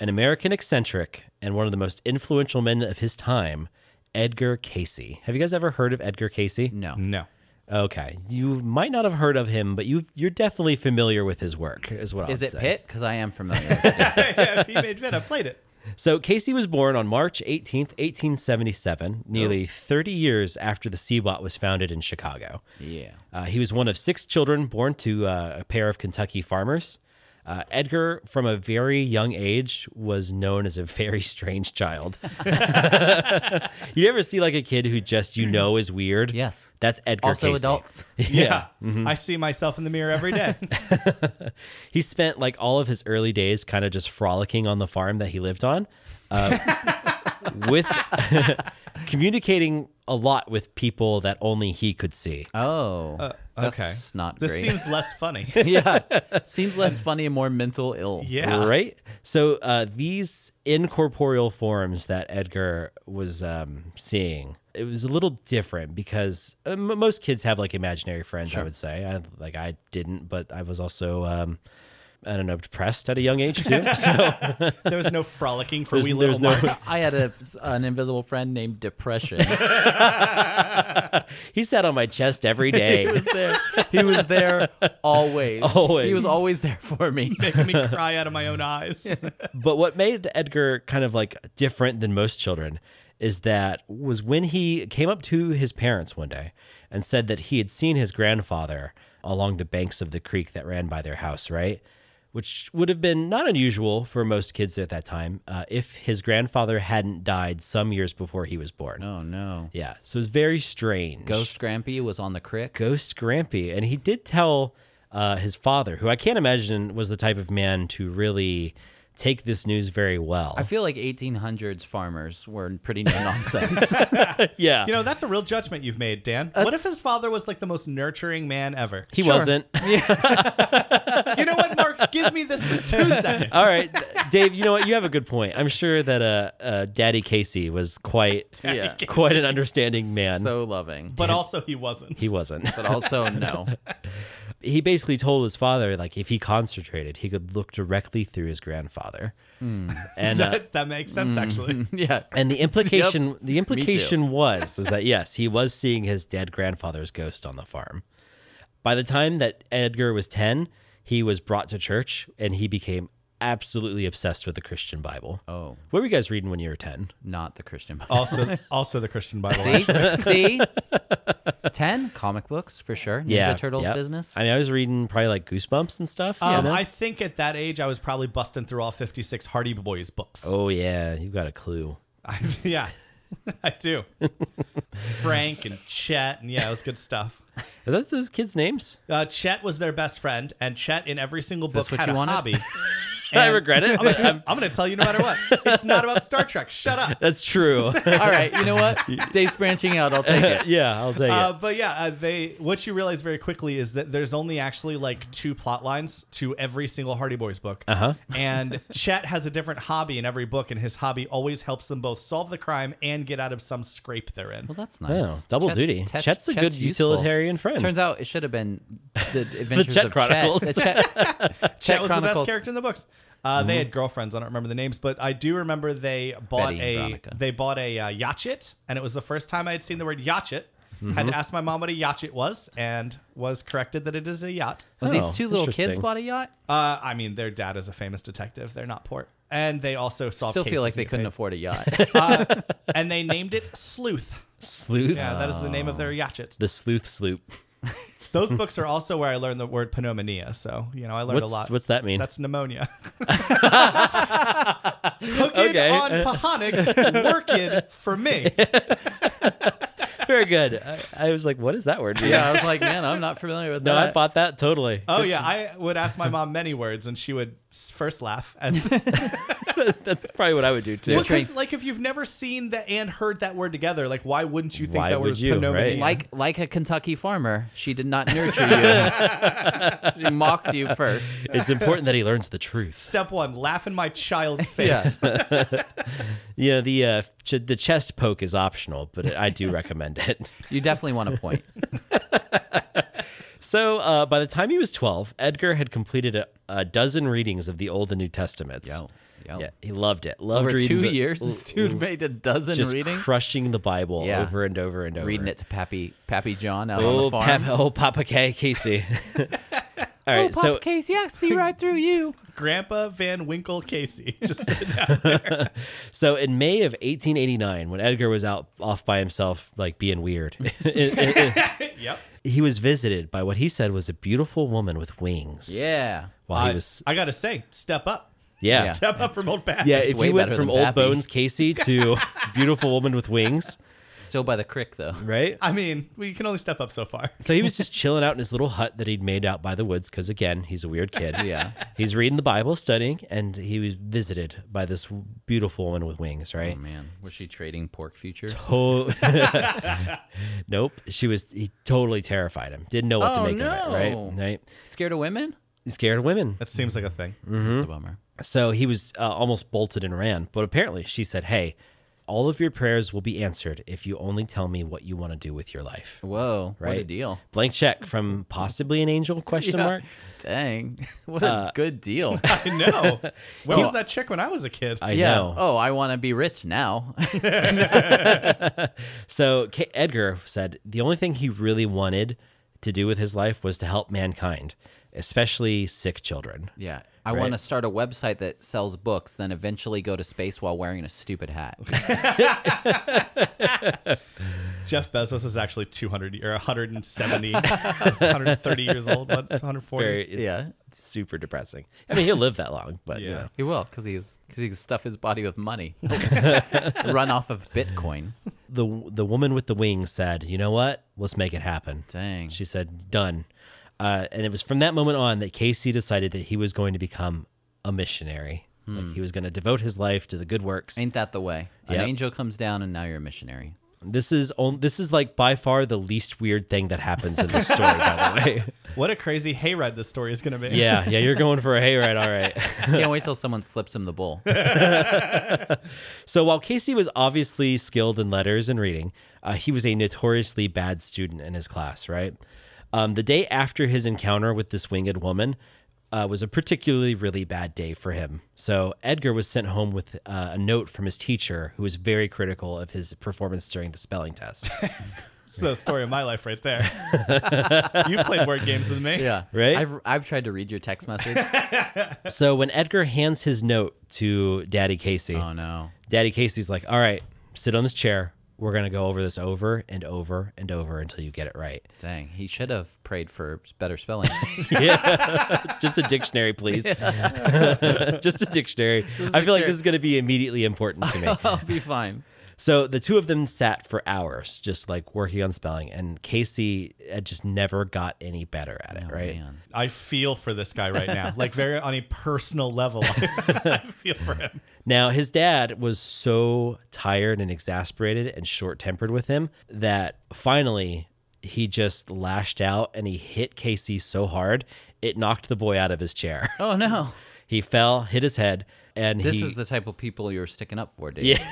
Speaker 3: An American eccentric and one of the most influential men of his time, Edgar Casey. Have you guys ever heard of Edgar Casey?
Speaker 1: No.
Speaker 2: no. [LAUGHS]
Speaker 3: Okay. You might not have heard of him, but you, you're definitely familiar with his work, is what I
Speaker 1: Is
Speaker 3: would
Speaker 1: it
Speaker 3: say.
Speaker 1: pit? Because I am familiar.
Speaker 3: [LAUGHS]
Speaker 1: with it.
Speaker 2: yeah, if he made Vin, I played it.
Speaker 3: So Casey was born on March 18th, 1877,
Speaker 1: Oh.
Speaker 3: nearly 30 years after the Seabot was founded in Chicago.
Speaker 1: Yeah.
Speaker 3: Uh, he was one of six children born to uh, a pair of Kentucky farmers. Uh, Edgar, from a very young age, was known as a very strange child. [LAUGHS] you ever see like a kid who just you know is weird?
Speaker 1: Yes.
Speaker 3: That's Edgar
Speaker 1: Also,
Speaker 3: Casey.
Speaker 1: adults.
Speaker 2: Yeah, I see myself in the mirror every day. [LAUGHS]
Speaker 3: he spent like all of his early days kind of just frolicking on the farm that he lived on uh, [LAUGHS] with [LAUGHS] communicating a lot with people that only he could see
Speaker 1: Oh, that's
Speaker 2: okay.
Speaker 1: not
Speaker 2: this
Speaker 1: great.
Speaker 2: seems less
Speaker 3: [LAUGHS]
Speaker 2: funny.
Speaker 1: [LAUGHS] yeah, [LAUGHS] seems less funny and more mental ill.
Speaker 2: Yeah,
Speaker 3: right so uh, these incorporeal forms that edgar was um, seeing it was a little different because uh, m- most kids have like imaginary friends i would say I, like i didn't but i was also um, i don't know depressed at a young age
Speaker 1: [LAUGHS]
Speaker 3: too so
Speaker 2: There was no frolicking for
Speaker 3: there's,
Speaker 2: wee
Speaker 3: there's
Speaker 2: little
Speaker 3: no
Speaker 2: Mark.
Speaker 1: I had a, an invisible friend named Depression.
Speaker 3: [LAUGHS] He sat on my chest every
Speaker 1: [LAUGHS]
Speaker 3: day.
Speaker 1: He was there. He was [LAUGHS] there always.
Speaker 3: Always.
Speaker 1: He was always there for me.
Speaker 2: making
Speaker 3: [LAUGHS]
Speaker 2: me cry out of my own eyes.
Speaker 3: but what made Edgar kind of like different than most children is that was when he came up to his parents one day and said that he had seen his grandfather along the banks of the creek that ran by their house, right? Which would have been not unusual for most kids at that time uh, if his grandfather hadn't died some years before he was
Speaker 1: [LAUGHS]
Speaker 3: born.
Speaker 1: Oh no.
Speaker 3: Yeah, so it was very strange.
Speaker 1: Ghost Grampy was on the crick.
Speaker 3: Ghost Grampy, and he did tell uh, his father, who I can't imagine was the type of man to really take this news very well.
Speaker 1: I feel like 1800s farmers were pretty no [LAUGHS] nonsense.
Speaker 3: yeah,
Speaker 2: You know, that's a real judgment you've made, Dan. What if his father was like the most nurturing man ever?
Speaker 3: he
Speaker 1: sure.
Speaker 2: [LAUGHS]
Speaker 3: wasn't.
Speaker 2: You know what, Mark? Give me this
Speaker 3: [LAUGHS]
Speaker 2: for two seconds.
Speaker 3: All right, Dave. You know what? You have a good point. I'm sure that uh, uh, Daddy Casey was
Speaker 2: [LAUGHS]
Speaker 3: quite,
Speaker 1: yeah.
Speaker 3: quite an understanding man.
Speaker 1: So loving.
Speaker 2: But also, he wasn't.
Speaker 3: he wasn't. [LAUGHS]
Speaker 1: but also [LAUGHS] no.
Speaker 3: he basically told his father like if he concentrated, he could look directly through his grandfather.
Speaker 1: Hmm. [LAUGHS]
Speaker 3: And uh,
Speaker 2: [LAUGHS] that, that makes sense, actually.
Speaker 1: Yeah.
Speaker 3: And the implication
Speaker 1: [LAUGHS]
Speaker 3: the implication was is that yes, he was seeing his dead grandfather's ghost on the farm. By the time that Edgar was 10, he was brought to church and he became absolutely obsessed with the Christian Bible.
Speaker 1: Oh.
Speaker 3: What were you guys reading when you were 10?
Speaker 1: Not the Christian Bible.
Speaker 2: Also, also the Christian
Speaker 1: [LAUGHS]
Speaker 2: Bible.
Speaker 1: See, see, ten comic books for sure. Ninja Turtles
Speaker 3: yep.
Speaker 1: [LAUGHS] business.
Speaker 3: I mean, I was reading probably like Goosebumps and stuff. you
Speaker 2: Um,
Speaker 3: know?
Speaker 2: I think at that age, I was probably busting through all 56 Hardy Boys books. [LAUGHS]
Speaker 3: oh, yeah. You got a clue.
Speaker 2: yeah, [LAUGHS] I
Speaker 3: [LAUGHS]
Speaker 2: do. Frank and Chet, and yeah, it was good stuff.
Speaker 3: Are that those kids' names?
Speaker 2: Uh, Chet was their best friend, and Chet in every single
Speaker 1: this
Speaker 2: book
Speaker 1: what
Speaker 2: had
Speaker 1: you
Speaker 2: a
Speaker 1: wanted? [LAUGHS]
Speaker 2: hobby.
Speaker 3: I regret it.
Speaker 2: I'm, gonna, I'm gonna tell you no matter what. It's not about Star Trek.
Speaker 3: [LAUGHS]
Speaker 2: Shut up.
Speaker 3: That's true.
Speaker 1: All right, you know [LAUGHS] what? Dave's branching out. I'll take it.
Speaker 3: yeah, I'll take
Speaker 2: Uh,
Speaker 3: it.
Speaker 2: but yeah, uh, they what you realize very quickly is that there's only actually like two plot lines to every single Hardy Boys book, uh-huh. and Chet has a different hobby in every book, and his hobby always helps them both solve the crime and get out of some scrape they're in.
Speaker 1: Well, that's nice.
Speaker 3: Oh, double duty. Chet's a good utilitarian friend.
Speaker 1: Turns out it should have been the
Speaker 3: [LAUGHS]
Speaker 1: Adventures
Speaker 3: Chet
Speaker 1: of
Speaker 3: Chronicles.
Speaker 1: Chet. The Chet, Chet
Speaker 2: Chet was
Speaker 1: Chronicles.
Speaker 2: the
Speaker 1: Mm-hmm.
Speaker 2: best character in the books. Uh, They had girlfriends. I don't remember the names, but I do remember they bought
Speaker 1: Betty and
Speaker 2: a
Speaker 1: Veronica.
Speaker 2: they bought a uh, yachit, and it was the first time I had seen the word yachit.
Speaker 1: Mm-hmm.
Speaker 2: Had to ask my mom what a yachit was, and was corrected that it is a yacht.
Speaker 1: Well,
Speaker 3: Oh,
Speaker 1: these two little kids
Speaker 3: interesting.
Speaker 1: bought a yacht.
Speaker 2: Uh, I mean, their dad is a famous detective. They're not poor, and they also solve.
Speaker 1: Still feel
Speaker 2: cases
Speaker 1: like they
Speaker 2: and get
Speaker 1: couldn't
Speaker 2: paid.
Speaker 1: afford a
Speaker 3: [LAUGHS]
Speaker 1: yacht. [LAUGHS]
Speaker 2: And they named it Sleuth.
Speaker 3: Sleuth.
Speaker 2: Yeah, that is the name of
Speaker 1: Oh.
Speaker 2: their yachit.
Speaker 3: the sleuth sloop.
Speaker 2: Those books are also where I learned the word pneumonia. So you know, I learned
Speaker 3: What's-
Speaker 2: a lot.
Speaker 3: what's that mean?
Speaker 2: That's pneumonia. [LAUGHS] Hooked
Speaker 3: Okay.
Speaker 2: on Pahonics, working for me.
Speaker 3: [LAUGHS] Very good. I, I was like, what is that word? mean?
Speaker 1: yeah, I was like, man, I'm not familiar with
Speaker 3: No, I
Speaker 1: that.
Speaker 3: bought that totally.
Speaker 2: Oh yeah, I would ask my mom many words, and she would s- first laugh. And
Speaker 3: [LAUGHS] That's probably what I would do too.
Speaker 2: Well, 'cause, like if you've never seen that and heard that word together, like why wouldn't you think
Speaker 3: Why
Speaker 2: that word
Speaker 3: would
Speaker 2: was
Speaker 3: you,
Speaker 2: pneumonia?
Speaker 3: right?
Speaker 1: like like a Kentucky farmer, she did
Speaker 3: [LAUGHS]
Speaker 1: not nurture you. she mocked you first.
Speaker 3: It's important that he learns the truth.
Speaker 2: Step one, laugh in my
Speaker 3: [LAUGHS]
Speaker 2: child's face.
Speaker 3: Yeah, the uh, ch- the chest poke is optional, but I do recommend it.
Speaker 1: You definitely want a
Speaker 3: [LAUGHS]
Speaker 1: point.
Speaker 3: So uh, by the time he was 12, Edgar had completed a, a dozen readings of the Old and New Testaments.
Speaker 1: Yo, yo.
Speaker 3: Yeah, he loved it. Loved
Speaker 1: Over
Speaker 3: reading
Speaker 1: two
Speaker 3: the-
Speaker 1: years, this dude made a dozen
Speaker 3: just
Speaker 1: readings.
Speaker 3: crushing the Bible
Speaker 1: Yeah.
Speaker 3: over and over and over.
Speaker 1: reading it to Pappy Pappy John out on
Speaker 3: Oh,
Speaker 1: the farm. Oh,
Speaker 3: Pap- oh, Papa K, Casey. [LAUGHS] All right, so
Speaker 1: Casey, I see right through
Speaker 3: [LAUGHS]
Speaker 1: you.
Speaker 2: Grandpa Van Winkle Casey. [LAUGHS] Just
Speaker 3: so in May of 1889, when Edgar was out off by himself, like being weird, [LAUGHS]
Speaker 2: yep.
Speaker 3: he was visited by what he said was a beautiful woman with wings.
Speaker 1: Yeah.
Speaker 3: while
Speaker 2: I-
Speaker 3: he was,
Speaker 2: I gotta say, step up.
Speaker 3: yeah, yeah.
Speaker 2: Step up from old Pat.
Speaker 3: if
Speaker 1: way
Speaker 3: you went
Speaker 1: better
Speaker 3: from
Speaker 1: than
Speaker 3: old
Speaker 1: Pappy.
Speaker 3: bones Casey to [LAUGHS] beautiful woman with wings,
Speaker 1: Still by the crick though.
Speaker 3: right?
Speaker 2: I mean, we can only step up so far.
Speaker 3: So he was just chilling out in his little hut that he'd made out by the woods because, again, he's a weird kid.
Speaker 1: [LAUGHS] Yeah.
Speaker 3: He's reading the Bible, studying, and he was visited by this beautiful woman with wings, right?
Speaker 1: Oh, Man, was she trading pork futures?
Speaker 3: Oh,
Speaker 1: [LAUGHS]
Speaker 3: [LAUGHS] nope. She was, he totally terrified him. Didn't know what to
Speaker 1: Oh,
Speaker 3: make of it,
Speaker 1: no.
Speaker 3: right? Right?
Speaker 1: Scared of women?
Speaker 3: He's scared of women.
Speaker 2: That seems like
Speaker 3: [LAUGHS]
Speaker 2: a thing.
Speaker 1: That's a bummer.
Speaker 3: So he was uh, almost bolted and ran. But apparently she said, hey, all of your prayers will be answered if you only tell me what you want to do with your life.
Speaker 1: Whoa,
Speaker 3: Right.
Speaker 1: what a deal.
Speaker 3: Blank check from possibly an angel question
Speaker 1: Yeah.
Speaker 3: mark.
Speaker 1: Dang. [LAUGHS] What a good [LAUGHS] deal.
Speaker 2: I know. Where was that chick when I was a kid?
Speaker 3: I
Speaker 1: yeah.
Speaker 3: know.
Speaker 1: Oh, I want to be rich now. [LAUGHS]
Speaker 3: So K- Edgar said the only thing he really wanted to do with his life was to help mankind, especially sick children.
Speaker 1: yeah. I
Speaker 3: Right.
Speaker 1: want to start a website that sells books, then eventually go to space while wearing a stupid hat.
Speaker 2: Jeff Bezos is actually 200 or 170, 130 years old. What's 140?
Speaker 3: Very, it's
Speaker 1: Yeah.
Speaker 3: super depressing. I mean, he'll live that long, but you
Speaker 2: Yeah.
Speaker 3: know.
Speaker 1: [LAUGHS] he will, because he's because he can stuff his body with money, [LAUGHS] run off of Bitcoin.
Speaker 3: the the woman with the wings said, "You know what? Let's make it happen."
Speaker 1: Dang.
Speaker 3: She said, "Done." Uh, and it was from that moment on that Casey decided that he was going to become a missionary. Like
Speaker 1: Hmm.
Speaker 3: he was going to devote his life to the good works.
Speaker 1: Ain't that the way?
Speaker 3: Yep.
Speaker 1: An angel comes down, and now you're a missionary.
Speaker 3: this is on, this is like by far the least weird thing that happens in this story, by
Speaker 1: [LAUGHS]
Speaker 3: the way.
Speaker 2: What a crazy hayride this story is going to be.
Speaker 3: Yeah, yeah, you're going for a hayride, all right.
Speaker 1: Can't wait till someone slips him the bowl.
Speaker 3: So while Casey was obviously skilled in letters and reading, uh, he was a notoriously bad student in his class, right? Um, the day after his encounter with this winged woman uh, was a particularly really bad day for him. So Edgar was sent home with uh, a note from his teacher who was very critical of his performance during the spelling test.
Speaker 2: [LAUGHS] It's the story of my life right
Speaker 3: [LAUGHS]
Speaker 2: there. You've played word games with
Speaker 1: [LAUGHS]
Speaker 2: me.
Speaker 1: Yeah.
Speaker 3: Right?
Speaker 1: I've I've tried to read your text message.
Speaker 3: So when Edgar hands his note to Daddy Casey,
Speaker 1: oh no.
Speaker 3: Daddy Casey's like, "All right, sit on this chair. We're gonna go over this over and over and over until you get it right.
Speaker 1: Dang. He should have prayed for better [LAUGHS] spelling.
Speaker 3: Just a dictionary, please. [LAUGHS] Just a dictionary. I feel like
Speaker 1: dictionary.
Speaker 3: this is gonna be immediately important to me."
Speaker 1: I'll be fine.
Speaker 3: So the two of them sat for hours, just like working on spelling, and Casey uh, just never got any better at it. right?
Speaker 1: Man.
Speaker 2: I feel for this guy right now, like very on a personal level. [LAUGHS] I feel for him.
Speaker 3: Now, his dad was so tired and exasperated and short tempered with him that finally he just lashed out and he hit Casey so hard it knocked the boy out of his chair.
Speaker 1: Oh no.
Speaker 3: [LAUGHS] he fell, hit his head, and
Speaker 1: This
Speaker 3: he.
Speaker 1: is the type of people you're sticking up for, dude.
Speaker 3: yeah,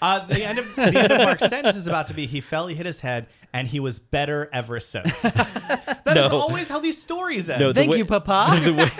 Speaker 2: Uh, the end of the end
Speaker 3: [LAUGHS]
Speaker 2: of Mark's sentence is about to be: he fell, he hit his head, and he was better ever
Speaker 3: [LAUGHS]
Speaker 2: since. That
Speaker 3: [LAUGHS]
Speaker 2: is
Speaker 3: No. [LAUGHS]
Speaker 2: always how these stories end.
Speaker 3: No,
Speaker 1: [LAUGHS]
Speaker 3: the
Speaker 1: Thank
Speaker 3: way-
Speaker 1: you, Papa. [LAUGHS]
Speaker 3: the way-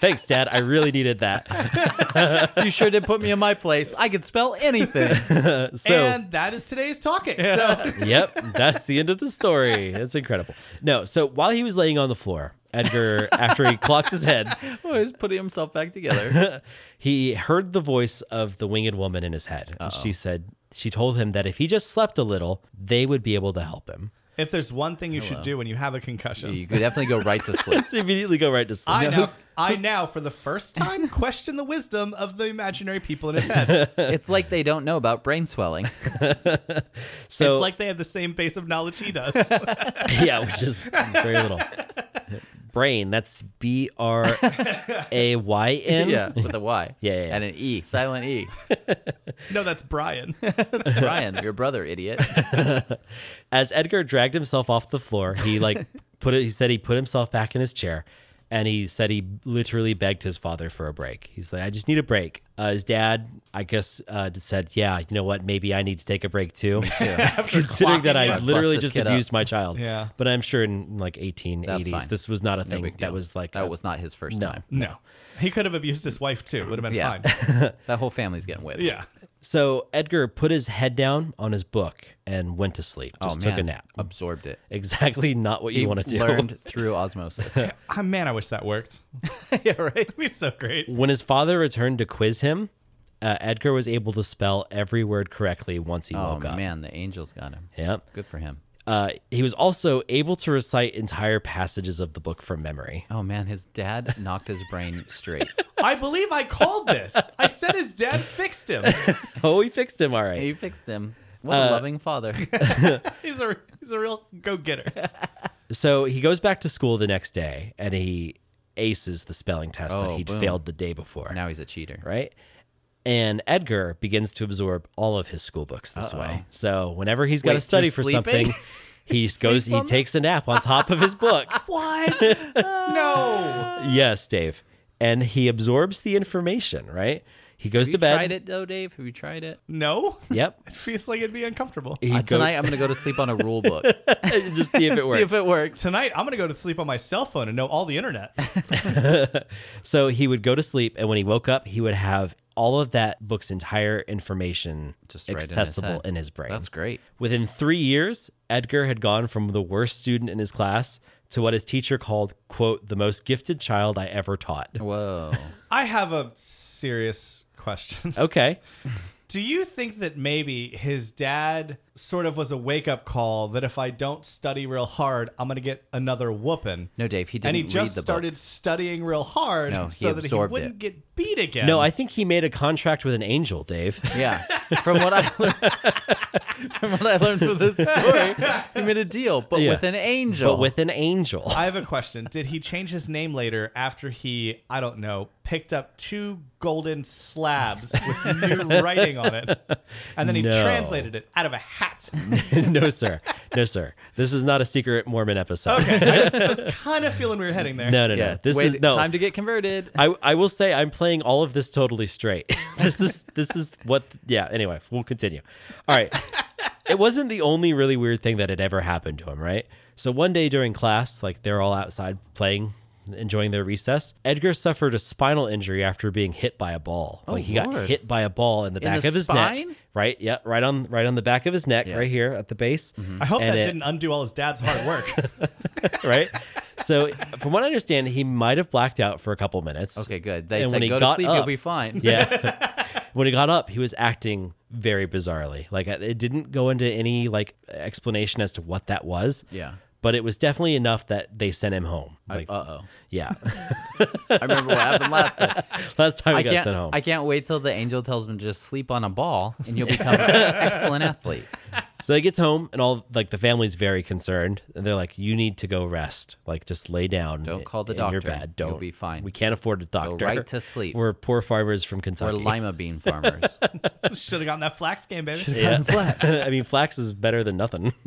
Speaker 3: Thanks, Dad. I really needed that.
Speaker 1: [LAUGHS] you sure did put me in my place. I could spell anything. [LAUGHS]
Speaker 3: So,
Speaker 2: and that is today's talking. So
Speaker 3: yep, that's the end of the story. That's incredible. No, so while he was laying on the floor, Edgar, after he clocks
Speaker 1: [LAUGHS]
Speaker 3: his head,
Speaker 1: Oh, he's putting himself back [LAUGHS] together.
Speaker 3: he heard the voice of the winged woman in his head. And she said, she told him that if he just slept a little, they would be able to help him. [LAUGHS]
Speaker 2: if there's one thing
Speaker 3: Oh,
Speaker 2: you should do when you have a concussion,
Speaker 1: you could definitely go right to sleep.
Speaker 3: Let's immediately go right to sleep.
Speaker 2: I now, I now, for the
Speaker 3: [LAUGHS]
Speaker 2: first time, question the wisdom of the imaginary people in his head.
Speaker 1: [LAUGHS] It's like they don't know about brain swelling.
Speaker 3: so,
Speaker 2: it's like they have the same base of knowledge
Speaker 3: [LAUGHS]
Speaker 2: he does. [LAUGHS]
Speaker 3: yeah, which is very little. Brain, that's B R A Y
Speaker 2: [LAUGHS]
Speaker 3: N.
Speaker 1: [LAUGHS] Yeah, [LAUGHS] with a Y.
Speaker 3: Yeah, yeah, yeah.
Speaker 1: And an E, silent E.
Speaker 2: no, that's Brian.
Speaker 1: It's [LAUGHS] Brian, your brother, [LAUGHS] idiot.
Speaker 3: As Edgar dragged himself off the floor, he like put it, he said he put himself back in his chair and he said he literally begged his father for a break. He's like, I just need a break. Uh, his dad, I guess, uh, just said, Yeah, you know what? Maybe I need to take a break
Speaker 2: [LAUGHS]
Speaker 3: too. [LAUGHS] Considering that
Speaker 2: clocking
Speaker 3: I
Speaker 2: it.
Speaker 3: literally
Speaker 1: Bust this
Speaker 3: just
Speaker 1: kid up.
Speaker 3: abused my child.
Speaker 2: Yeah.
Speaker 3: But I'm sure in like 1880s,
Speaker 1: fine.
Speaker 3: this was not a thing.
Speaker 1: Big
Speaker 3: that
Speaker 1: deal.
Speaker 3: was
Speaker 1: [LAUGHS]
Speaker 3: like,
Speaker 1: that
Speaker 3: a-
Speaker 1: was not his first
Speaker 3: no.
Speaker 1: time.
Speaker 2: No. He could have abused his wife too. Would have been
Speaker 1: Yeah.
Speaker 2: fine.
Speaker 1: That whole family's getting whipped.
Speaker 2: Yeah.
Speaker 3: So Edgar put his head down on his book and went to sleep.
Speaker 1: Oh,
Speaker 3: Just
Speaker 1: man.
Speaker 3: took a nap.
Speaker 1: Absorbed it.
Speaker 3: Exactly not what
Speaker 1: He
Speaker 3: you want to do.
Speaker 1: learned through osmosis.
Speaker 2: Ah, man, I wish that worked.
Speaker 1: [LAUGHS] yeah, right?
Speaker 2: It'd be so
Speaker 3: [LAUGHS]
Speaker 2: great.
Speaker 3: When his father returned to quiz him, uh, Edgar was able to spell every word correctly once he
Speaker 1: Oh,
Speaker 3: woke up.
Speaker 1: man, the angels got him.
Speaker 3: Yep.
Speaker 1: Good for him.
Speaker 3: Uh, he was also able to recite entire passages of the book
Speaker 1: [LAUGHS]
Speaker 3: from memory.
Speaker 1: Oh, man, his
Speaker 3: [LAUGHS]
Speaker 1: dad knocked his brain straight.
Speaker 2: I believe I called this. I said his dad fixed him.
Speaker 3: Oh, we fixed him all right.
Speaker 1: He fixed him. What
Speaker 3: Uh,
Speaker 1: a loving
Speaker 3: [LAUGHS]
Speaker 1: father.
Speaker 2: He's a he's a real go getter.
Speaker 3: So he goes back to school the next day and he aces the spelling test that
Speaker 1: Oh,
Speaker 3: he'd
Speaker 1: boom.
Speaker 3: failed the day before.
Speaker 1: now he's a cheater.
Speaker 3: right? And Edgar begins to absorb all of his school books this way. So whenever he's got
Speaker 1: Wait,
Speaker 3: to study
Speaker 1: you're [LAUGHS]
Speaker 3: for
Speaker 1: sleeping?
Speaker 3: something, he just goes, he
Speaker 1: on that?
Speaker 3: takes a nap on top of
Speaker 1: [LAUGHS]
Speaker 3: his book.
Speaker 2: What? no.
Speaker 3: Yes, Dave. And he absorbs the information, right? He goes
Speaker 1: Have
Speaker 3: to
Speaker 1: you
Speaker 3: bed.
Speaker 1: tried it, though, Dave? Have you tried it?
Speaker 2: No.
Speaker 3: Yep.
Speaker 1: [LAUGHS]
Speaker 2: It feels like it'd be uncomfortable.
Speaker 3: He
Speaker 1: Uh,
Speaker 3: go-
Speaker 1: tonight, I'm going to go to sleep on a rule
Speaker 3: [LAUGHS]
Speaker 1: book.
Speaker 3: just see if it works.
Speaker 1: See if it works.
Speaker 2: Tonight I'm gonna go to sleep on my cell phone and know all the internet.
Speaker 3: so he would go to sleep, and when he woke up, he would have all of that book's entire information
Speaker 1: Just right in his
Speaker 3: accessible
Speaker 1: head.
Speaker 3: in his brain.
Speaker 1: That's great.
Speaker 3: Within three years, Edgar had gone from the worst student in his class to what his teacher called, quote, the most gifted child I ever taught.
Speaker 1: Whoa.
Speaker 2: I have a serious question. [LAUGHS]
Speaker 3: Okay.
Speaker 2: Do you think that maybe his dad sort of was a wake up call that if I don't study real hard, I'm going to get another whooping?
Speaker 1: No, Dave, he didn't
Speaker 2: and he
Speaker 1: read
Speaker 2: just
Speaker 1: the
Speaker 2: started studying real hard
Speaker 1: No, he
Speaker 2: so that he
Speaker 1: absorbed
Speaker 2: wouldn't
Speaker 1: it.
Speaker 2: get beat again.
Speaker 3: No, I think he made a contract with an
Speaker 1: [LAUGHS]
Speaker 3: angel, Dave.
Speaker 1: book. Yeah. From
Speaker 3: [LAUGHS]
Speaker 1: what I learned, from what I learned from this story, he made a deal, but
Speaker 3: Yeah.
Speaker 1: with an angel.
Speaker 3: but with an angel. [LAUGHS]
Speaker 2: I have a question. Did he change his name later after he, I don't know, picked up two golden slabs
Speaker 1: [LAUGHS]
Speaker 2: with new writing on it? And then he
Speaker 3: No.
Speaker 2: translated it out of a hat. [LAUGHS]
Speaker 3: no, sir. No, sir. This is not a secret Mormon episode.
Speaker 2: Okay. I, just, I was kind of feeling we were heading there.
Speaker 3: No, no,
Speaker 1: yeah.
Speaker 3: no. This
Speaker 1: Wait,
Speaker 3: is no.
Speaker 1: time to get converted.
Speaker 3: I, I will say I'm playing all of this totally straight. [LAUGHS] this is this is what yeah, anyway, we'll continue.
Speaker 1: [LAUGHS]
Speaker 3: All right. It wasn't the only really weird thing that had ever happened to him, right? So one day during class, like they're all outside playing enjoying their recess. Edgar suffered a spinal injury after being hit by a ball. like he got
Speaker 1: Oh, Lord.
Speaker 3: hit by a ball in the back
Speaker 1: the
Speaker 3: of his
Speaker 1: spine?
Speaker 3: neck. Right? Yeah, right on right on the back of his neck,
Speaker 1: Yeah. Mm-hmm.
Speaker 3: right here at the base.
Speaker 2: I hope
Speaker 3: And
Speaker 2: that
Speaker 3: it-
Speaker 2: didn't undo all his dad's hard work.
Speaker 3: [LAUGHS]
Speaker 1: [LAUGHS]
Speaker 3: right? So, from what I understand, he might have blacked out for a couple minutes.
Speaker 1: Okay, good. They
Speaker 3: And when
Speaker 1: said
Speaker 3: he
Speaker 1: go to
Speaker 3: got
Speaker 1: sleep, you'll
Speaker 3: up-
Speaker 1: be fine.
Speaker 3: Yeah.
Speaker 1: [LAUGHS]
Speaker 3: when he got up, he was acting very bizarrely. Like it didn't go into any like explanation as to what that was.
Speaker 1: Yeah.
Speaker 3: But it was definitely enough that they sent him home. Like,
Speaker 1: Uh oh.
Speaker 3: yeah. [LAUGHS]
Speaker 1: I remember what happened last time.
Speaker 3: Last time he
Speaker 1: I
Speaker 3: got
Speaker 1: can't.
Speaker 3: sent home.
Speaker 1: I can't wait till the angel tells him just sleep on a ball and you'll become an excellent athlete.
Speaker 3: so he gets home and all like the family's very concerned and they're like, "You need to go rest. Like just lay down.
Speaker 1: Don't
Speaker 3: i-
Speaker 1: call the
Speaker 3: in
Speaker 1: doctor.
Speaker 3: Your bed.
Speaker 1: You'll
Speaker 3: Don't
Speaker 1: be fine.
Speaker 3: We can't afford a doctor.
Speaker 1: right to sleep.
Speaker 3: We're poor farmers from
Speaker 1: We're
Speaker 3: Kentucky.
Speaker 1: lima bean farmers.
Speaker 2: Should have gotten that flax game, baby.
Speaker 3: Yeah. [LAUGHS] I mean, flax is better than nothing. [LAUGHS]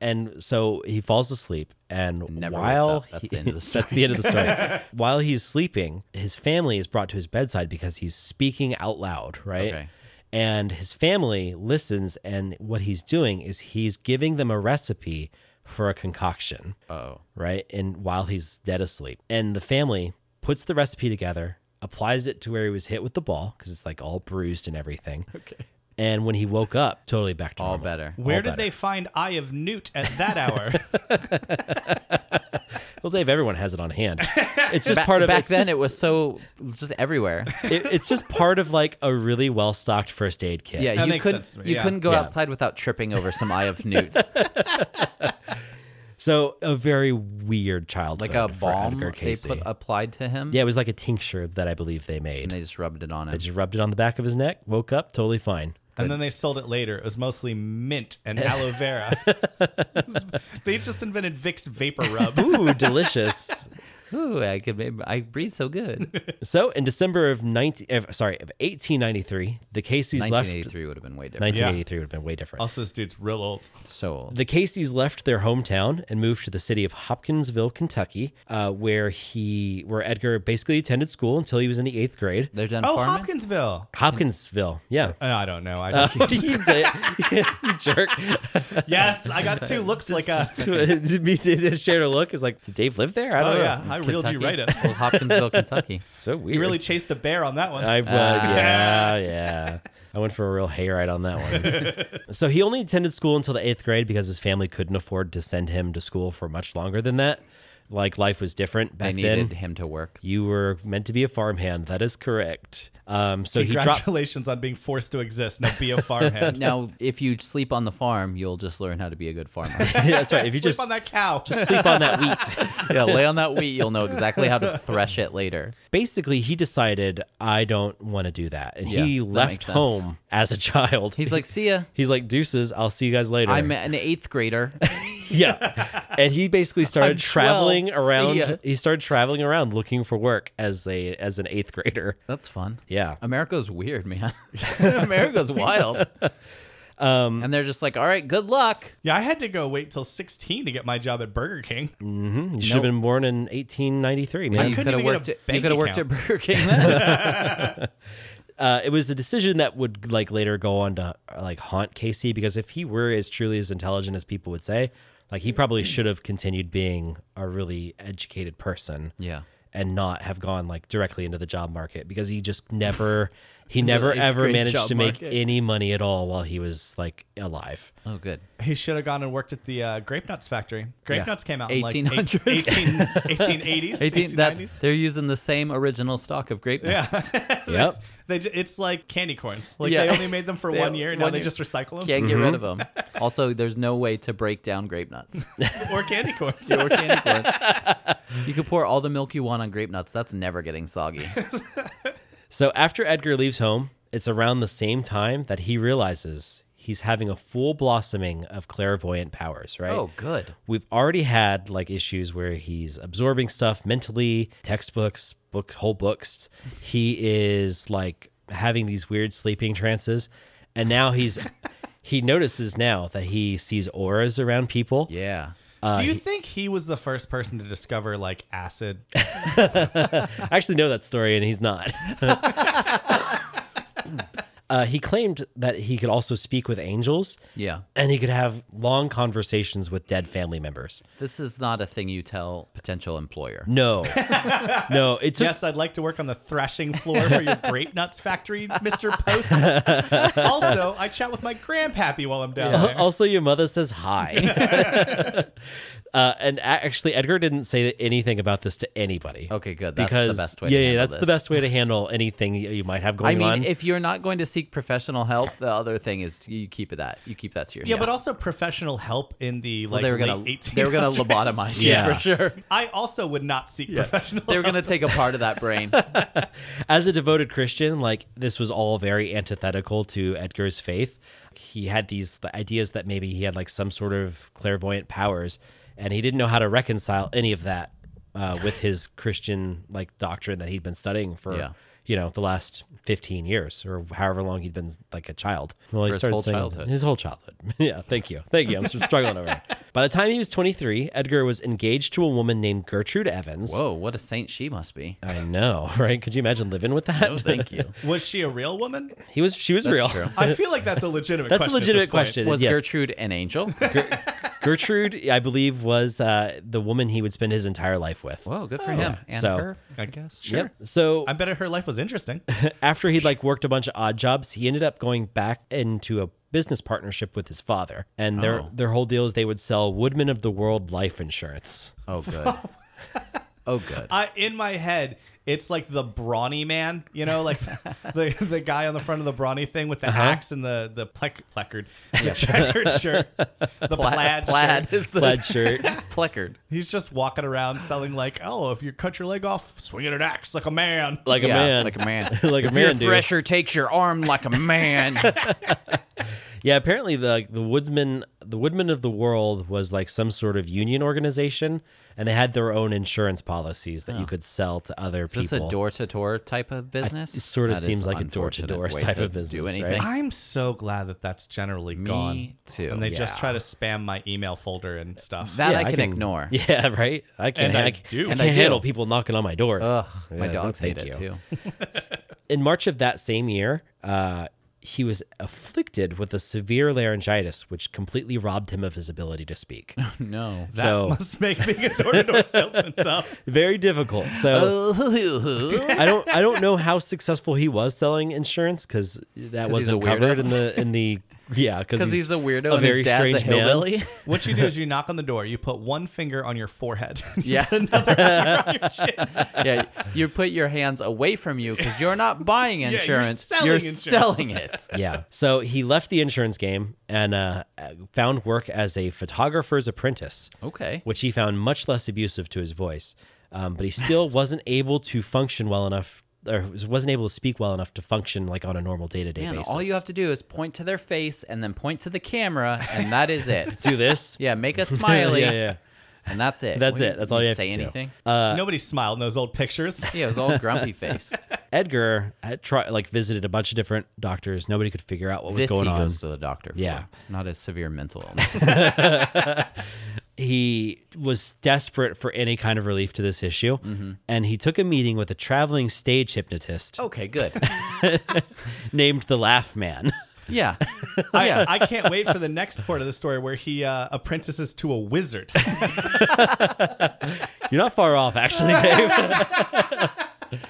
Speaker 3: and so he falls asleep, and
Speaker 1: never wakes
Speaker 3: while
Speaker 1: up. That's
Speaker 3: he-
Speaker 1: the end of the
Speaker 3: that's the end of
Speaker 1: [LAUGHS]
Speaker 3: the story. while he's sleeping, his family is brought to his bedside because he's speaking out loud, right?
Speaker 1: Okay.
Speaker 3: And his family listens, and what he's doing is he's giving them a recipe for a concoction
Speaker 1: Oh,
Speaker 3: right? And while he's dead asleep, and the family puts the recipe together, applies it to where he was hit with the ball because it's like all bruised and everything. Okay. And when he woke up, totally back to
Speaker 1: all
Speaker 3: normal.
Speaker 1: better.
Speaker 2: Where did
Speaker 3: better.
Speaker 2: they find Eye of Newt at that
Speaker 3: [LAUGHS]
Speaker 2: hour?
Speaker 3: Well, Dave, everyone has it
Speaker 1: [LAUGHS]
Speaker 3: on hand. It's just
Speaker 1: Ba-
Speaker 3: part of
Speaker 1: back
Speaker 3: it's
Speaker 1: then,
Speaker 3: just-
Speaker 1: it was so just everywhere.
Speaker 3: it- it's just part of like a really well stocked first aid kit.
Speaker 1: Yeah,
Speaker 2: That
Speaker 1: you
Speaker 2: makes
Speaker 1: couldn't
Speaker 2: sense to me,
Speaker 1: you
Speaker 2: yeah.
Speaker 1: couldn't go
Speaker 3: Yeah.
Speaker 1: outside without tripping over some eye of newt,
Speaker 3: So a very weird child,
Speaker 1: like a balm
Speaker 3: For
Speaker 1: they put
Speaker 3: up.
Speaker 1: applied to him.
Speaker 3: Yeah, it was like a tincture that I believe they made.
Speaker 1: and they just rubbed it on him.
Speaker 3: Just rubbed it on the back of his neck. Woke up, totally fine.
Speaker 2: and then they sold it later. It was mostly mint and aloe
Speaker 3: [LAUGHS]
Speaker 2: vera. they just invented Vicks Vapor
Speaker 3: [LAUGHS]
Speaker 2: Rub.
Speaker 3: Ooh, delicious.
Speaker 1: Ooh, I could maybe, I breathe so good.
Speaker 3: [LAUGHS] So in December of 19, of- sorry, of 1893, the Casey's left.
Speaker 1: 1983 would have been way different.
Speaker 3: 1983 would have been way different.
Speaker 2: also, this dude's real old.
Speaker 1: So old.
Speaker 3: The Casey's left their hometown and moved to the city of Hopkinsville, Kentucky, uh, where he, where Edgar basically attended school until he was in the eighth grade.
Speaker 1: They're done
Speaker 2: Oh,
Speaker 1: farming.
Speaker 2: Hopkinsville.
Speaker 3: Hopkinsville, yeah.
Speaker 2: Oh, I don't know. I
Speaker 3: Uh,
Speaker 2: just,
Speaker 3: [LAUGHS] you did- you jerk. uh,
Speaker 2: yes, I got two looks like
Speaker 3: [LAUGHS]
Speaker 2: a.
Speaker 3: Me did shared a look. Is like, did Dave live there? I don't
Speaker 2: Oh
Speaker 3: know.
Speaker 2: yeah, I reeled you right in.
Speaker 1: Kentucky? Old Hopkinsville, Kentucky.
Speaker 3: So weird.
Speaker 2: You
Speaker 3: [LAUGHS]
Speaker 2: really chased a bear on that one.
Speaker 3: I well,
Speaker 2: [LAUGHS]
Speaker 3: yeah, yeah. I went for a real hayride on that
Speaker 2: [LAUGHS]
Speaker 3: one. so he only attended school until the eighth grade because his family couldn't afford to send him to school for much longer than that. Like life was different
Speaker 1: They
Speaker 3: back
Speaker 1: needed
Speaker 3: then.
Speaker 1: him to work.
Speaker 3: You were meant to be a farmhand. That is correct. Um, so he dropped.
Speaker 2: Congratulations on being forced to exist. Now be a farmhand.
Speaker 1: Now, if you sleep on the farm, you'll just learn how to be a good farmer.
Speaker 3: [LAUGHS]
Speaker 1: [LAUGHS]
Speaker 3: Yeah, that's right. [LAUGHS] If you
Speaker 2: Sleep
Speaker 3: just
Speaker 2: on that cow.
Speaker 3: sleep on that wheat,
Speaker 1: yeah, lay on that wheat, you'll know exactly how to thresh it later.
Speaker 3: basically he decided I don't want to do that, and
Speaker 1: Yeah,
Speaker 3: he
Speaker 1: that
Speaker 3: left
Speaker 1: makes sense.
Speaker 3: home as a child. [LAUGHS]
Speaker 1: He's like, see ya.
Speaker 3: He's like, deuces. I'll see you guys later.
Speaker 1: I'm an eighth grader.
Speaker 3: [LAUGHS] yeah and he basically
Speaker 1: [LAUGHS]
Speaker 3: started
Speaker 1: I'm 12.
Speaker 3: traveling
Speaker 1: See ya.
Speaker 3: around he started traveling around looking for work as a as an eighth
Speaker 1: [LAUGHS]
Speaker 3: grader
Speaker 1: That's fun.
Speaker 3: yeah
Speaker 1: America's weird, [LAUGHS] man. America's wild. Um, and they're just like, all right, good luck.
Speaker 2: Yeah, I had to go wait till 16 to get my job at Burger King.
Speaker 1: Mm. Um,
Speaker 3: you should have been born in 1893 man
Speaker 1: you could
Speaker 2: couldn't
Speaker 1: have
Speaker 2: even get a
Speaker 1: worked. At, you
Speaker 2: bank
Speaker 1: could have worked at
Speaker 2: account.
Speaker 1: Burger King. Then.
Speaker 3: uh, it was the decision that would like later go on to uh, like haunt casey because if he were as truly as intelligent as people would say like he
Speaker 1: Mm.
Speaker 3: probably should have continued being a really educated person
Speaker 1: [LAUGHS] Yeah.
Speaker 3: and not have gone like directly into the job market because he
Speaker 1: [LAUGHS]
Speaker 3: just never he never
Speaker 1: eighth
Speaker 3: ever
Speaker 1: grade
Speaker 3: managed
Speaker 1: job
Speaker 3: to make
Speaker 1: market.
Speaker 3: any money at all while he was like alive
Speaker 1: Oh, good.
Speaker 2: He should have gone and worked at the uh, Grape Nuts factory. Grape
Speaker 1: Yeah.
Speaker 2: Nuts came out in like eight-
Speaker 1: 1800s. [LAUGHS]
Speaker 2: 18,
Speaker 1: 18,
Speaker 2: 1880s, 1890s.
Speaker 1: that's, they're using the same original stock of grape. nuts.
Speaker 2: Yeah. [LAUGHS]
Speaker 3: yep
Speaker 2: they ju- it's like candy corns. Like
Speaker 1: Yeah.
Speaker 2: they only made them
Speaker 1: [LAUGHS]
Speaker 2: for
Speaker 1: They-
Speaker 2: one year, and now
Speaker 1: one
Speaker 2: they
Speaker 1: year.
Speaker 2: just recycle them
Speaker 1: Can't get rid of them. Also, there's no way to break down grape nuts
Speaker 2: or candy corns.
Speaker 1: or
Speaker 2: [LAUGHS]
Speaker 1: candy corns. You could pour all the milk you want on grape nuts. That's never getting soggy.
Speaker 3: So after Edgar leaves home, it's around the same time that he realizes he's having a full blossoming of clairvoyant powers, right?
Speaker 1: Oh, good.
Speaker 3: We've already had like issues where he's absorbing stuff mentally, textbooks, book whole books. He is like having these weird sleeping trances. And now he's he notices now that he sees auras around people.
Speaker 1: Yeah.
Speaker 2: Do you think he was the first person to discover like acid?
Speaker 1: [LAUGHS]
Speaker 3: I actually know that story, and he's not. Uh, he claimed that he could also speak with angels.
Speaker 1: Yeah.
Speaker 3: And he could have long conversations with dead family members.
Speaker 1: This is not a thing you tell potential employer.
Speaker 3: No, no, it took
Speaker 2: Yes, I'd like to work on the thrashing floor for your grape nuts factory, Mr.
Speaker 1: [LAUGHS]
Speaker 2: Post. also, I chat with my grandpappy while I'm down there.
Speaker 3: Uh, Also, your mother
Speaker 1: [LAUGHS]
Speaker 3: says hi. [LAUGHS] uh, and a- actually, Edgar didn't say anything about this to anybody.
Speaker 1: Okay, good. That's the best way to
Speaker 3: Yeah, yeah,
Speaker 1: handle
Speaker 3: that's the
Speaker 1: this.
Speaker 3: best way to handle anything you you might have
Speaker 1: I
Speaker 3: going
Speaker 1: mean,
Speaker 3: on.
Speaker 1: if you're not going to seek professional help, the other thing is you keep it that you keep that to yourself.
Speaker 2: Yeah, but also professional help in the like
Speaker 1: they were gonna
Speaker 2: late 1800s.
Speaker 1: they were gonna lobotomize you
Speaker 3: Yeah.
Speaker 1: for sure.
Speaker 2: [LAUGHS] I also would not seek professional.
Speaker 1: They were gonna take a part of that
Speaker 3: [LAUGHS]
Speaker 1: brain.
Speaker 3: As a devoted Christian, like this was all very antithetical to Edgar's faith. He had these the ideas that maybe he had like some sort of clairvoyant powers, and he didn't know how to reconcile any of that uh, [SIGHS] with his Christian like doctrine that he'd been studying for.
Speaker 1: Yeah.
Speaker 3: You know, the last fifteen years or however long he'd been like a child. Well, he
Speaker 1: his
Speaker 3: started
Speaker 1: whole
Speaker 3: saying-
Speaker 1: childhood.
Speaker 3: His whole childhood. [LAUGHS] yeah. Thank you. Thank you. I'm struggling over [LAUGHS] here. By the time he was 23, Edgar was engaged to a woman named Gertrude Evans.
Speaker 1: Whoa, what a saint she must be.
Speaker 3: I know, [LAUGHS] right? Could you imagine living with that?
Speaker 1: No, thank
Speaker 3: [LAUGHS]
Speaker 1: you.
Speaker 2: Was she a real woman?
Speaker 3: He was. She was real. [LAUGHS]
Speaker 1: true.
Speaker 2: I feel like that's a
Speaker 1: [LAUGHS]
Speaker 2: legitimate.
Speaker 3: That's
Speaker 2: question
Speaker 3: a
Speaker 2: at
Speaker 3: legitimate
Speaker 2: this point.
Speaker 3: question.
Speaker 1: Was
Speaker 3: yes.
Speaker 1: Gertrude an
Speaker 3: [LAUGHS]
Speaker 1: angel?
Speaker 3: Gertrude, I believe, was uh, the woman he would spend his entire life with.
Speaker 1: Whoa, good for him and
Speaker 3: Oh, so-
Speaker 1: her. I
Speaker 2: I-
Speaker 1: guess.
Speaker 2: Sure.
Speaker 3: Yep. So
Speaker 2: I bet her life was interesting.
Speaker 3: after he'd like worked a bunch of odd jobs, he ended up going back into a business partnership with his father, and their
Speaker 1: Oh.
Speaker 3: their whole deal is they would sell Woodman of the World life insurance.
Speaker 1: Oh
Speaker 2: [LAUGHS]
Speaker 1: good. Oh good.
Speaker 2: I, in my head, it's like the brawny man, you know, like the [LAUGHS] the guy on the front of the brawny thing with the
Speaker 1: Uh-huh.
Speaker 2: axe and the the plec- placard, the checkered
Speaker 1: [LAUGHS]
Speaker 2: shirt, the plaid,
Speaker 1: plaid
Speaker 2: shirt.
Speaker 1: [LAUGHS] is the [LAUGHS]
Speaker 3: Plaid shirt.
Speaker 1: pleckered.
Speaker 2: He's just walking around selling like, oh, if you cut your leg off, swing it an axe like a man.
Speaker 3: Like a
Speaker 1: yeah,
Speaker 3: man.
Speaker 1: Like a man.
Speaker 3: [LAUGHS] Like a
Speaker 1: if your
Speaker 3: man, dude.
Speaker 1: thresher takes your arm like a
Speaker 3: [LAUGHS]
Speaker 1: man.
Speaker 3: Yeah, apparently the the woodsman the woodman of the world was like some sort of union organization, and they had their own insurance policies that you could sell to other
Speaker 1: Is this
Speaker 3: people.
Speaker 1: a door to door type of business?
Speaker 3: it sorta
Speaker 1: That
Speaker 3: seems
Speaker 1: is
Speaker 3: like a door-to-door
Speaker 1: unfortunate way
Speaker 3: type
Speaker 1: to
Speaker 3: of business,
Speaker 1: Do
Speaker 3: right?
Speaker 1: anything?
Speaker 2: I'm so glad that that's generally
Speaker 1: Me
Speaker 2: gone.
Speaker 1: too.
Speaker 2: And they just
Speaker 3: Yeah.
Speaker 2: try to spam my email folder and stuff.
Speaker 1: That
Speaker 3: Yeah,
Speaker 1: I, can ignore.
Speaker 3: [LAUGHS] Yeah, right. I can.
Speaker 2: And I
Speaker 3: I c-
Speaker 2: do.
Speaker 3: I
Speaker 2: And
Speaker 1: I
Speaker 3: can't handle
Speaker 1: do.
Speaker 3: people knocking on my door.
Speaker 1: Ugh, my
Speaker 3: Yeah,
Speaker 1: dogs
Speaker 3: no,
Speaker 1: hate
Speaker 3: thank
Speaker 1: it
Speaker 3: you.
Speaker 1: too.
Speaker 3: [LAUGHS] In March of that same year, uh, he was afflicted with a severe laryngitis, which completely robbed him of his ability
Speaker 1: [LAUGHS]
Speaker 3: to speak. [LAUGHS]
Speaker 1: No.
Speaker 2: [LAUGHS] That
Speaker 3: so-
Speaker 2: must make being a door
Speaker 1: [LAUGHS]
Speaker 2: to door salesman tough.
Speaker 3: Very difficult.
Speaker 1: Oh.
Speaker 3: So. I don't. I don't know how successful he was selling insurance because that
Speaker 1: he's a
Speaker 3: wasn't
Speaker 1: weirdo?
Speaker 3: covered in the in the
Speaker 1: [LAUGHS]
Speaker 3: yeah because
Speaker 1: Because
Speaker 3: he's,
Speaker 1: he's a weirdo
Speaker 3: a
Speaker 1: and
Speaker 3: very
Speaker 1: his dad's
Speaker 3: strange
Speaker 1: a hillbilly.
Speaker 3: [LAUGHS] man.
Speaker 2: What you do is you knock on the door, you put one finger on your forehead. [LAUGHS]
Speaker 1: Yeah. yeah. You put your hands away from you because you're
Speaker 3: [LAUGHS]
Speaker 1: not buying
Speaker 2: you're
Speaker 1: insurance.
Speaker 2: selling
Speaker 1: you're
Speaker 2: insurance.
Speaker 1: selling it.
Speaker 3: Yeah. So he left the insurance game and uh, found work as a photographer's apprentice.
Speaker 1: Okay.
Speaker 3: which he found much less abusive to his voice. Um, but he
Speaker 1: [LAUGHS]
Speaker 3: still wasn't able to function well enough, or wasn't able to speak well enough to function like on a normal day to day
Speaker 1: Man,
Speaker 3: basis.
Speaker 1: all you have to do is point to their face and then point to the camera, and that is
Speaker 3: [LAUGHS]
Speaker 1: it.
Speaker 3: do this.
Speaker 1: [LAUGHS] yeah, make a smiley,
Speaker 3: yeah, yeah.
Speaker 1: and that's it.
Speaker 3: That's
Speaker 1: We
Speaker 3: it. That's all you have
Speaker 1: say
Speaker 3: to do.
Speaker 1: anything.
Speaker 2: Nobody smiled in those old pictures.
Speaker 1: yeah, it was all grumpy
Speaker 3: [LAUGHS]
Speaker 1: face.
Speaker 3: Edgar had try, like visited a bunch of different doctors. Nobody could figure out what was
Speaker 1: this
Speaker 3: going
Speaker 1: he
Speaker 3: on.
Speaker 1: goes to the doctor. For,
Speaker 3: Yeah.
Speaker 1: not a severe
Speaker 3: [LAUGHS]
Speaker 1: mental illness.
Speaker 3: he was desperate for any kind of relief to this issue,
Speaker 1: Mm-hmm.
Speaker 3: and he took a meeting with a traveling stage hypnotist
Speaker 1: okay, good.
Speaker 3: named the Laugh Man. [LAUGHS]
Speaker 1: Yeah,
Speaker 2: I, I can't wait for the next part of the story where he uh, apprentices to a
Speaker 1: [LAUGHS]
Speaker 2: wizard.
Speaker 3: You're not far off, actually, Dave. uh, [LAUGHS]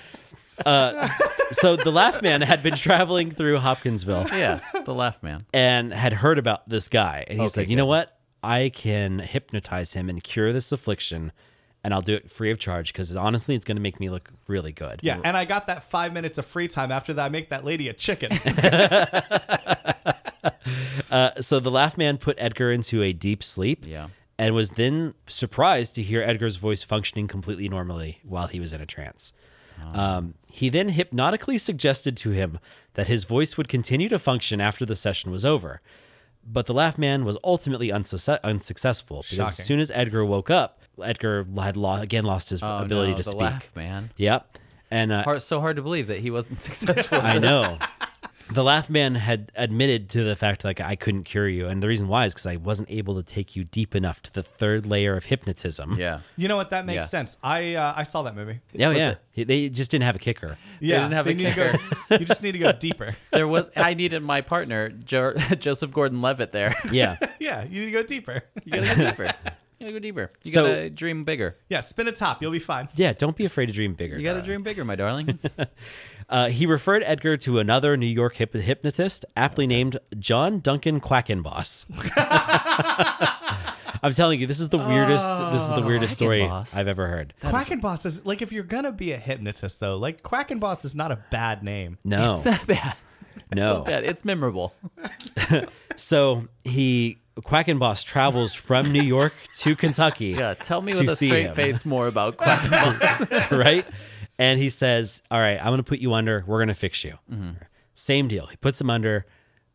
Speaker 3: so the Laugh Man had been traveling through Hopkinsville
Speaker 1: yeah. The laugh man.
Speaker 3: and had heard about this guy, and he's
Speaker 1: Okay,
Speaker 3: like, "You know
Speaker 1: good.
Speaker 3: what? I can hypnotize him and cure this affliction, and I'll do it free of charge because honestly, it's going to make me look really good."
Speaker 2: Yeah, and I got that five minutes of free time after that. I make that lady a chicken.
Speaker 3: So the Laugh Man put Edgar into a deep sleep.
Speaker 1: Yeah.
Speaker 3: And was then surprised to hear Edgar's voice functioning completely normally while he was in a trance. Um, he then hypnotically suggested to him that his voice would continue to function after the session was over. But the Laugh Man was ultimately unsucce- unsuccessful because
Speaker 2: Shocking.
Speaker 3: as soon as Edgar woke up, Edgar had lo- again lost his
Speaker 1: Oh,
Speaker 3: ability
Speaker 1: no,
Speaker 3: to
Speaker 1: the
Speaker 3: speak.
Speaker 1: laugh man.
Speaker 3: Yep. And uh,
Speaker 1: Hard, so hard to believe that he wasn't [LAUGHS] successful.
Speaker 3: I know. the laugh man had admitted to the fact like I couldn't cure you, and the reason why is because I wasn't able to take you deep enough to the third layer of hypnotism.
Speaker 1: Yeah.
Speaker 2: You know what? That makes
Speaker 1: Yeah.
Speaker 2: sense. I uh, I saw that movie.
Speaker 3: yeah, oh,
Speaker 1: What's
Speaker 3: yeah.
Speaker 1: it?
Speaker 3: He- They just didn't have a kicker.
Speaker 2: Yeah,
Speaker 1: didn't have a
Speaker 2: need to go, [LAUGHS] you just need to go deeper.
Speaker 1: There was I needed my partner jo- [LAUGHS] Joseph Gordon-Levitt there. [LAUGHS]
Speaker 3: Yeah,
Speaker 2: Yeah, you need to go deeper.
Speaker 1: You gotta
Speaker 3: [LAUGHS]
Speaker 1: go deeper. You gotta go deeper. You
Speaker 3: So-
Speaker 1: gotta dream bigger.
Speaker 2: Yeah, spin a top. You'll be fine.
Speaker 3: yeah. Don't be afraid to dream bigger.
Speaker 1: You gotta
Speaker 3: darling.
Speaker 1: dream bigger, my darling.
Speaker 3: Uh, he referred Edgar to another New York hip- hypnotist, aptly named John
Speaker 1: [LAUGHS]
Speaker 3: Duncan Quackenboss. I'm telling you, this is the weirdest. this is the weirdest story
Speaker 1: Oh, Quackenboss.
Speaker 3: I've ever heard.
Speaker 2: Quackenboss is like if you're gonna be a hypnotist though, like Quackenboss is not a bad name.
Speaker 3: [LAUGHS] No,
Speaker 1: It's not bad.
Speaker 3: no.
Speaker 1: It's not bad. It's memorable.
Speaker 3: So he Quackenboss travels from New York to Kentucky.
Speaker 1: Yeah. Tell me
Speaker 3: to
Speaker 1: with a
Speaker 3: see
Speaker 1: straight
Speaker 3: him,
Speaker 1: face more
Speaker 3: [LAUGHS]
Speaker 1: about Quackenboss.
Speaker 3: right? And he says, "All right, I'm going to put you under. We're going to fix you."
Speaker 1: Mm-hmm.
Speaker 3: Same deal. He puts him under.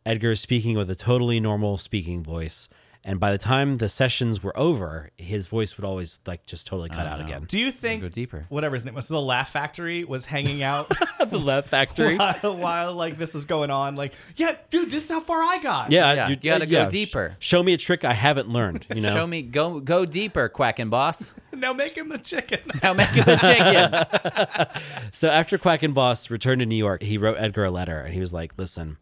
Speaker 3: Edgar is speaking with a totally normal speaking voice, and by the time the sessions were over, his voice would always like just totally cut
Speaker 1: Uh-huh.
Speaker 3: out [LAUGHS] again.
Speaker 2: Do you think
Speaker 1: go deeper.
Speaker 2: whatever his name was, the Laugh Factory was hanging out
Speaker 3: the Laugh Factory.
Speaker 2: while, while like this is going on? Like, yeah, dude, this is how far I got.
Speaker 3: uh, Yeah,
Speaker 1: Yeah, you gotta go deeper.
Speaker 3: Show me a trick I haven't learned.
Speaker 1: [LAUGHS]
Speaker 3: You know,
Speaker 1: Show me go go deeper, Quackenboss.
Speaker 3: [LAUGHS]
Speaker 2: Now make him a chicken. [LAUGHS]
Speaker 1: Now make it the chicken.
Speaker 3: So after Quackenboss returned to New York, he wrote Edgar a letter and he was like, "Listen,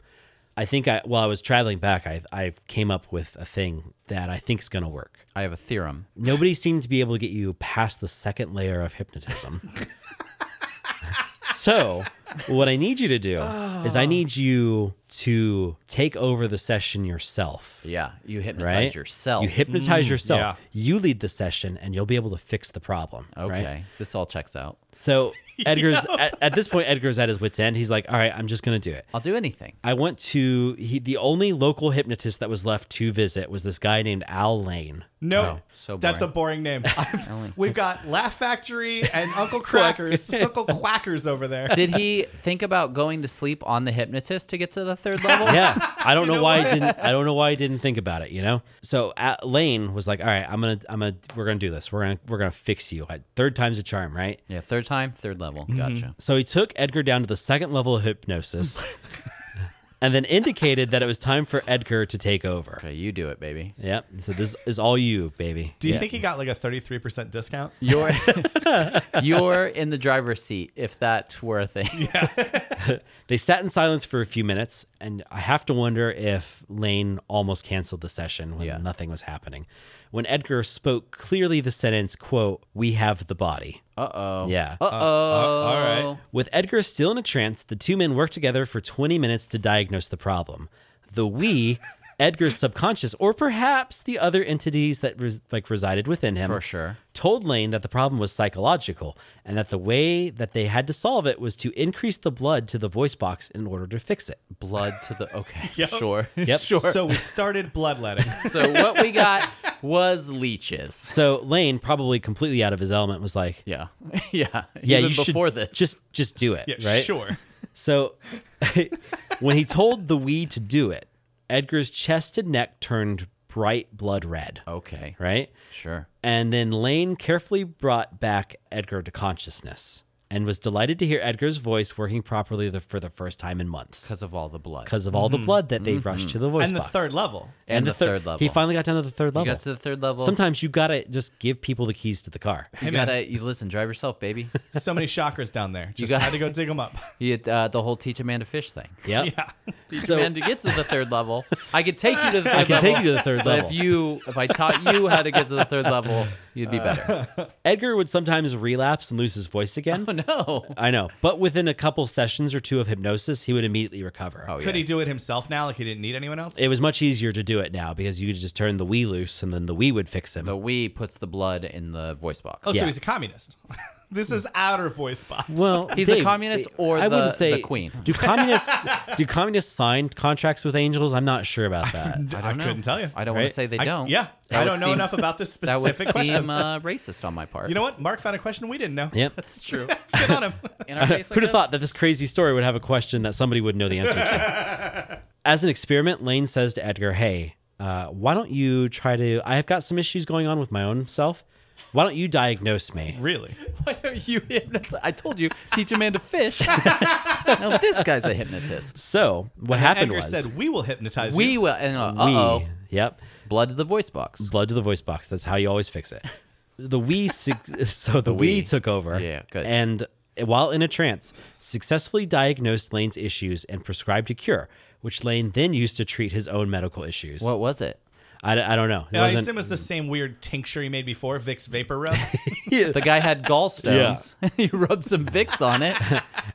Speaker 3: I think I while I was traveling back, I I came up with a thing that I think's going to work.
Speaker 1: I have a theorem.
Speaker 3: Nobody seemed to be able to get you past the second layer of hypnotism. so, what I need you to do is I need you to take over the session yourself."
Speaker 1: Yeah. You hypnotize
Speaker 3: Right?
Speaker 1: yourself. Mm,
Speaker 3: You hypnotize yourself.
Speaker 2: yeah.
Speaker 3: You lead the session and you'll be able to fix the problem. right?
Speaker 1: okay. This all checks out. [LAUGHS]
Speaker 3: So Edgar's at, at this point. Edgar's at his wits end. He's like, "All right, I'm just gonna do it.
Speaker 1: I'll do anything.
Speaker 3: I want to." He, the only local hypnotist that was left to visit was this guy named Al Lane.
Speaker 2: No,
Speaker 1: Wow, so
Speaker 2: that's a boring name. I've- We've got Laugh Factory and Uncle Crackers, Uncle Quackers over there.
Speaker 1: Did he think about going to sleep on the hypnotist to get to the third level?
Speaker 3: [LAUGHS] Yeah, I
Speaker 2: [LAUGHS]
Speaker 3: don't know,
Speaker 2: know
Speaker 3: why
Speaker 2: what?
Speaker 3: I didn't. I don't know why I didn't think about it. You know. So Al Lane was like, "All right, I'm gonna, I'm gonna, we're gonna do this. We're gonna, we're gonna fix you. Third time's a charm, right?"
Speaker 1: Yeah, third time, third level.
Speaker 3: Mm-hmm.
Speaker 1: Gotcha.
Speaker 3: So he took Edgar down to the second level of hypnosis,
Speaker 2: [LAUGHS]
Speaker 3: and then indicated that it was time for Edgar to take over.
Speaker 1: Okay, you do it, baby.
Speaker 3: Yep. So this is all you, baby.
Speaker 2: Do you think he got like a 33% discount?
Speaker 3: [LAUGHS]
Speaker 1: You're [LAUGHS] you're in the driver's seat if that were a
Speaker 3: [LAUGHS]
Speaker 1: thing.
Speaker 3: They sat in silence for a few minutes, and I have to wonder if Lane almost canceled the session when
Speaker 1: Yeah.
Speaker 3: nothing was happening. When Edgar spoke clearly the sentence, quote, we have the body.
Speaker 1: Uh oh.
Speaker 3: Yeah.
Speaker 1: Uh oh.
Speaker 2: all right.
Speaker 3: With Edgar still in a trance, the two men worked together for 20 minutes to diagnose the problem. The
Speaker 1: [LAUGHS]
Speaker 3: we, Edgar's subconscious, or perhaps the other entities that res- like resided within him,
Speaker 1: For sure.
Speaker 3: told Lane that the problem was psychological and that the way that they had to solve it was to increase the blood to the voice box in order to fix it.
Speaker 1: Blood to the okay. Sure.
Speaker 3: [LAUGHS] Yep.
Speaker 1: Sure.
Speaker 2: So we started bloodletting.
Speaker 1: [LAUGHS]
Speaker 2: [LAUGHS]
Speaker 1: So what we
Speaker 3: [LAUGHS]
Speaker 1: got was leeches.
Speaker 3: So Lane, probably completely out of his element, was like,
Speaker 1: Yeah. [LAUGHS] Yeah.
Speaker 3: "Yeah,
Speaker 1: Even
Speaker 3: you should
Speaker 1: before this.
Speaker 3: just just do it,
Speaker 2: Yeah,
Speaker 3: right?"
Speaker 2: sure.
Speaker 3: So [LAUGHS] when he told the we to do it, Edgar's chest and neck turned bright blood red,
Speaker 1: Okay.
Speaker 3: right?
Speaker 1: Sure.
Speaker 3: And then Lane carefully brought back Edgar to consciousness and was delighted to hear Edgar's voice working properly the, for the first time in months
Speaker 1: Because of all the blood.
Speaker 3: because of all
Speaker 1: Mm-hmm.
Speaker 3: the blood that they rushed to the voice
Speaker 2: And the
Speaker 3: box.
Speaker 2: third level.
Speaker 1: And, the, third, level.
Speaker 3: He finally got down to the third
Speaker 1: you
Speaker 3: level.
Speaker 1: got to the third level.
Speaker 3: Sometimes you gotta just give people the keys to
Speaker 1: [LAUGHS]
Speaker 3: the car.
Speaker 1: you gotta you listen, drive yourself,
Speaker 3: [LAUGHS]
Speaker 1: baby.
Speaker 2: [LAUGHS] So many chakras down there. Just
Speaker 1: got-
Speaker 2: had to go dig them up.
Speaker 1: You get, uh, the whole teach a man to fish thing.
Speaker 3: Yep.
Speaker 2: Yeah.
Speaker 1: Teach
Speaker 3: [LAUGHS] So-
Speaker 1: a [LAUGHS] man to get to the third level. I could take you to the third
Speaker 3: I can
Speaker 1: level,
Speaker 3: take you to the third
Speaker 1: But
Speaker 3: level.
Speaker 1: if you if I taught you how to get to the third level, you'd be
Speaker 3: [LAUGHS]
Speaker 1: better.
Speaker 3: Edgar would sometimes relapse and lose his voice again.
Speaker 1: [LAUGHS] Oh no.
Speaker 3: I know, but within a couple sessions or two of hypnosis, he would immediately recover.
Speaker 1: Oh yeah.
Speaker 2: Could he do it himself now? Like he didn't need anyone else?
Speaker 3: It was much easier to do it now because you could just turn the Wii loose and then the Wii would fix him.
Speaker 1: The we puts the blood in the voice box.
Speaker 2: oh,
Speaker 3: yeah.
Speaker 2: so he's a communist. [LAUGHS] this is outer voice box.
Speaker 3: Well,
Speaker 1: [LAUGHS] He's a communist or
Speaker 3: I
Speaker 1: the-
Speaker 3: wouldn't say
Speaker 1: the queen? [LAUGHS]
Speaker 3: Do communists do communists sign contracts with angels? I'm not sure about that.
Speaker 1: [LAUGHS]
Speaker 2: [LAUGHS] I,
Speaker 1: don't know.
Speaker 2: couldn't tell you.
Speaker 1: I don't want
Speaker 3: Right?
Speaker 1: to say they
Speaker 2: I-
Speaker 1: don't.
Speaker 2: yeah.
Speaker 1: That
Speaker 2: I
Speaker 1: would
Speaker 2: don't know
Speaker 1: seem-
Speaker 2: enough about this
Speaker 1: That would
Speaker 2: specific question.
Speaker 1: seem uh, racist on my part.
Speaker 2: you know what? Mark found a question we didn't know.
Speaker 3: Yep.
Speaker 2: That's true. Good on him.
Speaker 1: In
Speaker 2: [LAUGHS]
Speaker 1: our case, I
Speaker 3: Who'd have thought
Speaker 1: guess.
Speaker 3: that this crazy story would have a question that somebody would know the answer to?
Speaker 1: [LAUGHS]
Speaker 3: As an experiment, Lane says to Edgar, "Hey, uh, why don't you try to? I have got some issues going on with my own self. Why don't you diagnose me?
Speaker 2: Really?
Speaker 1: [LAUGHS] Why don't you hypnotize? I told you, teach a man to
Speaker 2: [LAUGHS]
Speaker 1: fish. now this guy's a hypnotist.
Speaker 3: So what happened
Speaker 2: Edgar
Speaker 3: was
Speaker 2: said, "We will hypnotize
Speaker 1: We
Speaker 2: you."
Speaker 1: will. And uh,
Speaker 3: we,
Speaker 1: oh,
Speaker 3: yep,
Speaker 1: blood to the voice box.
Speaker 3: blood to the voice box. That's how you always fix it. The we suc- [LAUGHS] so the, we
Speaker 1: we.
Speaker 3: took over.
Speaker 1: Yeah, good.
Speaker 3: And while in a trance, successfully diagnosed Lane's issues and prescribed a cure, which Lane then used to treat his own medical issues.
Speaker 1: What was it?
Speaker 3: I, I don't know. It
Speaker 2: I
Speaker 3: wasn't-
Speaker 2: assume it's the same weird tincture he made before, Vicks Vapor Rub.
Speaker 1: The guy [LAUGHS] had gallstones. he rubbed some Vicks on it.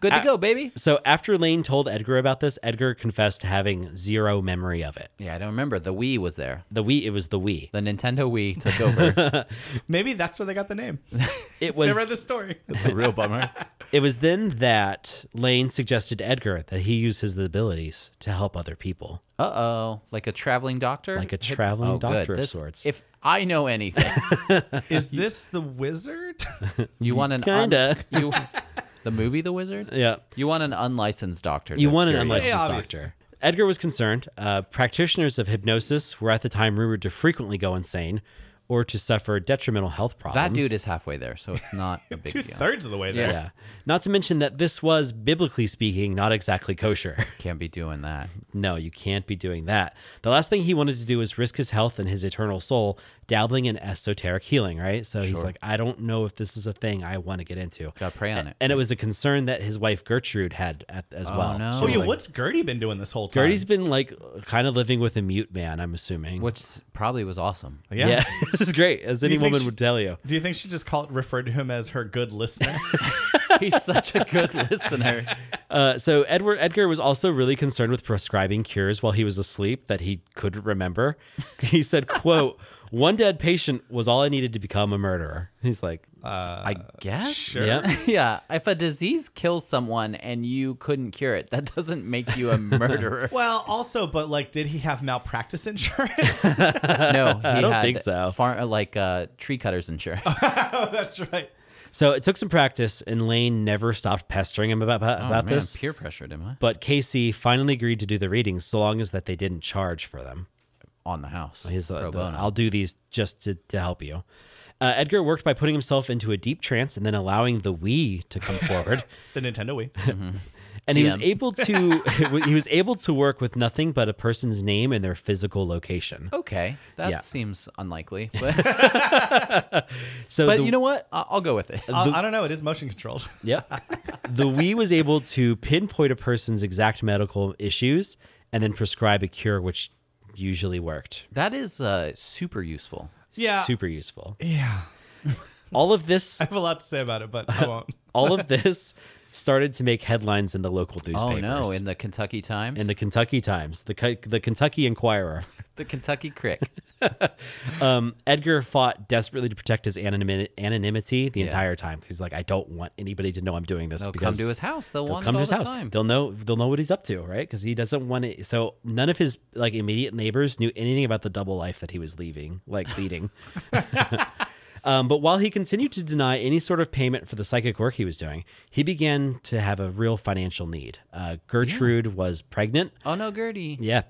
Speaker 1: Good [LAUGHS] to go, baby.
Speaker 3: so after Lane told Edgar about this, Edgar confessed to having zero memory of it.
Speaker 1: Yeah, I don't remember. The Wii was there.
Speaker 3: The we it was the we.
Speaker 1: The Nintendo Wii [LAUGHS] took over.
Speaker 2: Maybe that's where they got the name.
Speaker 3: It
Speaker 2: They
Speaker 3: was
Speaker 2: read the story.
Speaker 1: It's a real bummer.
Speaker 3: It was then that Lane suggested to Edgar that he use his abilities to help other people.
Speaker 1: Uh oh, like a traveling doctor,
Speaker 3: Like a
Speaker 1: Hip-
Speaker 3: traveling
Speaker 1: oh,
Speaker 3: doctor
Speaker 1: good.
Speaker 3: of
Speaker 1: This-
Speaker 3: sorts.
Speaker 1: If I know anything,
Speaker 2: Is this the wizard?
Speaker 1: you want
Speaker 3: [LAUGHS]
Speaker 1: an un-
Speaker 3: Kinda.
Speaker 1: you, [LAUGHS] the movie The Wizard.
Speaker 3: Yeah.
Speaker 1: You want an unlicensed doctor.
Speaker 3: You
Speaker 1: to
Speaker 3: want an
Speaker 1: cure
Speaker 3: unlicensed
Speaker 2: Yeah, obviously.
Speaker 3: doctor. Edgar was concerned. Uh, practitioners of hypnosis were at the time rumored to frequently go insane or to suffer detrimental health
Speaker 1: That
Speaker 3: problems.
Speaker 1: dude is halfway there, so it's
Speaker 3: [LAUGHS]
Speaker 1: not a big
Speaker 2: [LAUGHS] Two
Speaker 1: deal.
Speaker 2: thirds of the way there.
Speaker 3: Yeah. Not to mention that this was, biblically speaking, not exactly kosher. [LAUGHS]
Speaker 1: Can't be doing that.
Speaker 3: no, you can't be doing that. The last thing he wanted to do was risk his health and his eternal soul dabbling in esoteric healing, right? So he's like, I don't know if this is a thing I want to get into.
Speaker 1: Gotta pray on
Speaker 3: A-
Speaker 1: it.
Speaker 3: And it was a concern that his wife Gertrude had at, as well.
Speaker 1: no.
Speaker 3: She
Speaker 2: Oh,
Speaker 3: was
Speaker 2: yeah.
Speaker 3: like-
Speaker 2: What's Gertie been doing this whole time?
Speaker 3: Gertie's been like kind of living with a mute man, I'm assuming.
Speaker 1: Which probably was
Speaker 3: [LAUGHS]
Speaker 1: awesome.
Speaker 2: yeah.
Speaker 3: yeah. this is great, as any
Speaker 2: you think
Speaker 3: woman
Speaker 2: she-
Speaker 3: would tell you.
Speaker 2: Do you think she just called referred to him as her good listener? [LAUGHS]
Speaker 1: He's such a good
Speaker 3: [LAUGHS]
Speaker 1: listener.
Speaker 3: Uh, so Edward Edgar was also really concerned with prescribing cures while he was asleep that he couldn't remember. He said, "quote [LAUGHS] One dead patient was all I needed to become a murderer." He's like,
Speaker 1: I guess.
Speaker 2: sure.
Speaker 3: "Yep."
Speaker 1: [LAUGHS] Yeah, if a disease kills someone and you couldn't cure it, that doesn't make you
Speaker 3: [LAUGHS]
Speaker 1: a murderer.
Speaker 2: well, also, but like, did he have malpractice insurance? [LAUGHS]
Speaker 1: no, he I
Speaker 3: don't think so.
Speaker 1: Far, like uh, tree cutters insurance.
Speaker 2: oh, that's right.
Speaker 3: So it took some practice, and Lane never stopped pestering him about
Speaker 1: Man,
Speaker 3: about, this.
Speaker 1: peer pressured him huh?
Speaker 3: But Casey finally agreed to do the readings, so long as that they didn't charge for them.
Speaker 1: on the house.
Speaker 3: He's like,
Speaker 1: pro bono.
Speaker 3: uh, I'll do these just to, to help you. Uh, Edgar worked by putting himself into a deep trance and then allowing the Wii
Speaker 1: [LAUGHS]
Speaker 3: to come forward.
Speaker 2: The Nintendo [LAUGHS] Wii.
Speaker 3: and he was
Speaker 1: TM.
Speaker 3: able to [LAUGHS] he was able to work with nothing but a person's name and their physical location.
Speaker 1: Okay, that
Speaker 3: Yeah.
Speaker 1: seems
Speaker 3: [LAUGHS]
Speaker 1: unlikely, but,
Speaker 3: So
Speaker 1: but
Speaker 3: the,
Speaker 1: you know what? I- I'll go with it.
Speaker 2: Uh, I don't know. It is motion controlled. [LAUGHS]
Speaker 3: yeah,
Speaker 1: [LAUGHS]
Speaker 3: the Wii was able to pinpoint a person's exact medical issues and then prescribe a cure, which usually worked.
Speaker 1: That is uh, super useful.
Speaker 2: Yeah.
Speaker 3: super useful.
Speaker 2: Yeah.
Speaker 3: All of this,
Speaker 2: I have a lot to say about [LAUGHS] it, but I won't.
Speaker 3: all of this, started to make headlines in the local
Speaker 1: Oh
Speaker 3: newspapers.
Speaker 1: no! In the Kentucky Times,
Speaker 3: in the Kentucky Times, the K- the Kentucky Inquirer.
Speaker 1: the Kentucky
Speaker 3: [LAUGHS]
Speaker 1: Crick.
Speaker 3: Edgar fought desperately to protect his anonymity, anonymity the
Speaker 1: Yeah.
Speaker 3: entire time. 'cause He's like, I don't want anybody to know I'm doing this.
Speaker 1: They'll come
Speaker 3: because
Speaker 1: to his house. They'll,
Speaker 3: They'll
Speaker 1: want
Speaker 3: come
Speaker 1: it
Speaker 3: to
Speaker 1: all
Speaker 3: his
Speaker 1: the
Speaker 3: house.
Speaker 1: time.
Speaker 3: They'll know. They'll know what he's up to, right? Because he doesn't want it. So none of his like immediate neighbors knew anything about the double life that he was leaving, like
Speaker 1: [LAUGHS]
Speaker 3: leading. Um, but while he continued to deny any sort of payment for the psychic work he was doing, he began to have a real financial need. Uh, Gertrude was pregnant.
Speaker 1: Oh no, Gertie!
Speaker 3: Yeah,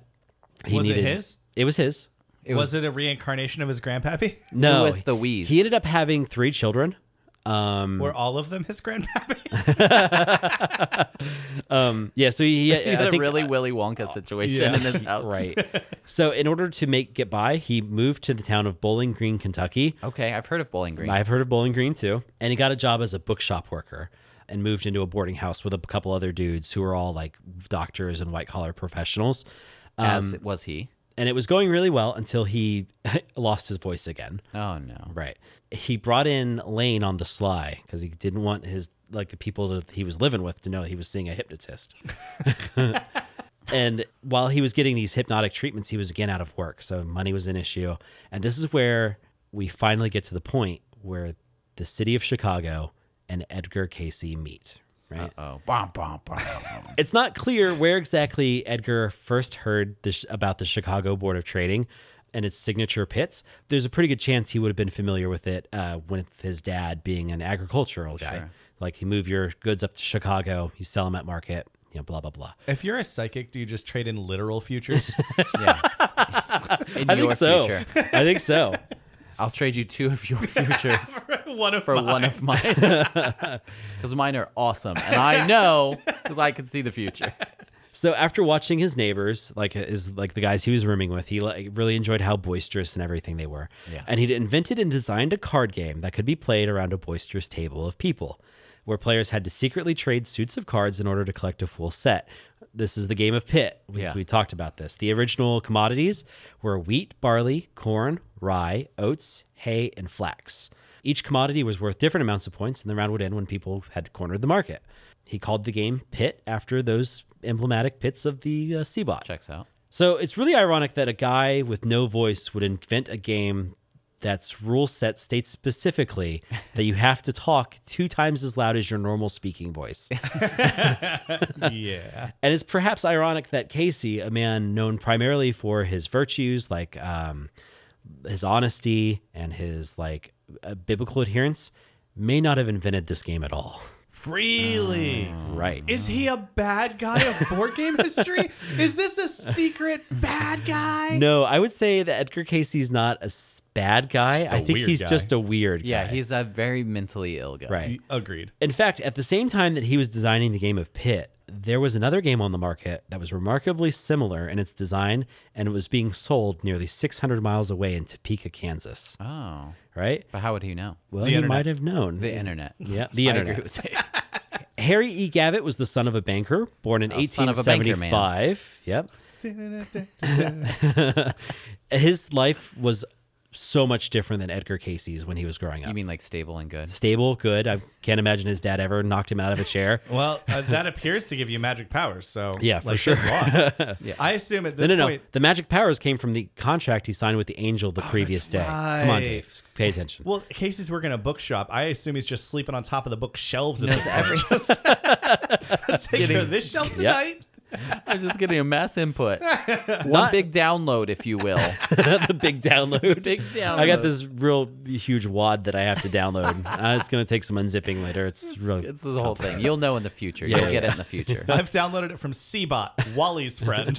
Speaker 3: he
Speaker 2: Was it his?
Speaker 3: It was his.
Speaker 2: was, it a reincarnation of his grandpappy?
Speaker 3: No,
Speaker 1: was the wheeze?
Speaker 3: He ended up having three children.
Speaker 2: Were all of them his grandpappy?
Speaker 3: Yeah,
Speaker 1: [LAUGHS]
Speaker 3: so
Speaker 1: He
Speaker 3: he,
Speaker 1: had
Speaker 3: I
Speaker 1: a
Speaker 3: think, [LAUGHS] uh, oh,
Speaker 1: really Willy Wonka situation
Speaker 2: yeah.
Speaker 1: in his house.
Speaker 3: right. so in order to make get by, he moved to the town of Bowling Green, Kentucky.
Speaker 1: Okay, I've heard of Bowling Green.
Speaker 3: I've heard of Bowling Green too, and he got a job as a bookshop worker and moved into a boarding house with a couple other dudes who were all like doctors and white collar professionals.
Speaker 1: as
Speaker 3: Um,
Speaker 1: was he?
Speaker 3: And it was going really well until he [LAUGHS] lost his voice again.
Speaker 1: Oh no!
Speaker 3: Right. He brought in Lane on the sly because he didn't want his like the people that he was living with to know he was seeing a hypnotist. [LAUGHS] and while he was getting these hypnotic treatments, he was again out of work, so money was an issue. And this is where we finally get to the point where the city of Chicago and Edgar Casey meet. Right.
Speaker 1: Oh, bom, bom, bom.
Speaker 3: It's not clear where exactly Edgar first heard this, about the Chicago Board of Trading and its signature pits. There's a pretty good chance he would have been familiar with it uh, with his dad being an agricultural guy. Like you move your goods up to Chicago, you sell them at market, you know, blah blah blah.
Speaker 2: [LAUGHS] if you're a psychic, do you just trade in literal futures?
Speaker 1: yeah. [LAUGHS] In
Speaker 3: I
Speaker 1: your
Speaker 3: think so.
Speaker 1: future. [LAUGHS]
Speaker 3: I think so.
Speaker 1: I'll trade you two of [LAUGHS] your futures
Speaker 2: [LAUGHS] one of
Speaker 1: for
Speaker 2: mine.
Speaker 1: one of mine. Because mine [LAUGHS] are awesome. And [LAUGHS] I know because I can see the future.
Speaker 3: So after watching his neighbors, like is like the guys he was rooming with, he like really enjoyed how boisterous and everything they were.
Speaker 1: Yeah.
Speaker 3: And he'd invented and designed a card game that could be played around a boisterous table of people, where players had to secretly trade suits of cards in order to collect a full set. This is the game of pit. We,
Speaker 1: Yeah.
Speaker 3: we talked about this. The original commodities were wheat, barley, corn, rye, oats, hay, and flax. Each commodity was worth different amounts of points, and the round would end when people had cornered the market. He called the game Pit after those emblematic pits of the uh, Seabot.
Speaker 1: Checks out.
Speaker 3: So it's really ironic that a guy with no voice would invent a game that's rule set states specifically that you have to talk two times as loud as your normal speaking voice.
Speaker 2: yeah.
Speaker 3: And it's perhaps ironic that Casey, a man known primarily for his virtues like um, his honesty and his like uh, biblical adherence, may not have invented this game at all.
Speaker 2: Really?
Speaker 3: Right.
Speaker 2: Is he a bad guy of board [LAUGHS] game history? Is this a secret bad guy?
Speaker 3: [LAUGHS] no, I would say that Edgar Casey's not a s- bad guy.
Speaker 2: Just a
Speaker 3: I think
Speaker 2: weird
Speaker 3: he's
Speaker 2: guy.
Speaker 3: just a weird guy.
Speaker 1: Yeah, he's a very mentally ill guy.
Speaker 3: right.
Speaker 2: Agreed.
Speaker 3: In fact, at the same time that he was designing the game of Pit, there was another game on the market that was remarkably similar in its design and it was being sold nearly 600 miles away in Topeka, Kansas.
Speaker 1: Oh.
Speaker 3: Right?
Speaker 1: But how would he know?
Speaker 3: Well,
Speaker 2: The
Speaker 3: you
Speaker 2: internet.
Speaker 3: might have known.
Speaker 1: The [LAUGHS] internet.
Speaker 3: yeah, the
Speaker 1: I agree
Speaker 3: internet.
Speaker 1: with you.
Speaker 3: Harry E. Gavitt was the son of a banker, born in
Speaker 1: Oh, son of a banker, man.
Speaker 3: 1875. Yep. [LAUGHS] His life was so much different than Edgar Casey's when he was growing up.
Speaker 1: You mean like stable and good?
Speaker 3: Stable, good. I can't imagine his dad ever knocked him out of
Speaker 1: [LAUGHS]
Speaker 3: a chair.
Speaker 2: Well, uh, that appears to give you magic powers. So
Speaker 3: Yeah, for
Speaker 2: like,
Speaker 3: sure.
Speaker 2: this loss.
Speaker 3: [LAUGHS]
Speaker 2: I assume at
Speaker 3: No,
Speaker 2: this
Speaker 3: no, no.
Speaker 2: point.
Speaker 3: The magic powers came from the contract he signed with the angel
Speaker 1: Oh,
Speaker 3: the previous day. Come on,
Speaker 2: right.
Speaker 3: Dave. Pay attention.
Speaker 2: Well, Casey's working a bookshop. I assume he's just sleeping on top of the bookshelves at
Speaker 1: Knows
Speaker 2: this point. Just- [LAUGHS] Let's take care of this shelf tonight.
Speaker 1: [LAUGHS] I'm just getting [LAUGHS] a mass input. One big download, if you will.
Speaker 3: [LAUGHS] the big download.
Speaker 1: [LAUGHS] Big
Speaker 3: I got
Speaker 1: download.
Speaker 3: this real huge wad that I have to download. uh, it's gonna take some unzipping later. It's
Speaker 1: [LAUGHS]
Speaker 3: real.
Speaker 1: It's this whole thing. You'll know in the future. You'll
Speaker 3: yeah,
Speaker 1: get it in the [LAUGHS] future.
Speaker 2: I've downloaded it from Seabot, Wally's
Speaker 3: [LAUGHS]
Speaker 2: friend.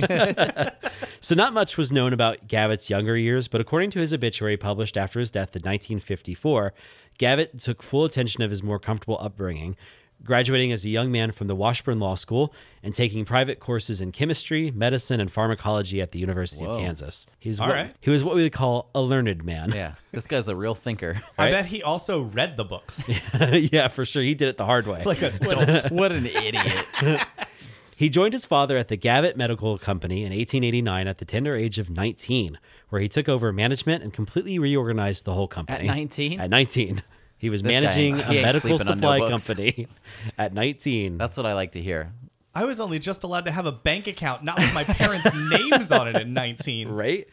Speaker 3: So not much was known about Gavitt's younger years, but according to his obituary published after his death in 1954, Gavitt took full attention of his more comfortable upbringing, graduating as a young man from the Washburn Law School and taking private courses in chemistry, medicine, and pharmacology at the University
Speaker 1: Whoa.
Speaker 3: of Kansas. He's
Speaker 2: All
Speaker 3: what,
Speaker 2: right.
Speaker 3: He was what we would call a learned man.
Speaker 1: Yeah, this guy's a real thinker.
Speaker 2: I bet he also read the books
Speaker 3: [LAUGHS] [LAUGHS] yeah, for sure. He did it the hard way.
Speaker 2: like adults.
Speaker 1: What an idiot.
Speaker 3: He joined his father at the Gavitt Medical Company in 1889 at the tender age of 19, where he took over management and completely reorganized the whole company.
Speaker 1: 19?
Speaker 3: At 19. He was
Speaker 1: This guy
Speaker 3: managing
Speaker 1: ain't- [LAUGHS] he
Speaker 3: a
Speaker 1: ain't
Speaker 3: medical
Speaker 1: sleeping on no
Speaker 3: supply
Speaker 1: books.
Speaker 3: company [LAUGHS] at 19.
Speaker 1: That's what I like to hear.
Speaker 2: I was only just allowed to have a bank account, not with
Speaker 3: [LAUGHS]
Speaker 2: my parents' names on it at 19.
Speaker 3: right?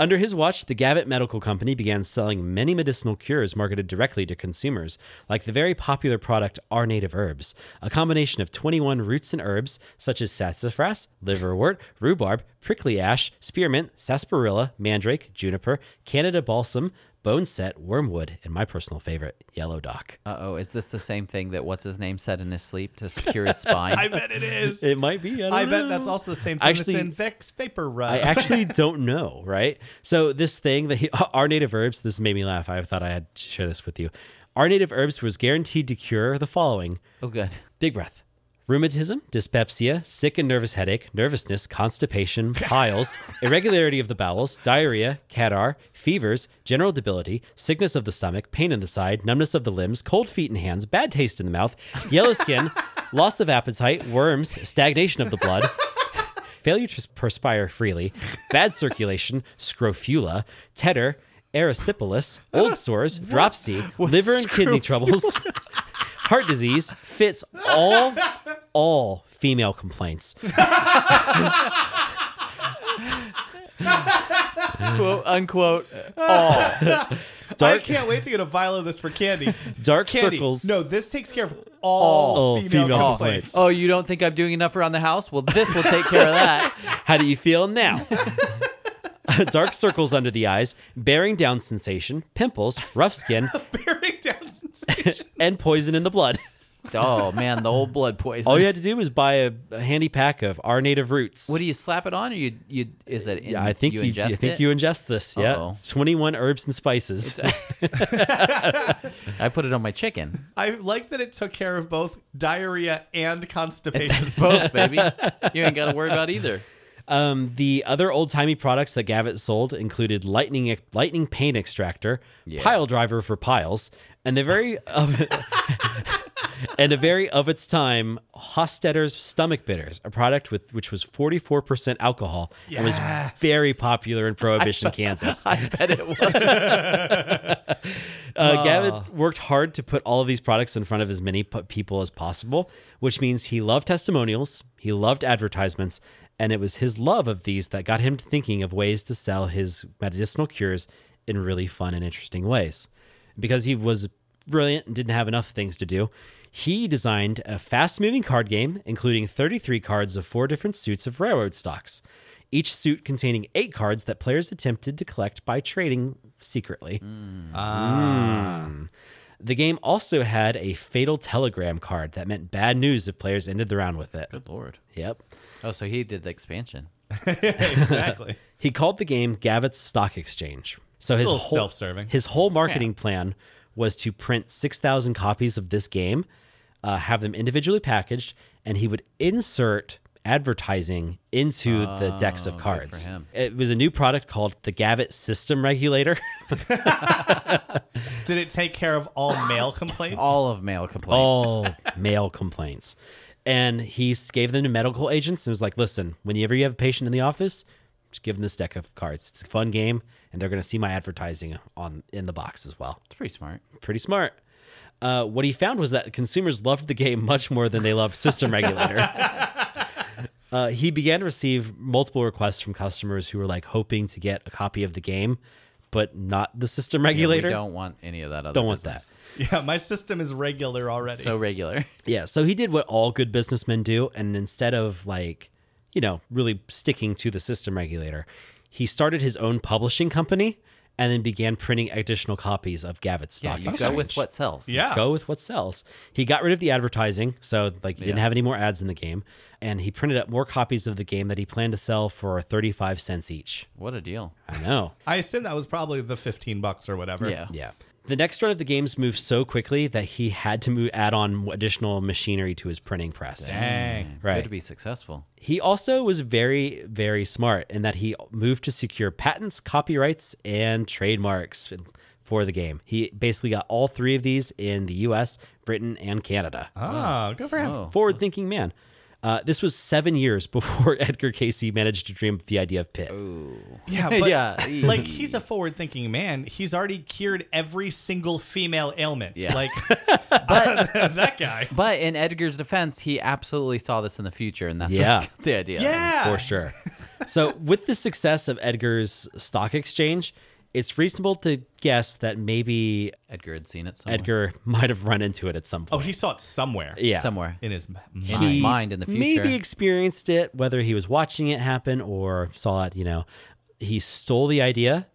Speaker 3: Under his watch, the Gavitt Medical Company began selling many medicinal cures marketed directly to consumers, like the very popular product Our Native Herbs, a combination of 21 roots and herbs such as sassafras, liverwort, rhubarb, prickly ash, spearmint, sarsaparilla, mandrake, juniper, Canada balsam, boneset, wormwood, and my personal favorite, yellow dock.
Speaker 1: Uh oh, is this the same thing that what's his name said in his sleep [LAUGHS] to secure his spine?
Speaker 2: I bet
Speaker 3: [LAUGHS]
Speaker 2: it is.
Speaker 3: It might be. I, don't
Speaker 2: I bet
Speaker 3: know.
Speaker 2: that's also the same thing
Speaker 3: Actually-
Speaker 2: that's in Vex Vapor Rub. [LAUGHS]
Speaker 3: I actually don't know, right? So this thing that he, [LAUGHS] our native herbs, this made me laugh. I thought I had to share this with you. Our native herbs was guaranteed to cure the following:
Speaker 1: oh, good.
Speaker 3: big breath, rheumatism, dyspepsia, sick and nervous headache, nervousness, constipation, piles, irregularity of the bowels, diarrhea, catarrh, fevers, general debility, sickness of the stomach, pain in the side, numbness of the limbs, cold feet and hands, bad taste in the mouth, yellow skin, loss of appetite, worms, stagnation of the blood [LAUGHS] failure to perspire freely, bad circulation, scrofula, tetter, erysipelas, old sores, dropsy, liver and kidney troubles, heart disease, fits, all all female complaints.
Speaker 1: [LAUGHS] Quote unquote. All.
Speaker 2: [LAUGHS] I
Speaker 3: Dark
Speaker 2: can't wait to get a vial of this
Speaker 3: [LAUGHS]
Speaker 2: for candy.
Speaker 3: dark
Speaker 2: Candy.
Speaker 3: circles.
Speaker 2: No, this takes care of all,
Speaker 3: All
Speaker 2: female,
Speaker 3: female
Speaker 2: complaints. [LAUGHS]
Speaker 3: complaints.
Speaker 1: Oh, you don't think I'm doing enough around the house? Well, this will take care of [LAUGHS] that.
Speaker 3: How do you feel now? [LAUGHS] dark circles under the eyes, bearing down sensation, pimples, rough skin, [LAUGHS]
Speaker 2: Bearing down sensation.
Speaker 3: and poison in the blood.
Speaker 1: Oh man, the old blood poison.
Speaker 3: All you had to do was buy a, a handy pack of our native roots.
Speaker 1: What do you slap it on, or you you is it? In,
Speaker 3: yeah, I think you,
Speaker 1: ingest
Speaker 3: I think
Speaker 1: it?
Speaker 3: you ingest this. Yeah,
Speaker 1: Uh-oh.
Speaker 3: It's 21 herbs and spices.
Speaker 1: I put it on my chicken. [LAUGHS]
Speaker 2: I like that it took care of both diarrhea and constipation.
Speaker 3: [LAUGHS]
Speaker 1: It's [LAUGHS] both, baby. You ain't got to worry about either.
Speaker 3: Um, the other old timey products that Gavitt sold included lightning lightning paint extractor, pile driver for piles, and the very of, [LAUGHS] and a very of its time Hostetter's stomach bitters, a product with which was forty four percent alcohol and was
Speaker 2: Yes.
Speaker 3: very popular in Prohibition
Speaker 1: [LAUGHS]
Speaker 3: Kansas.
Speaker 1: I bet it was.
Speaker 3: Uh, Gavitt worked hard to put all of these products in front of as many p- people as possible, which means he loved testimonials, he loved advertisements, and it was his love of these that got him to thinking of ways to sell his medicinal cures in really fun and interesting ways. Because he was brilliant and didn't have enough things to do, he designed a fast moving card game, including 33 cards of four different suits of railroad stocks, each suit containing eight cards that players attempted to collect by trading secretly. The game also had a fatal telegram card that meant bad news if players ended the round with it.
Speaker 1: Lord.
Speaker 3: Yep.
Speaker 1: Oh, so he did the expansion.
Speaker 2: exactly.
Speaker 3: He called the game Gavitt's Stock Exchange. So his
Speaker 2: a little
Speaker 3: whole
Speaker 2: self-serving.
Speaker 3: his whole marketing plan was to print 6,000 copies of this game, uh, have them individually packaged, and he would insert advertising into the decks
Speaker 2: Oh,
Speaker 3: of cards.
Speaker 1: him.
Speaker 3: It was a new product called the Gavitt System Regulator. [LAUGHS]
Speaker 2: Did it take care of all male complaints?
Speaker 1: All of male complaints.
Speaker 3: all Oh, male complaints. And he s- gave them to medical agents and was like, listen, whenever you have a patient in the office, just give them this deck of cards. It's a fun game, and they're going to see my advertising on in the box as well.
Speaker 1: It's pretty smart.
Speaker 3: Pretty smart. Uh, what he found was that consumers loved the game much more than they loved System Regulator. [LAUGHS] Uh, he began to receive multiple requests from customers who were like hoping to get a copy of the game, but not the System Regulator.
Speaker 1: We don't want any of that other.
Speaker 3: Don't want
Speaker 1: business.
Speaker 2: yeah, my system is regular already.
Speaker 1: So regular.
Speaker 3: Yeah, so he did what all good businessmen do, and instead of like, you know, really sticking to the system regulator, he started his own publishing company and then began printing additional copies of Gavitt's
Speaker 1: Yeah,
Speaker 3: stock.
Speaker 1: you go
Speaker 3: exchange.
Speaker 1: with what sells.
Speaker 2: yeah.
Speaker 3: Go with what sells. He got rid of the advertising, so like he didn't have any more ads in the game, and he printed up more copies of the game that he planned to sell for thirty-five cents each.
Speaker 1: What a deal.
Speaker 3: I
Speaker 1: [LAUGHS]
Speaker 3: know.
Speaker 2: I assume that was probably the 15 bucks or whatever.
Speaker 1: Yeah.
Speaker 3: Yeah. The next run of the games moved so quickly that he had to move, add on additional machinery to his printing press.
Speaker 2: Dang.
Speaker 3: Right.
Speaker 1: Good to be successful.
Speaker 3: He also was very, very smart in that he moved to secure patents, copyrights, and trademarks for the game. He basically got all three of these in the US, Britain, and Canada.
Speaker 2: Oh, good for him.
Speaker 1: Oh.
Speaker 3: Forward thinking man. Uh, this was seven years [LAUGHS] before Edgar Casey managed to dream up the idea of Pitt. [LAUGHS]
Speaker 2: Yeah, but
Speaker 1: Yeah.
Speaker 2: like he's a forward-thinking man. He's already cured every single female ailment.
Speaker 1: Yeah.
Speaker 3: [LAUGHS]
Speaker 2: Like [LAUGHS] that guy.
Speaker 1: But in Edgar's defense, he absolutely saw this in the future, and that's
Speaker 3: Yeah.
Speaker 1: what, [LAUGHS] the idea.
Speaker 2: Yeah.
Speaker 3: For sure. so, with the success of Edgar's stock exchange, it's reasonable to guess that maybe
Speaker 1: Edgar had seen it somewhere.
Speaker 3: Edgar [LAUGHS] might have run into it at some
Speaker 2: Oh,
Speaker 3: point.
Speaker 2: he saw it somewhere.
Speaker 3: yeah.
Speaker 1: Somewhere.
Speaker 2: In his m-
Speaker 1: In
Speaker 2: mind.
Speaker 1: his mind in the future.
Speaker 3: Maybe experienced it, whether he was watching it happen or saw it, you know. He stole the idea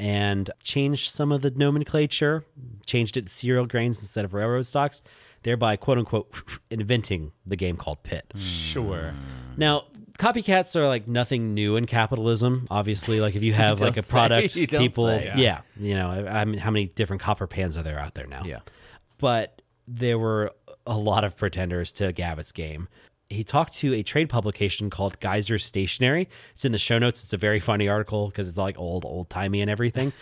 Speaker 3: and changed some of the nomenclature, changed it to cereal grains instead of railroad stocks, thereby, quote unquote, [LAUGHS] inventing the game called Pit.
Speaker 2: Sure.
Speaker 3: Now, copycats are like nothing new in capitalism. Obviously, like if
Speaker 1: [LAUGHS]
Speaker 3: you have like a
Speaker 1: Don't say. [LAUGHS]
Speaker 3: product,
Speaker 1: You don't
Speaker 3: people,
Speaker 1: say.
Speaker 3: yeah. you know, I I mean, how many different copper pans are there out there now?
Speaker 1: Yeah.
Speaker 3: but there were a lot of pretenders to Gavitt's game. He talked to a trade publication called Geyser Stationery. It's in the show notes. It's a very funny article because it's like old, old timey and everything.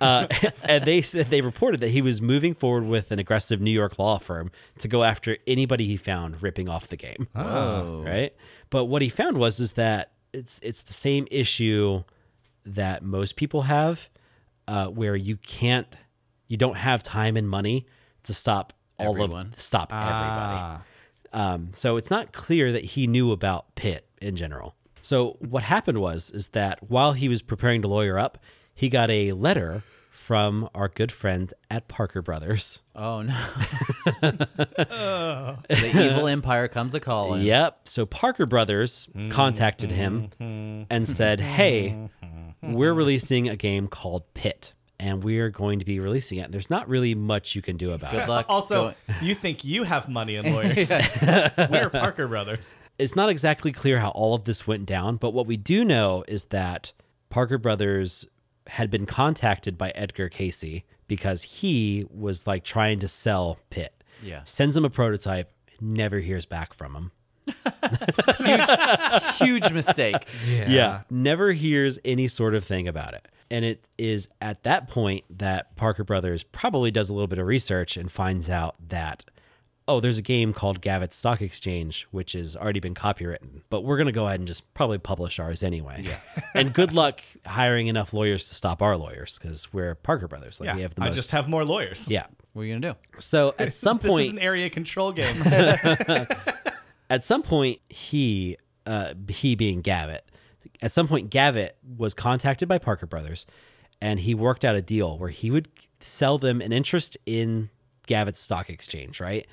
Speaker 3: uh, [LAUGHS] and they said- they reported that he was moving forward with an aggressive New York law firm to go after anybody he found ripping off the game. Right. But what he found was is that it's it's the same issue that most people have, uh, where you can't, you don't have time and money to stop all
Speaker 1: Everyone.
Speaker 3: of stop everybody. Um, so it's not clear that he knew about Pitt in general. So what happened was is that while he was preparing to lawyer up, he got a letter from our good friend at Parker Brothers.
Speaker 1: Oh no. the evil empire comes a calling.
Speaker 3: Yep. So Parker Brothers contacted him and said, "Hey, we're releasing a game called Pit, and we are going to be releasing it. And there's not really much you can do about it.
Speaker 1: Good luck.
Speaker 2: Also,
Speaker 1: going-
Speaker 2: you think you have
Speaker 3: [LAUGHS]
Speaker 2: money and lawyers. [LAUGHS] We're Parker Brothers.
Speaker 3: It's not exactly clear how all of this went down, but what we do know is that Parker Brothers had been contacted by Edgar Casey because he was like trying to sell Pitt.
Speaker 1: Yeah.
Speaker 3: Sends him a prototype, never hears back from him.
Speaker 1: huge mistake.
Speaker 3: yeah never hears any sort of thing about it and it is at that point that parker brothers probably does a little bit of research and finds out that oh there's a game called gavitt stock exchange which has already been copywritten but we're going to go ahead and just probably publish ours anyway yeah. [LAUGHS] and good luck hiring enough lawyers to stop our lawyers because we're parker brothers like
Speaker 2: Yeah,
Speaker 3: we have the
Speaker 2: I
Speaker 3: most
Speaker 2: just have more lawyers.
Speaker 3: yeah
Speaker 1: What are you gonna do?
Speaker 3: so at some
Speaker 2: [LAUGHS] This
Speaker 3: point
Speaker 2: is an area control game.
Speaker 3: [LAUGHS] at some point he uh, he being Gavitt at some point Gavitt was contacted by Parker Brothers and he worked out a deal where he would sell them an interest in Gavitt's stock exchange right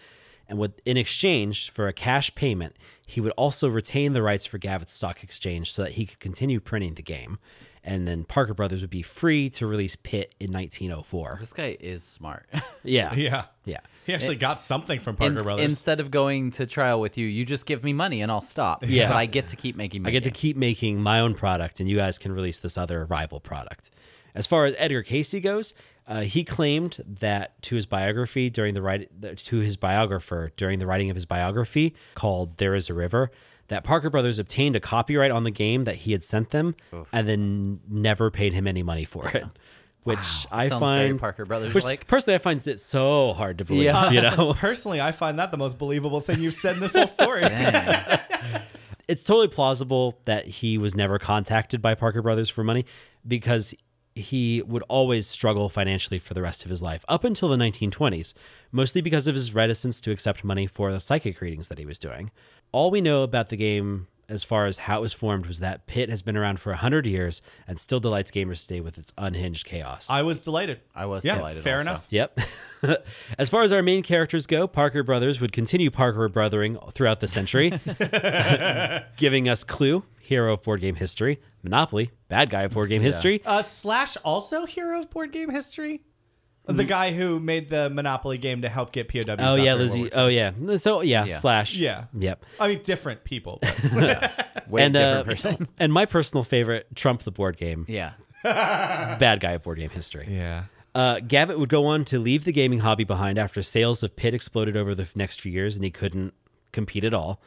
Speaker 3: and with in exchange for a cash payment he would also retain the rights for Gavitt's stock exchange so that he could continue printing the game and then Parker Brothers would be free to release Pitt in 1904
Speaker 1: This guy is smart. [LAUGHS]
Speaker 3: yeah
Speaker 2: yeah.
Speaker 3: yeah
Speaker 2: He actually got something from Parker
Speaker 1: In-
Speaker 2: Brothers.
Speaker 1: Instead of going to trial with you, you just give me money and I'll stop.
Speaker 3: Yeah.
Speaker 1: But I get to keep making. My
Speaker 3: I get to keep making my own product, and you guys can release this other rival product. As far as Edgar Casey goes, uh, he claimed that to his biography during the write that- to his biographer during the writing of his biography called "There Is a River." That Parker Brothers obtained a copyright on the game that he had sent them, and then never paid him any money for it, which I
Speaker 1: Sounds
Speaker 3: find
Speaker 1: very Parker Brothers
Speaker 3: which
Speaker 1: like.
Speaker 3: personally I find it so hard to believe.
Speaker 1: Yeah.
Speaker 2: [LAUGHS]
Speaker 3: You know,
Speaker 2: Personally, I find that the most believable thing you've said in this
Speaker 3: [LAUGHS]
Speaker 2: whole story.
Speaker 1: Dang.
Speaker 3: it's totally plausible that he was never contacted by Parker Brothers for money because he would always struggle financially for the rest of his life up until the 1920s, mostly because of his reticence to accept money for the psychic readings that he was doing. All we know about the game as far as how it was formed was that Pitt has been around for 100 years and still delights gamers today with its unhinged chaos.
Speaker 2: I was delighted.
Speaker 1: I was
Speaker 2: yeah,
Speaker 1: delighted
Speaker 2: Fair
Speaker 1: also.
Speaker 2: enough.
Speaker 3: Yep. [LAUGHS] as far as our main characters go, Parker Brothers would continue Parker Brothering throughout the
Speaker 2: [LAUGHS]
Speaker 3: century, giving us Clue, hero of board game history, Monopoly, bad guy of board game history.
Speaker 2: Uh, Slash also hero of board game history. The guy who made the Monopoly game to help get POWs.
Speaker 3: Oh
Speaker 2: out
Speaker 3: yeah,
Speaker 2: during World
Speaker 3: Lizzie.
Speaker 2: War
Speaker 1: uh,
Speaker 2: II.
Speaker 3: Oh yeah. So yeah,
Speaker 1: Yeah.
Speaker 3: slash.
Speaker 2: Yeah.
Speaker 3: Yep.
Speaker 2: I mean, different people. but-
Speaker 1: Way different
Speaker 3: uh, [LAUGHS]
Speaker 1: person.
Speaker 3: and my personal favorite, Trump the board game,
Speaker 1: Yeah.
Speaker 3: bad guy of board game history.
Speaker 2: yeah.
Speaker 3: Uh, Gavitt would go on to leave the gaming hobby behind after sales of Pit exploded over the f- next few years and he couldn't compete at all.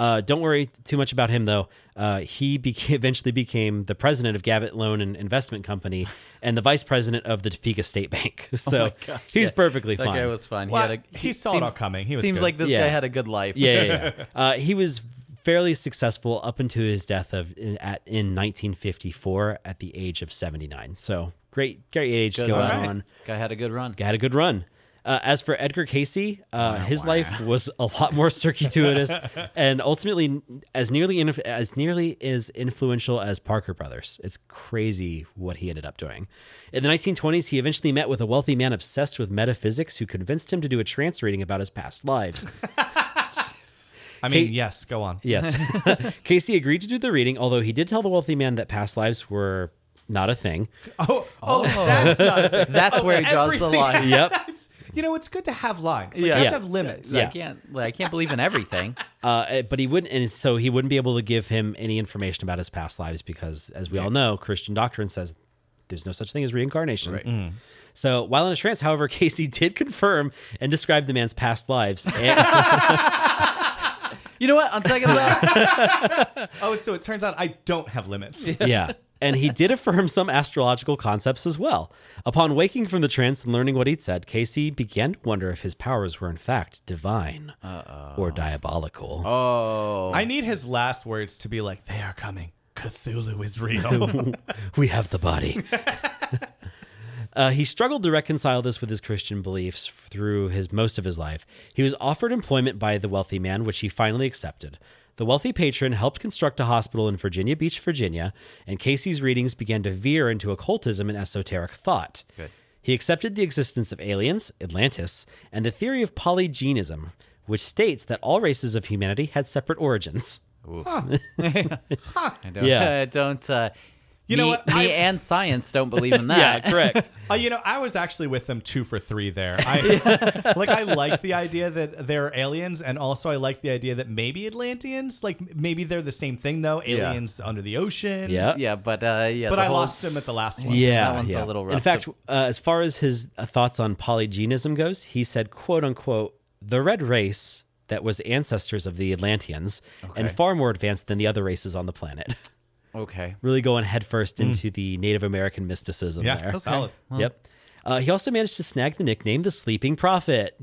Speaker 3: Uh, don't worry too much about him, though. Uh, he [LAUGHS] beca- eventually became the president of Gavitt Loan and Investment Company and the vice president of the Topeka State Bank. [LAUGHS] So he's
Speaker 1: Oh yeah.
Speaker 3: perfectly
Speaker 1: That
Speaker 3: fine.
Speaker 1: guy was fine.
Speaker 2: Well,
Speaker 1: he, had a,
Speaker 2: he saw it all coming. He was
Speaker 1: seems
Speaker 2: good.
Speaker 1: like this
Speaker 3: Yeah.
Speaker 1: guy had a good life.
Speaker 3: yeah, yeah,
Speaker 1: [LAUGHS]
Speaker 3: yeah. Uh, he was fairly successful up until his death of in, at in 1954 at the age of 79. So great, great age
Speaker 1: Good
Speaker 3: going
Speaker 1: run.
Speaker 3: on.
Speaker 1: Guy had a good run.
Speaker 3: had a good run. Uh, as for Edgar Casey, uh, his life was a lot more [LAUGHS] circuitous and ultimately as nearly inf- as nearly as influential as Parker Brothers. It's crazy what he ended up doing. In the 1920s, he eventually met with a wealthy man obsessed with metaphysics who convinced him to do a trance reading about his past lives.
Speaker 2: I mean,
Speaker 3: Kate-
Speaker 2: yes, go on.
Speaker 3: Yes. [LAUGHS] Casey agreed to do the reading, although he did tell the wealthy man that past lives were not a thing.
Speaker 2: Oh, oh, that's
Speaker 1: [LAUGHS]
Speaker 2: not a thing.
Speaker 1: That's
Speaker 2: Oh,
Speaker 1: where he draws the
Speaker 2: everything-
Speaker 1: line.
Speaker 3: Yep.
Speaker 2: You know, it's good to have lines. Like, You
Speaker 1: Yeah.
Speaker 2: have
Speaker 3: Yeah.
Speaker 2: to have limits.
Speaker 3: Yeah.
Speaker 1: I can't. Like, I can't believe in everything.
Speaker 3: Uh, but he wouldn't, and so he wouldn't be able to give him any information about his past lives because, as we all know, Christian doctrine says there's no such thing as reincarnation.
Speaker 1: Right.
Speaker 3: So, while in a trance, however, [LAUGHS] Casey did confirm and describe the man's past lives. And,
Speaker 1: You know what? On
Speaker 3: [LAUGHS]
Speaker 1: second thought,
Speaker 2: Oh, so it turns out I don't have limits.
Speaker 3: yeah. And he did affirm some astrological concepts as well. Upon waking from the trance and learning what he'd said, Casey began to wonder if his powers were in fact divine or diabolical.
Speaker 1: oh,
Speaker 2: I need his last words to be like, they are coming. Cthulhu
Speaker 1: [LAUGHS]
Speaker 2: is real.
Speaker 3: we have the body. [LAUGHS] Uh, he struggled to reconcile this with his Christian beliefs through his most of his life. He was offered employment by the wealthy man, which he finally accepted. The wealthy patron helped construct a hospital in Virginia Beach, Virginia, and Casey's readings began to veer into occultism and esoteric thought.
Speaker 1: Good.
Speaker 3: He accepted the existence of aliens, Atlantis, and the theory of polygenism, which states that all races of humanity had separate origins.
Speaker 1: I don't,
Speaker 3: Yeah.
Speaker 1: I don't. Uh,
Speaker 2: You
Speaker 1: me,
Speaker 2: know what?
Speaker 1: Me
Speaker 2: I-
Speaker 1: and science don't believe
Speaker 2: [LAUGHS]
Speaker 1: in that.
Speaker 3: yeah, correct.
Speaker 2: Uh, you know, I was actually with them two for three there.
Speaker 1: [LAUGHS]
Speaker 2: I, [LAUGHS] like, I like the idea that they're aliens, and also I like the idea that maybe Atlanteans, like, m- maybe they're the same thing, though.
Speaker 1: Yeah.
Speaker 2: Aliens under the ocean.
Speaker 3: Yeah.
Speaker 1: Yeah, but uh, yeah.
Speaker 2: But
Speaker 1: the
Speaker 2: I
Speaker 1: whole-
Speaker 2: lost him at the last one.
Speaker 3: Yeah,
Speaker 1: That one's a
Speaker 3: yeah.
Speaker 1: little
Speaker 3: In
Speaker 1: rough
Speaker 3: fact,
Speaker 1: to-
Speaker 3: uh, as far as his uh, thoughts on polygenism goes, he said, "quote unquote," the red race that was ancestors of the Atlanteans and
Speaker 1: Okay.
Speaker 3: far more advanced than the other races on the planet. [LAUGHS]
Speaker 1: Okay.
Speaker 3: really going headfirst
Speaker 1: Hmm.
Speaker 3: into the Native American mysticism
Speaker 2: Yeah.
Speaker 3: there.
Speaker 2: Okay. Solid.
Speaker 3: Yep. Uh, he also managed to snag the nickname the Sleeping Prophet.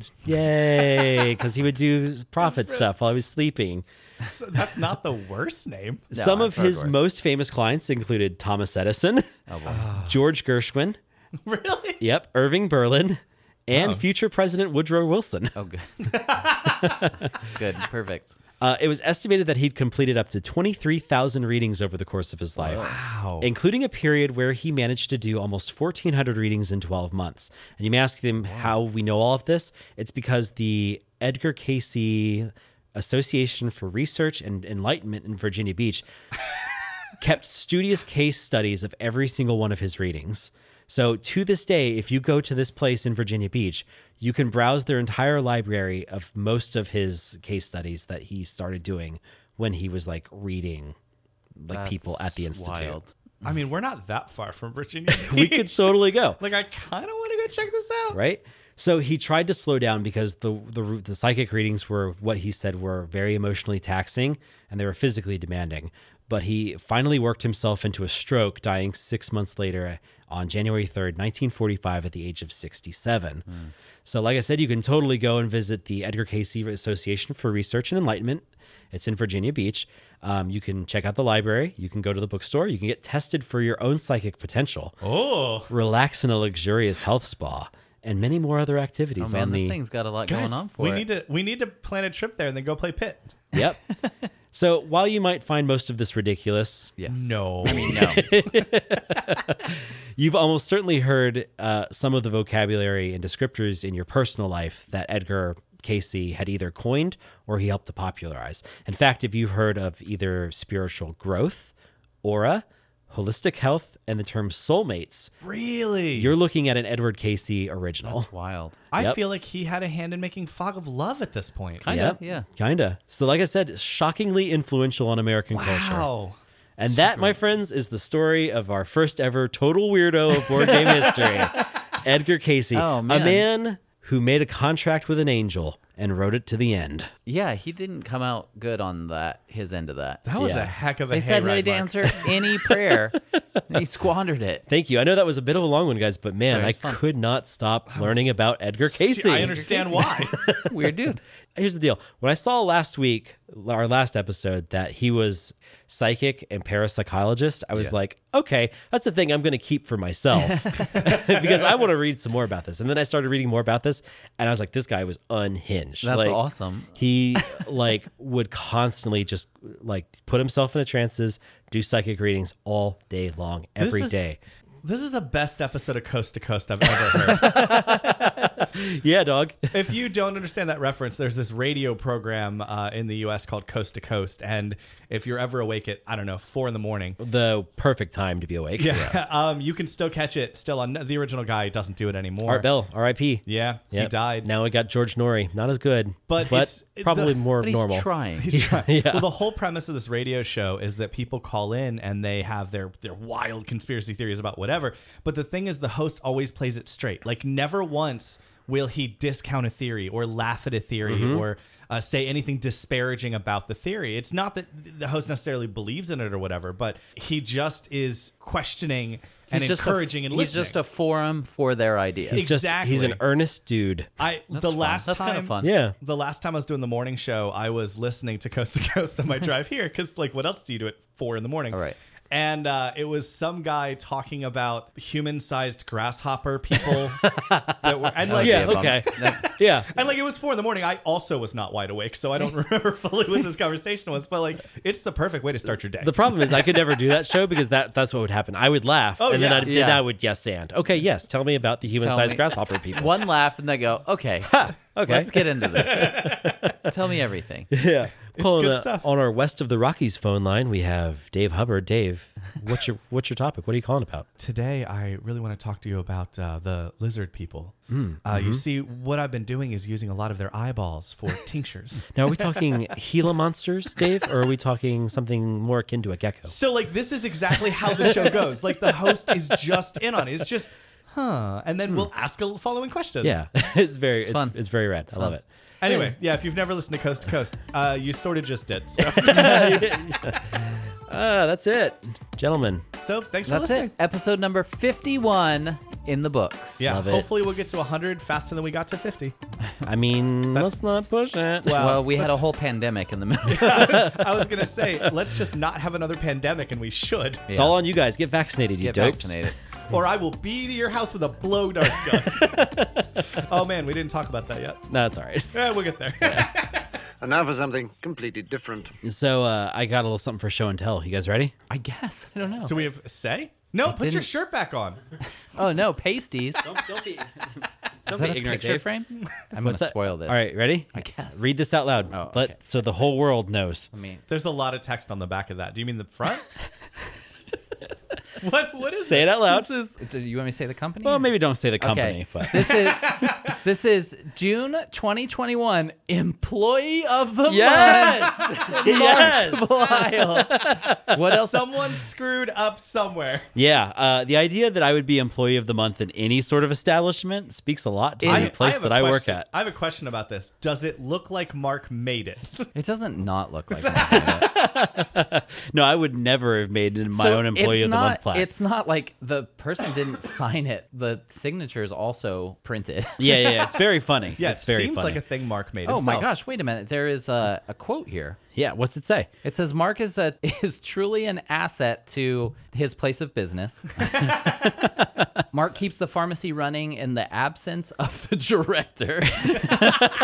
Speaker 3: Yay! Because he
Speaker 1: [LAUGHS]
Speaker 3: would do prophet stuff while he was sleeping.
Speaker 2: So that's not the
Speaker 1: [LAUGHS]
Speaker 2: worst name.
Speaker 3: Some
Speaker 1: I've
Speaker 3: of
Speaker 1: heard
Speaker 3: his
Speaker 1: worse.
Speaker 3: most famous clients included Thomas Edison,
Speaker 1: Oh boy.
Speaker 3: George Gershwin,
Speaker 2: [LAUGHS] Really?
Speaker 3: Yep, Irving Berlin and future President Woodrow Wilson.
Speaker 1: Oh
Speaker 2: [LAUGHS]
Speaker 1: good. good. Perfect.
Speaker 3: Uh, it was estimated that he'd completed up to 23,000 readings over the course of his life,
Speaker 2: Wow.
Speaker 3: including a period where he managed to do almost 1,400 readings in 12 months. And you may ask them how we know all of this. It's because the Edgar Casey Association for Research and Enlightenment in Virginia Beach kept studious case studies of every single one of his readings. So to this day, if you go to this place in Virginia Beach, you can browse their entire library of most of his case studies that he started doing when he was like reading like people at the
Speaker 1: That's
Speaker 3: institute.
Speaker 1: Wild.
Speaker 2: I mean, we're not that far from Virginia.
Speaker 1: [LAUGHS]
Speaker 3: We could totally go,
Speaker 2: [LAUGHS] like, I kind of want to go check this
Speaker 3: [LAUGHS]
Speaker 2: out.
Speaker 3: right? So he tried to slow down because the, the the psychic readings were what he said were very emotionally taxing and they were physically demanding. But he finally worked himself into a stroke, dying six months later uh, on January third, nineteen forty five, at the age of sixty seven. So, like I said, you can totally go and visit the Edgar Casey Association for Research and Enlightenment. It's in Virginia Beach. Um, you can check out the library. You can go to the bookstore. You can get tested for your own psychic potential
Speaker 2: Oh.
Speaker 3: relax in a luxurious health spa, and many more other activities
Speaker 1: Oh man,
Speaker 3: on the.
Speaker 1: this thing's got a lot
Speaker 2: Guys,
Speaker 1: going on for
Speaker 2: we
Speaker 1: it.
Speaker 2: need to we need to plan a trip there and then go play pit.
Speaker 3: [LAUGHS]
Speaker 1: [LAUGHS]
Speaker 3: Yep. so while you might find most of this ridiculous,
Speaker 1: yes.
Speaker 2: No.
Speaker 1: I mean no.
Speaker 3: you've almost certainly heard uh, some of the vocabulary and descriptors in your personal life that Edgar Casey had either coined or he helped to popularize. In fact, if you've heard of either spiritual growth, aura, holistic health, and the term soulmates,
Speaker 2: [LAUGHS] really?
Speaker 3: you're looking at an Edward Casey original.
Speaker 1: It's wild.
Speaker 2: I
Speaker 3: Yep.
Speaker 2: feel like he had a hand in making Fog of Love at this point.
Speaker 1: Kinda, yeah.
Speaker 3: Kinda. So, like I said, shockingly influential on American culture.
Speaker 2: Wow.
Speaker 3: And that, my friends, is the story of our first ever total weirdo of
Speaker 1: [LAUGHS]
Speaker 3: board game history, Edgar Casey,
Speaker 1: Oh, man.
Speaker 3: a man who made a contract with an angel and wrote it to the end.
Speaker 1: Yeah, he didn't come out good on that his end of that.
Speaker 2: That was
Speaker 3: Yeah.
Speaker 2: a heck of a
Speaker 1: They said
Speaker 2: hayride,
Speaker 1: they didn't
Speaker 2: Mark.
Speaker 1: answer any
Speaker 2: [LAUGHS]
Speaker 1: prayer. and he squandered it.
Speaker 3: Thank you. I know that was a bit of a long one, guys, but man,
Speaker 1: Sorry,
Speaker 3: I
Speaker 1: it's fun.
Speaker 3: could not stop learning about Edgar Casey.
Speaker 2: I
Speaker 1: [LAUGHS]
Speaker 2: understand why.
Speaker 1: Weird dude.
Speaker 3: Here's the deal. When I saw last week, our last episode, that he was psychic and parapsychologist, I was like, okay, that's a thing I'm going to keep for [LAUGHS] myself because I want to read some more about this. And then I started reading more about this, and I was like, this guy was unhinged.
Speaker 1: That's
Speaker 3: Like,
Speaker 1: awesome.
Speaker 3: [LAUGHS] He like would constantly just like put himself into trances, do psychic readings all day long, every
Speaker 2: is-
Speaker 3: day.
Speaker 2: this is the best episode of Coast to Coast I've
Speaker 1: [LAUGHS]
Speaker 2: ever heard.
Speaker 3: Yeah, dog.
Speaker 2: if you don't understand that reference, there's this radio program uh, in the U.S. called Coast to Coast, and if you're ever awake at I don't know four in the morning,
Speaker 3: [LAUGHS] the perfect time to be [LAUGHS] awake.
Speaker 2: yeah, [LAUGHS] um, you can still catch it. Still on the original guy doesn't do it anymore.
Speaker 3: Art Bell, R.I.P.
Speaker 2: Yeah, he
Speaker 3: Yep.
Speaker 2: died.
Speaker 3: Now we got George Norrie. Not as good,
Speaker 2: But
Speaker 3: but,
Speaker 2: it's- it-
Speaker 3: probably
Speaker 2: the-
Speaker 3: more
Speaker 1: But he's
Speaker 3: normal.
Speaker 2: [LAUGHS]
Speaker 1: trying.
Speaker 2: Well, the whole premise of this radio show is that people call in and they have their their wild conspiracy theories about whatever. But the thing is, the host always plays it straight. Like never once will he discount a theory or laugh at a theory
Speaker 1: Mm-hmm.
Speaker 2: or uh, say anything disparaging about the theory. It's not that the host necessarily believes in it or whatever, but he just is questioning and
Speaker 1: he's just
Speaker 2: encouraging
Speaker 1: a,
Speaker 2: and
Speaker 1: He's
Speaker 2: listening.
Speaker 1: just a forum for their ideas.
Speaker 3: He's just he's an
Speaker 2: Exactly.
Speaker 3: earnest dude.
Speaker 2: I the
Speaker 1: fun.
Speaker 2: last
Speaker 1: That's
Speaker 2: time
Speaker 1: kinda fun.
Speaker 3: Yeah.
Speaker 2: the last time I was doing the morning show, I was listening to Coast to
Speaker 1: [LAUGHS]
Speaker 2: Coast on my drive here because, like, what else do you do at four in the morning?
Speaker 1: All right.
Speaker 2: And uh, it was some guy talking about human-sized grasshopper
Speaker 1: [LAUGHS]
Speaker 2: people that were, and
Speaker 1: That'd
Speaker 2: like,
Speaker 1: be
Speaker 3: Yeah,
Speaker 1: a bummer.
Speaker 3: okay.
Speaker 1: That-
Speaker 3: [LAUGHS] Yeah.
Speaker 2: and like, it was four in the morning. I also was not wide awake, so I don't [LAUGHS] remember fully what this conversation was. But like, it's the perfect way to start your day.
Speaker 3: The problem is I could never do that show because that that's what would happen. I would laugh
Speaker 2: Oh,
Speaker 3: and
Speaker 2: yeah.
Speaker 3: then I then
Speaker 1: Yeah.
Speaker 3: I would yes and. Okay, yes, tell me about the human-sized
Speaker 1: me.
Speaker 3: grasshopper people.
Speaker 1: One laugh and they go, okay,
Speaker 3: [LAUGHS] okay.
Speaker 1: let's get into this. Tell me everything.
Speaker 3: yeah. Well,
Speaker 2: good
Speaker 3: uh,
Speaker 2: stuff.
Speaker 3: on our West of the Rockies phone line, we have Dave Hubbard. Dave, what's your what's your topic? What are you calling about?
Speaker 2: Today, I really want to talk to you about uh, the lizard people.
Speaker 1: Hmm.
Speaker 2: uh,
Speaker 1: Mm-hmm.
Speaker 2: You see, what I've been doing is using a lot of their eyeballs for tinctures.
Speaker 3: Now, are we talking Gila monsters, Dave, or are we talking something more akin to a gecko?
Speaker 2: So, like, this is exactly how the show goes. Like, the host is just in on it. It's just, huh. And then we'll ask a following question.
Speaker 3: Yeah, [LAUGHS] it's very it's,
Speaker 1: fun.
Speaker 3: It's, very rad. I love it.
Speaker 2: Anyway, yeah, if you've never listened to Coast to Coast, uh, you sort of just did. So, [LAUGHS]
Speaker 3: Uh, that's it, gentlemen.
Speaker 2: so thanks for
Speaker 1: That's
Speaker 2: listening.
Speaker 1: it. Episode number 51 in the books.
Speaker 2: Yeah,
Speaker 3: Love it.
Speaker 2: hopefully we'll get to 100 faster than we got to 50.
Speaker 3: I [LAUGHS] mean, let's not push it.
Speaker 1: [LAUGHS]
Speaker 2: Wow.
Speaker 1: Well, we had a whole pandemic in the middle.
Speaker 2: I was going to say, let's just not have another pandemic, and we should.
Speaker 3: [LAUGHS] It's all on you guys. Get vaccinated, you
Speaker 1: Get
Speaker 3: dopes.
Speaker 1: vaccinated.
Speaker 2: Or I will be to your house with a blow dart gun. [LAUGHS] oh, man, we didn't talk about that yet.
Speaker 3: No, it's all right. [LAUGHS]
Speaker 2: Eh, we'll get there.
Speaker 4: And now for something completely different.
Speaker 3: So uh, I got a little something for show and tell. You guys ready?
Speaker 1: I guess. I don't know.
Speaker 2: [LAUGHS] Do we have say? No, put your
Speaker 1: didn't-
Speaker 2: shirt back on.
Speaker 1: oh, no. Pasties.
Speaker 3: Don't, don't
Speaker 1: [LAUGHS]
Speaker 3: be. [LAUGHS]
Speaker 1: Is that a
Speaker 3: ignorant,
Speaker 1: picture
Speaker 3: Dave.
Speaker 1: frame? I'm going to
Speaker 3: that?
Speaker 1: spoil this.
Speaker 3: All right, ready? I
Speaker 1: guess.
Speaker 3: Read this out loud.
Speaker 1: Oh, okay.
Speaker 3: Let so the whole world knows.
Speaker 1: I mean,
Speaker 2: There's a lot of text on the back of that. Do you mean the front? what? What is
Speaker 3: Say it out loud.
Speaker 1: this is. Do you want me to say the company?
Speaker 3: Well, maybe don't say the company,
Speaker 1: Okay.
Speaker 3: [LAUGHS] but
Speaker 1: This [LAUGHS] is this is June 2021 Employee of the
Speaker 3: [LAUGHS] yes.
Speaker 1: Month. Lyle. What else?
Speaker 2: Someone screwed up somewhere.
Speaker 3: Yeah, uh, the idea that I would be employee of the month in any sort of establishment speaks a lot to
Speaker 1: In-
Speaker 3: the place
Speaker 2: have
Speaker 3: that
Speaker 2: a
Speaker 3: I work
Speaker 2: question.
Speaker 3: at.
Speaker 2: I have a question about this. Does it look like Mark made it? [LAUGHS]
Speaker 1: It doesn't not look [LAUGHS] like that.
Speaker 3: No, I would never have made it in my
Speaker 1: So
Speaker 3: own employee
Speaker 1: it's
Speaker 3: of the
Speaker 1: not,
Speaker 3: month plaque.
Speaker 1: It's not like the person didn't sign it. The signature is also printed.
Speaker 3: yeah, yeah, yeah, it's
Speaker 1: [LAUGHS]
Speaker 3: very funny.
Speaker 2: Yeah,
Speaker 3: it's
Speaker 2: it
Speaker 3: very
Speaker 2: seems
Speaker 3: funny.
Speaker 2: like a thing Mark made.
Speaker 1: Oh my
Speaker 2: himself.
Speaker 1: gosh! Wait a minute. There is a, a quote here.
Speaker 3: yeah, what's it say?
Speaker 1: It says Mark is a, [LAUGHS] is truly an asset to his place of
Speaker 3: [LAUGHS]
Speaker 1: business. Mark keeps the pharmacy running in the absence of the director. [LAUGHS]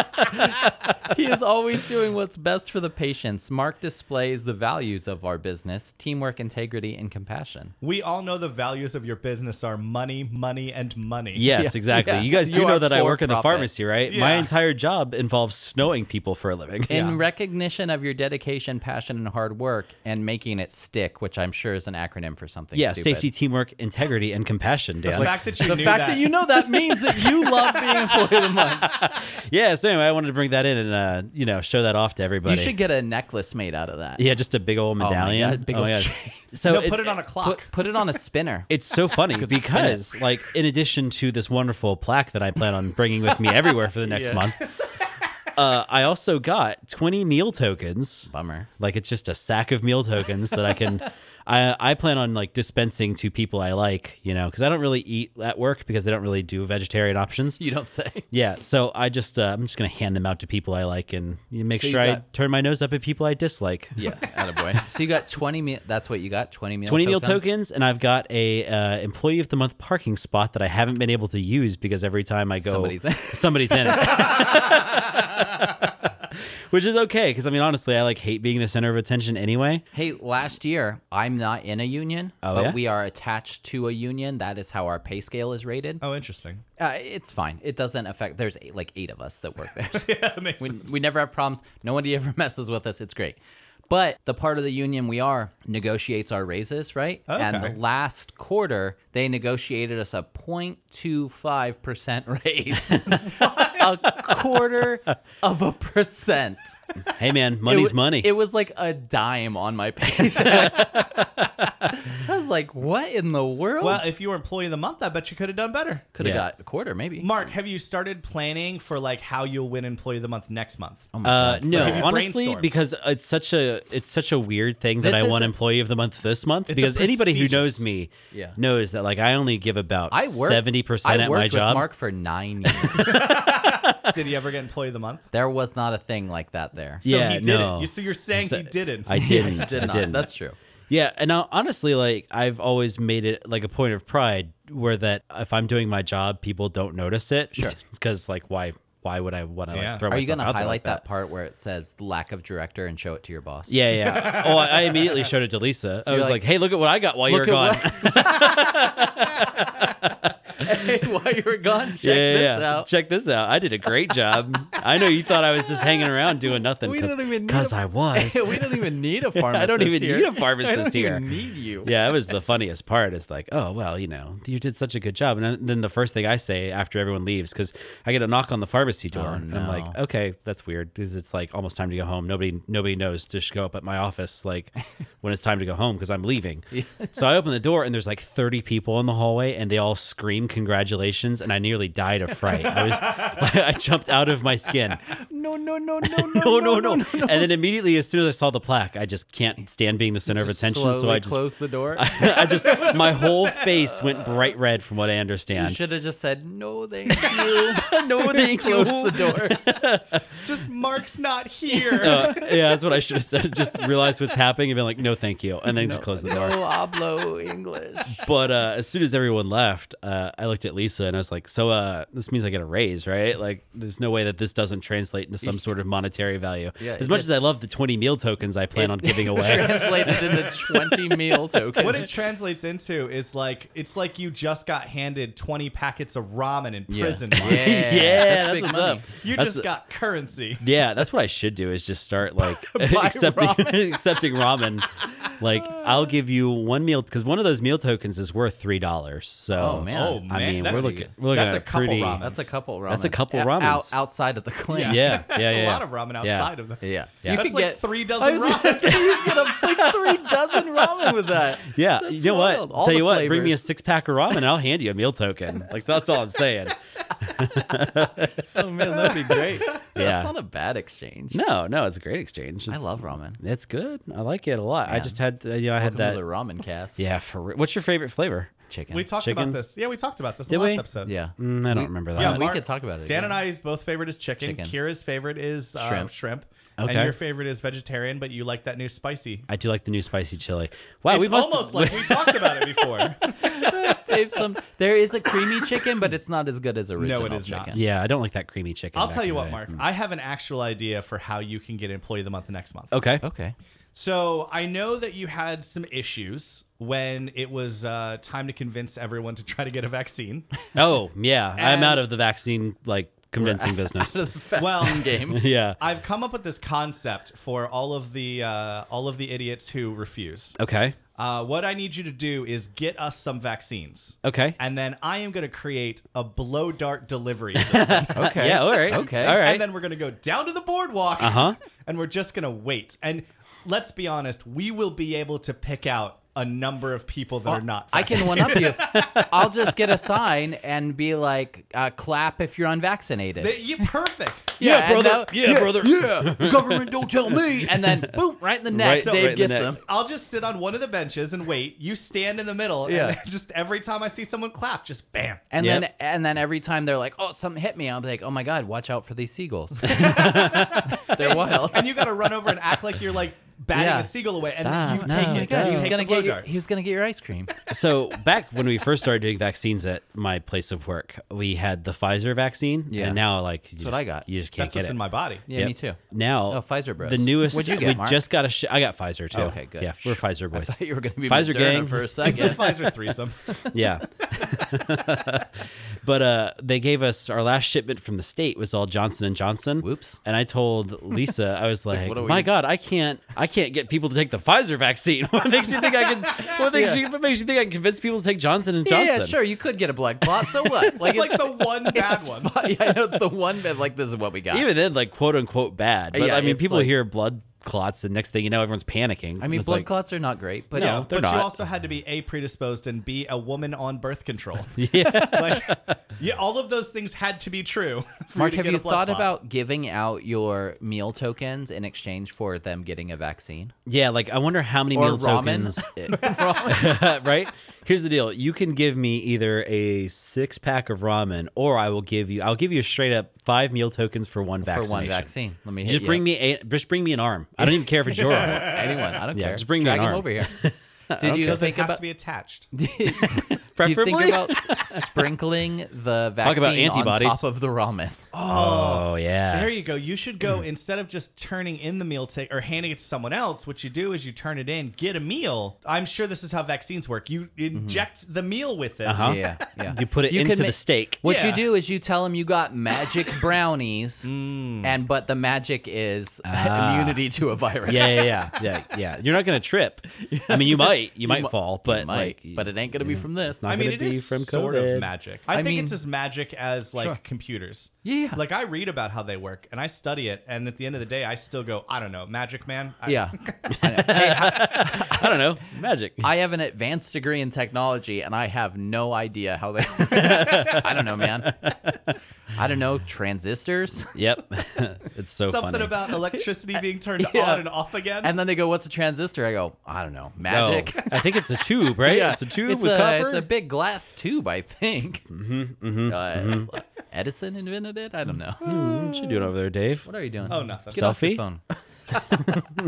Speaker 1: he is always doing what's best for the patients. Mark displays the values of our business: teamwork, integrity, and compassion.
Speaker 2: We all know the values of your business are money, money, and money.
Speaker 3: Yes,
Speaker 1: Yeah,
Speaker 3: exactly.
Speaker 1: yeah.
Speaker 3: You guys do
Speaker 1: You
Speaker 3: know
Speaker 1: are
Speaker 3: that I
Speaker 1: for
Speaker 3: work in the
Speaker 1: profit.
Speaker 3: pharmacy, right? My
Speaker 2: Yeah.
Speaker 3: entire job involves snowing people for a living.
Speaker 1: In [LAUGHS] recognition of your dedication, passion, and hard work, and making it stick, which I'm sure is an acronym for something.
Speaker 3: yeah,
Speaker 1: stupid.
Speaker 3: safety, teamwork, integrity, and compassion, Dan.
Speaker 2: The fact that you
Speaker 1: The
Speaker 2: knew
Speaker 1: fact
Speaker 2: that,
Speaker 1: that you know that means that you love
Speaker 3: [LAUGHS]
Speaker 1: being employee of the month.
Speaker 3: yeah, so anyway, I wanted to bring that in and uh, you know show that off to everybody.
Speaker 1: You should get a necklace made out of that.
Speaker 3: yeah, just a big old
Speaker 1: my
Speaker 3: medallion.
Speaker 1: God, big
Speaker 3: Oh my
Speaker 1: old
Speaker 3: God.
Speaker 1: [LAUGHS] chain.
Speaker 3: So
Speaker 2: no,
Speaker 3: it-
Speaker 2: put it on a clock.
Speaker 1: Put, put it on [LAUGHS] a spinner.
Speaker 3: It's
Speaker 1: [LAUGHS]
Speaker 3: so funny because, like, in addition to this wonderful plaque that I plan on
Speaker 1: [LAUGHS]
Speaker 3: bringing with me everywhere for the next
Speaker 2: Yeah.
Speaker 3: month, uh, I also got 20 meal tokens.
Speaker 1: Bummer.
Speaker 3: Like, it's just a sack of meal tokens that
Speaker 1: [LAUGHS]
Speaker 3: I can. I, I plan on like dispensing to people I like, you know, because I don't really eat at work because they don't really do vegetarian options.
Speaker 1: You don't say.
Speaker 3: Yeah, so I just uh, I'm just gonna hand them out to people I like and you make
Speaker 1: So you
Speaker 3: sure I
Speaker 1: got-
Speaker 3: turn my nose up at people I dislike.
Speaker 1: [LAUGHS] Yeah, attaboy. so you got 20 meal. That's what you got? 20 meal
Speaker 3: 20 meal
Speaker 1: tokens?
Speaker 3: tokens and i've got a uh, employee of the month parking spot that i haven't been able to use because every time i go
Speaker 1: Somebody's in.
Speaker 3: somebody's in
Speaker 1: [LAUGHS]
Speaker 3: it which is okay because i mean honestly i like hate being the center of attention anyway
Speaker 1: Hey, last year, I'm not in a union, but
Speaker 3: Oh, yeah?
Speaker 1: we are attached to a union. That is how our pay scale is rated.
Speaker 2: oh, interesting. [LAUGHS]
Speaker 1: Uh, it's fine. It doesn't affect. There's eight, like eight of us that work
Speaker 3: [LAUGHS]
Speaker 1: there. So
Speaker 2: Yes, it makes
Speaker 1: we,
Speaker 2: sense.
Speaker 1: we never have problems. Nobody [LAUGHS] ever messes with us. It's great. But the part of the union we are negotiates our raises, right? And the
Speaker 2: Okay.
Speaker 1: last quarter, they negotiated us a 0.25% raise.
Speaker 3: [LAUGHS]
Speaker 1: [LAUGHS] a quarter of a percent.
Speaker 3: hey man
Speaker 1: It
Speaker 3: money's
Speaker 1: wa-
Speaker 3: money
Speaker 1: It was like a dime on my [LAUGHS] page. I was like, what in the world?
Speaker 2: Well, if you were employee of the month, I bet you could have done better.
Speaker 1: Could have
Speaker 3: Yeah.
Speaker 1: got a quarter, maybe.
Speaker 2: Mark, have you started planning for like how you'll win employee of the month next month?
Speaker 3: uh, no,
Speaker 2: Have you
Speaker 3: honestly,
Speaker 2: brainstormed?
Speaker 3: because it's such a it's such a weird thing that
Speaker 1: This
Speaker 3: I won
Speaker 1: isn't-
Speaker 3: employee of the month this month.
Speaker 2: It's a
Speaker 3: Because anybody who knows
Speaker 2: prestigious-
Speaker 3: me
Speaker 1: Yeah.
Speaker 3: knows that like I only give about
Speaker 1: I worked
Speaker 3: seventy percent
Speaker 1: I
Speaker 3: at
Speaker 1: worked
Speaker 3: my
Speaker 1: with
Speaker 3: job.
Speaker 1: Mark for nine years.
Speaker 2: Did he ever get employee of the month?
Speaker 1: there was not a thing like that there.
Speaker 3: [LAUGHS]
Speaker 2: So
Speaker 3: yeah,
Speaker 2: he didn't.
Speaker 3: no.
Speaker 2: You, so you're saying
Speaker 3: So-
Speaker 2: he didn't.
Speaker 1: [LAUGHS]
Speaker 3: I didn't.
Speaker 1: I did
Speaker 3: I
Speaker 1: not.
Speaker 3: didn't.
Speaker 1: That's true.
Speaker 3: Yeah, and now honestly, like I've always made it like a point of pride where that if I'm doing my job, people don't notice it. [LAUGHS] Sure, because like why why would I want to
Speaker 2: Yeah.
Speaker 3: like throw
Speaker 1: Are
Speaker 3: myself
Speaker 1: you going to
Speaker 3: out there
Speaker 1: highlight
Speaker 3: like
Speaker 1: that? part where it says lack of director and show it to your boss? [LAUGHS]
Speaker 3: Yeah, yeah. oh, I, I immediately showed it to Lisa. I was like,
Speaker 1: like,
Speaker 3: "Hey, look at what I got while you were
Speaker 1: Look
Speaker 3: gone." [LAUGHS]
Speaker 1: at what- hey, while you were gone, [LAUGHS] check
Speaker 3: yeah,
Speaker 1: this
Speaker 3: yeah.
Speaker 1: out.
Speaker 3: Check this out. I did a great job. I know you thought I was just hanging around doing nothing
Speaker 1: We don't even need
Speaker 3: because
Speaker 1: a- [LAUGHS]
Speaker 3: I was.
Speaker 1: we don't even
Speaker 3: [LAUGHS]
Speaker 1: need a pharmacist.
Speaker 3: I don't even
Speaker 1: here. [LAUGHS]
Speaker 3: need a
Speaker 1: I
Speaker 3: pharmacist
Speaker 1: don't
Speaker 3: here.
Speaker 1: Even need you.
Speaker 3: [LAUGHS] yeah, that was the funniest part. It's like, oh well, you know, you did such a good job. And then the first thing I say after everyone leaves, because I get a knock on the pharmacy door,
Speaker 1: Oh,
Speaker 3: and I'm like,
Speaker 1: no.
Speaker 3: okay, that's weird, because it's like almost time to go home. Nobody, nobody knows. Just show up at my office [LAUGHS] like when it's time to go home because I'm leaving. so I open the door and there's like 30 people in the hallway, and they all scream congratulations, and I nearly died of fright. I was, [LAUGHS] I jumped out of my skin
Speaker 1: No, no, no,
Speaker 3: [LAUGHS]
Speaker 1: no, no,
Speaker 3: no, no, no, And then immediately, as soon as I saw the plaque, I just can't stand being the center of attention. So I just,
Speaker 1: closed the door.
Speaker 3: [LAUGHS] I just, my whole face went bright red from what I
Speaker 1: you
Speaker 3: understand.
Speaker 1: should have just said no,
Speaker 3: [LAUGHS]
Speaker 1: thank you. [LAUGHS]
Speaker 3: no, thank you.
Speaker 1: Close the door.
Speaker 2: [LAUGHS] Just
Speaker 1: [LAUGHS]
Speaker 2: Mark's not here.
Speaker 3: Uh, yeah, that's what I should have said. Just realized what's happening and been like, no, thank you. And then just close the door.
Speaker 1: No hablo English.
Speaker 3: But uh, as soon as everyone left, uh, I looked at Lisa and I was like, so uh, this means I get a raise, right? Like, there's no way that this doesn't translate into some sort of monetary value.
Speaker 1: Yeah,
Speaker 3: as much
Speaker 1: it-
Speaker 3: as I love the 20 meal tokens I plan on
Speaker 1: [LAUGHS]
Speaker 3: giving away.
Speaker 1: Translated
Speaker 3: [LAUGHS]
Speaker 1: into twenty meal token.
Speaker 2: what it translates into is like it's like you just got handed 20 packets of ramen in
Speaker 1: yeah.
Speaker 2: prison.
Speaker 1: Yeah,
Speaker 3: [LAUGHS]
Speaker 2: Mark.
Speaker 3: Yeah,
Speaker 1: that's,
Speaker 3: that's
Speaker 1: big
Speaker 3: what's
Speaker 1: money.
Speaker 3: up.
Speaker 2: You
Speaker 3: That's
Speaker 2: just
Speaker 3: the-
Speaker 1: [LAUGHS]
Speaker 2: got currency.
Speaker 3: Yeah, that's what I should do is just start like [LAUGHS] accepting [LAUGHS] accepting ramen. Like I'll give you one meal because one of those meal tokens is worth three dollars. So
Speaker 1: Oh, man.
Speaker 2: Oh man,
Speaker 3: I mean,
Speaker 2: that's,
Speaker 3: we're looking we're looking
Speaker 2: that's
Speaker 3: at
Speaker 2: a couple
Speaker 3: pretty.
Speaker 2: ramen.
Speaker 1: That's a couple ramen.
Speaker 3: That's a couple ramens.
Speaker 1: outside of the
Speaker 2: yeah,
Speaker 1: claim.
Speaker 2: [LAUGHS]
Speaker 3: yeah,
Speaker 2: that's
Speaker 3: yeah,
Speaker 2: a
Speaker 3: yeah.
Speaker 2: lot of ramen
Speaker 3: Yeah.
Speaker 2: outside of that.
Speaker 1: Yeah.
Speaker 3: Yeah.
Speaker 1: You
Speaker 2: That's
Speaker 1: could
Speaker 2: like
Speaker 1: get [LAUGHS]
Speaker 2: three
Speaker 1: I
Speaker 2: dozen
Speaker 1: was gonna
Speaker 2: ramen.
Speaker 1: say you could have like three dozen ramen with that.
Speaker 3: [LAUGHS] Yeah, you know
Speaker 1: wild.
Speaker 3: what?
Speaker 1: All
Speaker 3: Tell
Speaker 1: the
Speaker 3: you what, bring me a
Speaker 1: flavors.
Speaker 3: six pack of ramen. and I'll hand you a meal token. Like that's all I'm saying.
Speaker 1: Oh man, that'd be great.
Speaker 3: Yeah.
Speaker 1: That's not a bad exchange.
Speaker 3: No, no, it's a great exchange.
Speaker 1: I
Speaker 3: It's-
Speaker 1: love ramen.
Speaker 3: It's good. I like it a lot. I
Speaker 1: Yeah.
Speaker 3: just had uh, you know I had
Speaker 1: Welcome to
Speaker 3: that.
Speaker 1: the ramen cast.
Speaker 3: yeah, for re- what's your favorite flavor?
Speaker 1: chicken.
Speaker 2: We talked
Speaker 3: Chicken?
Speaker 2: about this. Yeah, we talked about this
Speaker 3: Did
Speaker 2: in the last
Speaker 3: we?
Speaker 2: episode.
Speaker 1: yeah.
Speaker 3: Mm, I don't remember that.
Speaker 2: Yeah,
Speaker 1: we
Speaker 2: Mark-
Speaker 1: could talk about it.
Speaker 2: Dan
Speaker 1: again.
Speaker 2: and I's both favorite is chicken.
Speaker 1: Chicken.
Speaker 2: Kira's favorite is uh,
Speaker 1: Shrimp.
Speaker 2: shrimp.
Speaker 3: Okay.
Speaker 2: And your favorite is vegetarian, but you like that new spicy.
Speaker 3: I do like the new spicy chili. Wow,
Speaker 2: It's
Speaker 3: we must
Speaker 2: almost like we talked about
Speaker 1: [LAUGHS]
Speaker 2: it before.
Speaker 1: Save some. There is a creamy chicken, but it's not as good as original
Speaker 2: it is not.
Speaker 1: chicken.
Speaker 3: yeah, I don't like that creamy chicken.
Speaker 2: I'll
Speaker 3: back
Speaker 2: tell
Speaker 3: in
Speaker 2: you
Speaker 3: the
Speaker 2: what,
Speaker 3: day. Hmm.
Speaker 2: Mark. I have an actual idea for how you can get employee of the month next month.
Speaker 3: Okay.
Speaker 1: Okay.
Speaker 2: So I know that you had some issues when it was uh, time to convince everyone to try to get
Speaker 3: [LAUGHS]
Speaker 2: a vaccine.
Speaker 3: Oh yeah, I'm
Speaker 2: And-
Speaker 3: out of the vaccine like
Speaker 2: [LAUGHS]
Speaker 3: convincing business.
Speaker 1: So the vaccine
Speaker 2: Well-
Speaker 3: [LAUGHS]
Speaker 1: game.
Speaker 3: yeah.
Speaker 2: I've come up with this concept for all of the uh, all of the idiots who refuse.
Speaker 3: Okay.
Speaker 2: Uh, what I need you to do is get us some vaccines.
Speaker 3: Okay.
Speaker 2: And then I am going to create a blow
Speaker 3: [LAUGHS]
Speaker 2: dart delivery system.
Speaker 1: Okay.
Speaker 3: Yeah. All right.
Speaker 1: Okay.
Speaker 3: All right.
Speaker 2: And then [LAUGHS] we're going to go down to the boardwalk.
Speaker 3: Uh-huh.
Speaker 2: [LAUGHS] And we're just going to wait. And let's be honest, we will be able to pick out a number of people that are not.
Speaker 1: Oh, I can one up you. I'll just get a sign and be like, uh, "Clap if you're unvaccinated."
Speaker 2: vaccinated. You perfect.
Speaker 1: [LAUGHS] Yeah, and now- yeah,
Speaker 3: brother.
Speaker 1: [LAUGHS] yeah, government don't tell me. And then boom, right in the neck. Dave
Speaker 3: Right- right in the
Speaker 1: gets
Speaker 3: neck.
Speaker 1: him.
Speaker 2: I'll just sit on one of the benches and wait. You stand in the middle,
Speaker 1: Yeah.
Speaker 2: and [LAUGHS] just every time I see someone clap, just bam.
Speaker 1: [LAUGHS] And
Speaker 3: Yep.
Speaker 1: then and then every time they're like, "Oh, something hit me," I'm like, "Oh my god, watch out for these [LAUGHS] seagulls. they're wild."
Speaker 2: And you got to run over and act like you're like batting
Speaker 1: Yeah.
Speaker 2: a seagull away,
Speaker 3: Stop.
Speaker 2: and
Speaker 1: Oh
Speaker 2: you
Speaker 1: my
Speaker 2: take
Speaker 1: God,
Speaker 2: it.
Speaker 1: he
Speaker 2: you
Speaker 1: was
Speaker 2: take
Speaker 1: gonna
Speaker 2: the blow
Speaker 1: get your,
Speaker 2: dart.
Speaker 1: he was gonna get your ice cream.
Speaker 3: So back when we first started doing vaccines at my place of work, we had the Pfizer vaccine,
Speaker 1: Yeah.
Speaker 3: and now like you
Speaker 1: what
Speaker 3: just-
Speaker 1: I got.
Speaker 3: You just can't
Speaker 2: That's
Speaker 3: get
Speaker 2: what's
Speaker 3: it.
Speaker 2: in my body.
Speaker 1: Yeah,
Speaker 3: Yep.
Speaker 1: me [LAUGHS] too.
Speaker 3: Now,
Speaker 1: Oh, Pfizer bros.
Speaker 3: The newest.
Speaker 1: What'd you get,
Speaker 3: we
Speaker 1: Mark?
Speaker 3: just got a. Sh- I got Pfizer too.
Speaker 1: Okay, good.
Speaker 3: Yeah, we're Pfizer boys.
Speaker 1: I thought you were gonna be
Speaker 3: Pfizer
Speaker 1: Moderna [LAUGHS]
Speaker 3: gang.
Speaker 1: for a
Speaker 2: It's a
Speaker 1: second.
Speaker 2: Pfizer threesome.
Speaker 3: yeah. [LAUGHS] but uh, they gave us our last shipment from the state was all Johnson and Johnson.
Speaker 1: Whoops.
Speaker 3: And I told Lisa,
Speaker 1: [LAUGHS]
Speaker 3: I was like,
Speaker 1: what are we-
Speaker 3: "My God, I can't, I can't get people to take the Pfizer vaccine. [LAUGHS] what makes you think I can? What makes you what makes you think I can convince people to take Johnson and Johnson?
Speaker 1: Yeah, sure. You could get a blood clot. So [LAUGHS] what? [LAUGHS] Like
Speaker 2: It's like the one bad one.
Speaker 1: yeah, [LAUGHS] I know it's the one bit. Like this is what we got.
Speaker 3: Even then, like quote unquote bad. But
Speaker 1: Yeah,
Speaker 3: I mean,
Speaker 1: it's
Speaker 3: people
Speaker 1: like-
Speaker 3: hear blood clots, and next thing you know, everyone's panicking.
Speaker 1: I
Speaker 3: And
Speaker 1: mean,
Speaker 3: it's
Speaker 1: blood
Speaker 3: like,
Speaker 1: clots are not great, but
Speaker 3: No. they're
Speaker 2: but
Speaker 3: not.
Speaker 2: you also had to be a predisposed and b a woman on
Speaker 3: [LAUGHS]
Speaker 2: birth control. [LAUGHS] Yeah, like yeah, all of those things had to be true. [LAUGHS] for
Speaker 1: Mark,
Speaker 2: to
Speaker 1: have
Speaker 2: get
Speaker 1: you
Speaker 2: a blood
Speaker 1: thought
Speaker 2: clot.
Speaker 1: about giving out your meal tokens in exchange for them getting a vaccine?
Speaker 3: Yeah, like I wonder how many
Speaker 1: Or [LAUGHS]
Speaker 3: meal
Speaker 1: ramen.
Speaker 3: tokens. [LAUGHS] right? Here's the deal: you can give me either a six pack of ramen, or I will give you. I'll give you a straight up five meal tokens for one
Speaker 1: For
Speaker 3: vaccination.
Speaker 1: one vaccine. Let me hit
Speaker 3: Just
Speaker 1: you
Speaker 3: bring
Speaker 1: up.
Speaker 3: me a. Just bring me an arm. I don't even care if it's
Speaker 2: [LAUGHS]
Speaker 3: your
Speaker 1: [LAUGHS]
Speaker 3: arm.
Speaker 1: anyone. I don't
Speaker 3: Yeah,
Speaker 1: care.
Speaker 3: [LAUGHS] just bring me
Speaker 1: Drag
Speaker 3: an
Speaker 1: him
Speaker 3: arm.
Speaker 1: over here. Did you
Speaker 2: Does it
Speaker 1: think
Speaker 2: have
Speaker 1: about?
Speaker 2: to be attached?
Speaker 1: [LAUGHS] Do you
Speaker 3: preferably.
Speaker 1: think about sprinkling the vaccine
Speaker 3: [LAUGHS] Talk about antibodies.
Speaker 1: on top of the ramen?
Speaker 3: oh yeah.
Speaker 2: There you go. You should
Speaker 3: Mm.
Speaker 2: go instead of just turning in the meal ticket or handing it to someone else. What you do is you turn it in, get a meal. I'm sure this is how vaccines work. You inject the meal with it.
Speaker 3: Mm-hmm. Uh-huh.
Speaker 1: Yeah, yeah.
Speaker 3: You put it
Speaker 1: can
Speaker 3: into
Speaker 1: ma-
Speaker 3: the steak.
Speaker 1: What you
Speaker 2: Yeah.
Speaker 1: do is you tell them you got
Speaker 3: [LAUGHS]
Speaker 1: magic brownies,
Speaker 2: Mm.
Speaker 1: and but the magic is immunity to a virus.
Speaker 3: Ah. yeah, yeah, yeah, yeah, yeah. You're not
Speaker 1: [LAUGHS]
Speaker 3: gonna trip. I mean, you might, you, might fall, but
Speaker 1: Mike,
Speaker 3: like,
Speaker 1: but it ain't gonna be from this.
Speaker 3: not
Speaker 2: I mean,
Speaker 3: gonna
Speaker 2: it
Speaker 3: be
Speaker 2: is
Speaker 3: from
Speaker 2: sort
Speaker 3: COVID.
Speaker 2: of magic. I,
Speaker 1: I
Speaker 2: think
Speaker 1: mean-
Speaker 2: it's as magic as like computers.
Speaker 1: Yeah.
Speaker 2: Like I read about how they work and I study it, and at the end of the day, I still go, I don't know, magic man. I,
Speaker 1: yeah.
Speaker 3: I
Speaker 1: [LAUGHS]
Speaker 3: don't know, magic.
Speaker 1: I have an advanced degree in technology, and I have no idea how [LAUGHS] they. I don't know, man. I don't know transistors.
Speaker 3: yep, [LAUGHS] it's so
Speaker 2: something
Speaker 3: funny.
Speaker 1: [LAUGHS]
Speaker 2: about electricity being turned
Speaker 1: Yeah.
Speaker 2: on and off again.
Speaker 1: And then they go, "What's a transistor?" I go, "I don't know,
Speaker 3: Oh,
Speaker 1: [LAUGHS] magic."
Speaker 3: I think it's a tube,
Speaker 1: [LAUGHS]
Speaker 3: right? It's a tube
Speaker 1: It's
Speaker 3: with
Speaker 1: a,
Speaker 3: copper.
Speaker 1: it's a big glass tube, I think. Mm-hmm, Edison invented it. I don't [LAUGHS] know.
Speaker 3: what you doing over there, Dave?
Speaker 1: What are you doing?
Speaker 2: Oh, nothing.
Speaker 1: Get off your
Speaker 3: Selfie?
Speaker 1: phone.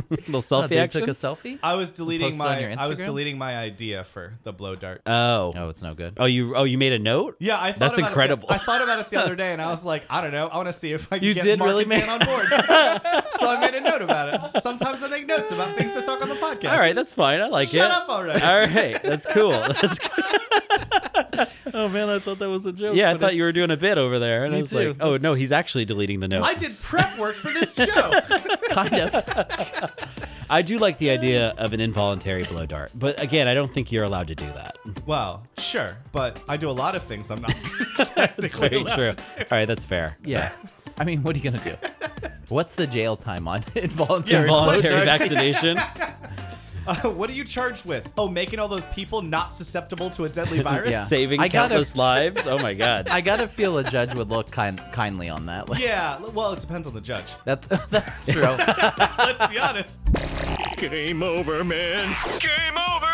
Speaker 3: Little
Speaker 1: Oh,
Speaker 3: selfie
Speaker 1: dude
Speaker 3: action.
Speaker 1: took a selfie.
Speaker 2: I was deleting
Speaker 1: posted on
Speaker 2: my
Speaker 1: your
Speaker 2: I was
Speaker 1: Instagram?
Speaker 2: deleting my idea for the blow dart.
Speaker 3: oh,
Speaker 1: Oh, it's no good.
Speaker 3: oh, you, oh, you made a note.
Speaker 2: Yeah, I thought
Speaker 3: That's
Speaker 2: about
Speaker 3: incredible.
Speaker 2: It, I thought about it the
Speaker 1: [LAUGHS]
Speaker 2: other day, and I was like, I don't know. I want to see if I can
Speaker 1: You
Speaker 2: get
Speaker 1: did
Speaker 2: Mark
Speaker 1: really
Speaker 2: and
Speaker 1: make-
Speaker 2: Dan on
Speaker 1: [LAUGHS]
Speaker 2: board. [LAUGHS] so I made a note about it. Sometimes I make notes about things to talk on the podcast.
Speaker 3: All right, that's fine. I like
Speaker 2: shut
Speaker 3: it.
Speaker 2: up already.
Speaker 3: All right, that's
Speaker 2: [LAUGHS]
Speaker 3: cool. That's cool.
Speaker 1: Oh man, I thought that was a joke.
Speaker 3: [LAUGHS] Yeah, I thought you were doing a bit over there, and I
Speaker 1: Me
Speaker 3: was
Speaker 1: too.
Speaker 3: like, oh no, he's actually deleting the notes.
Speaker 2: I did prep work for this
Speaker 1: [LAUGHS]
Speaker 2: show.
Speaker 1: kind of.
Speaker 3: I do like the idea of an involuntary blow dart, but again, I don't think you're allowed to do that. [LAUGHS]
Speaker 2: well, sure, but I do a lot of things I'm not. [LAUGHS]
Speaker 3: That's very true. All right, that's fair.
Speaker 1: [LAUGHS] Yeah. I mean, what are you gonna [LAUGHS] do? What's the jail time on [LAUGHS] involuntary?
Speaker 2: Yeah,
Speaker 3: Involuntary
Speaker 2: Blow dart. [LAUGHS]
Speaker 3: vaccination.
Speaker 2: Uh, what are you charged with? Oh, making all those people not susceptible to
Speaker 1: [LAUGHS]
Speaker 2: a deadly virus.
Speaker 1: Yeah.
Speaker 3: saving
Speaker 1: I gotta-
Speaker 3: countless lives. Oh my
Speaker 2: [LAUGHS]
Speaker 3: god.
Speaker 1: I gotta feel a judge would look kind kindly on that. Like,
Speaker 2: Yeah, Well, it depends on the judge.
Speaker 1: That's [LAUGHS] that's true.
Speaker 2: Let's be honest.
Speaker 5: Game over, man. Game over.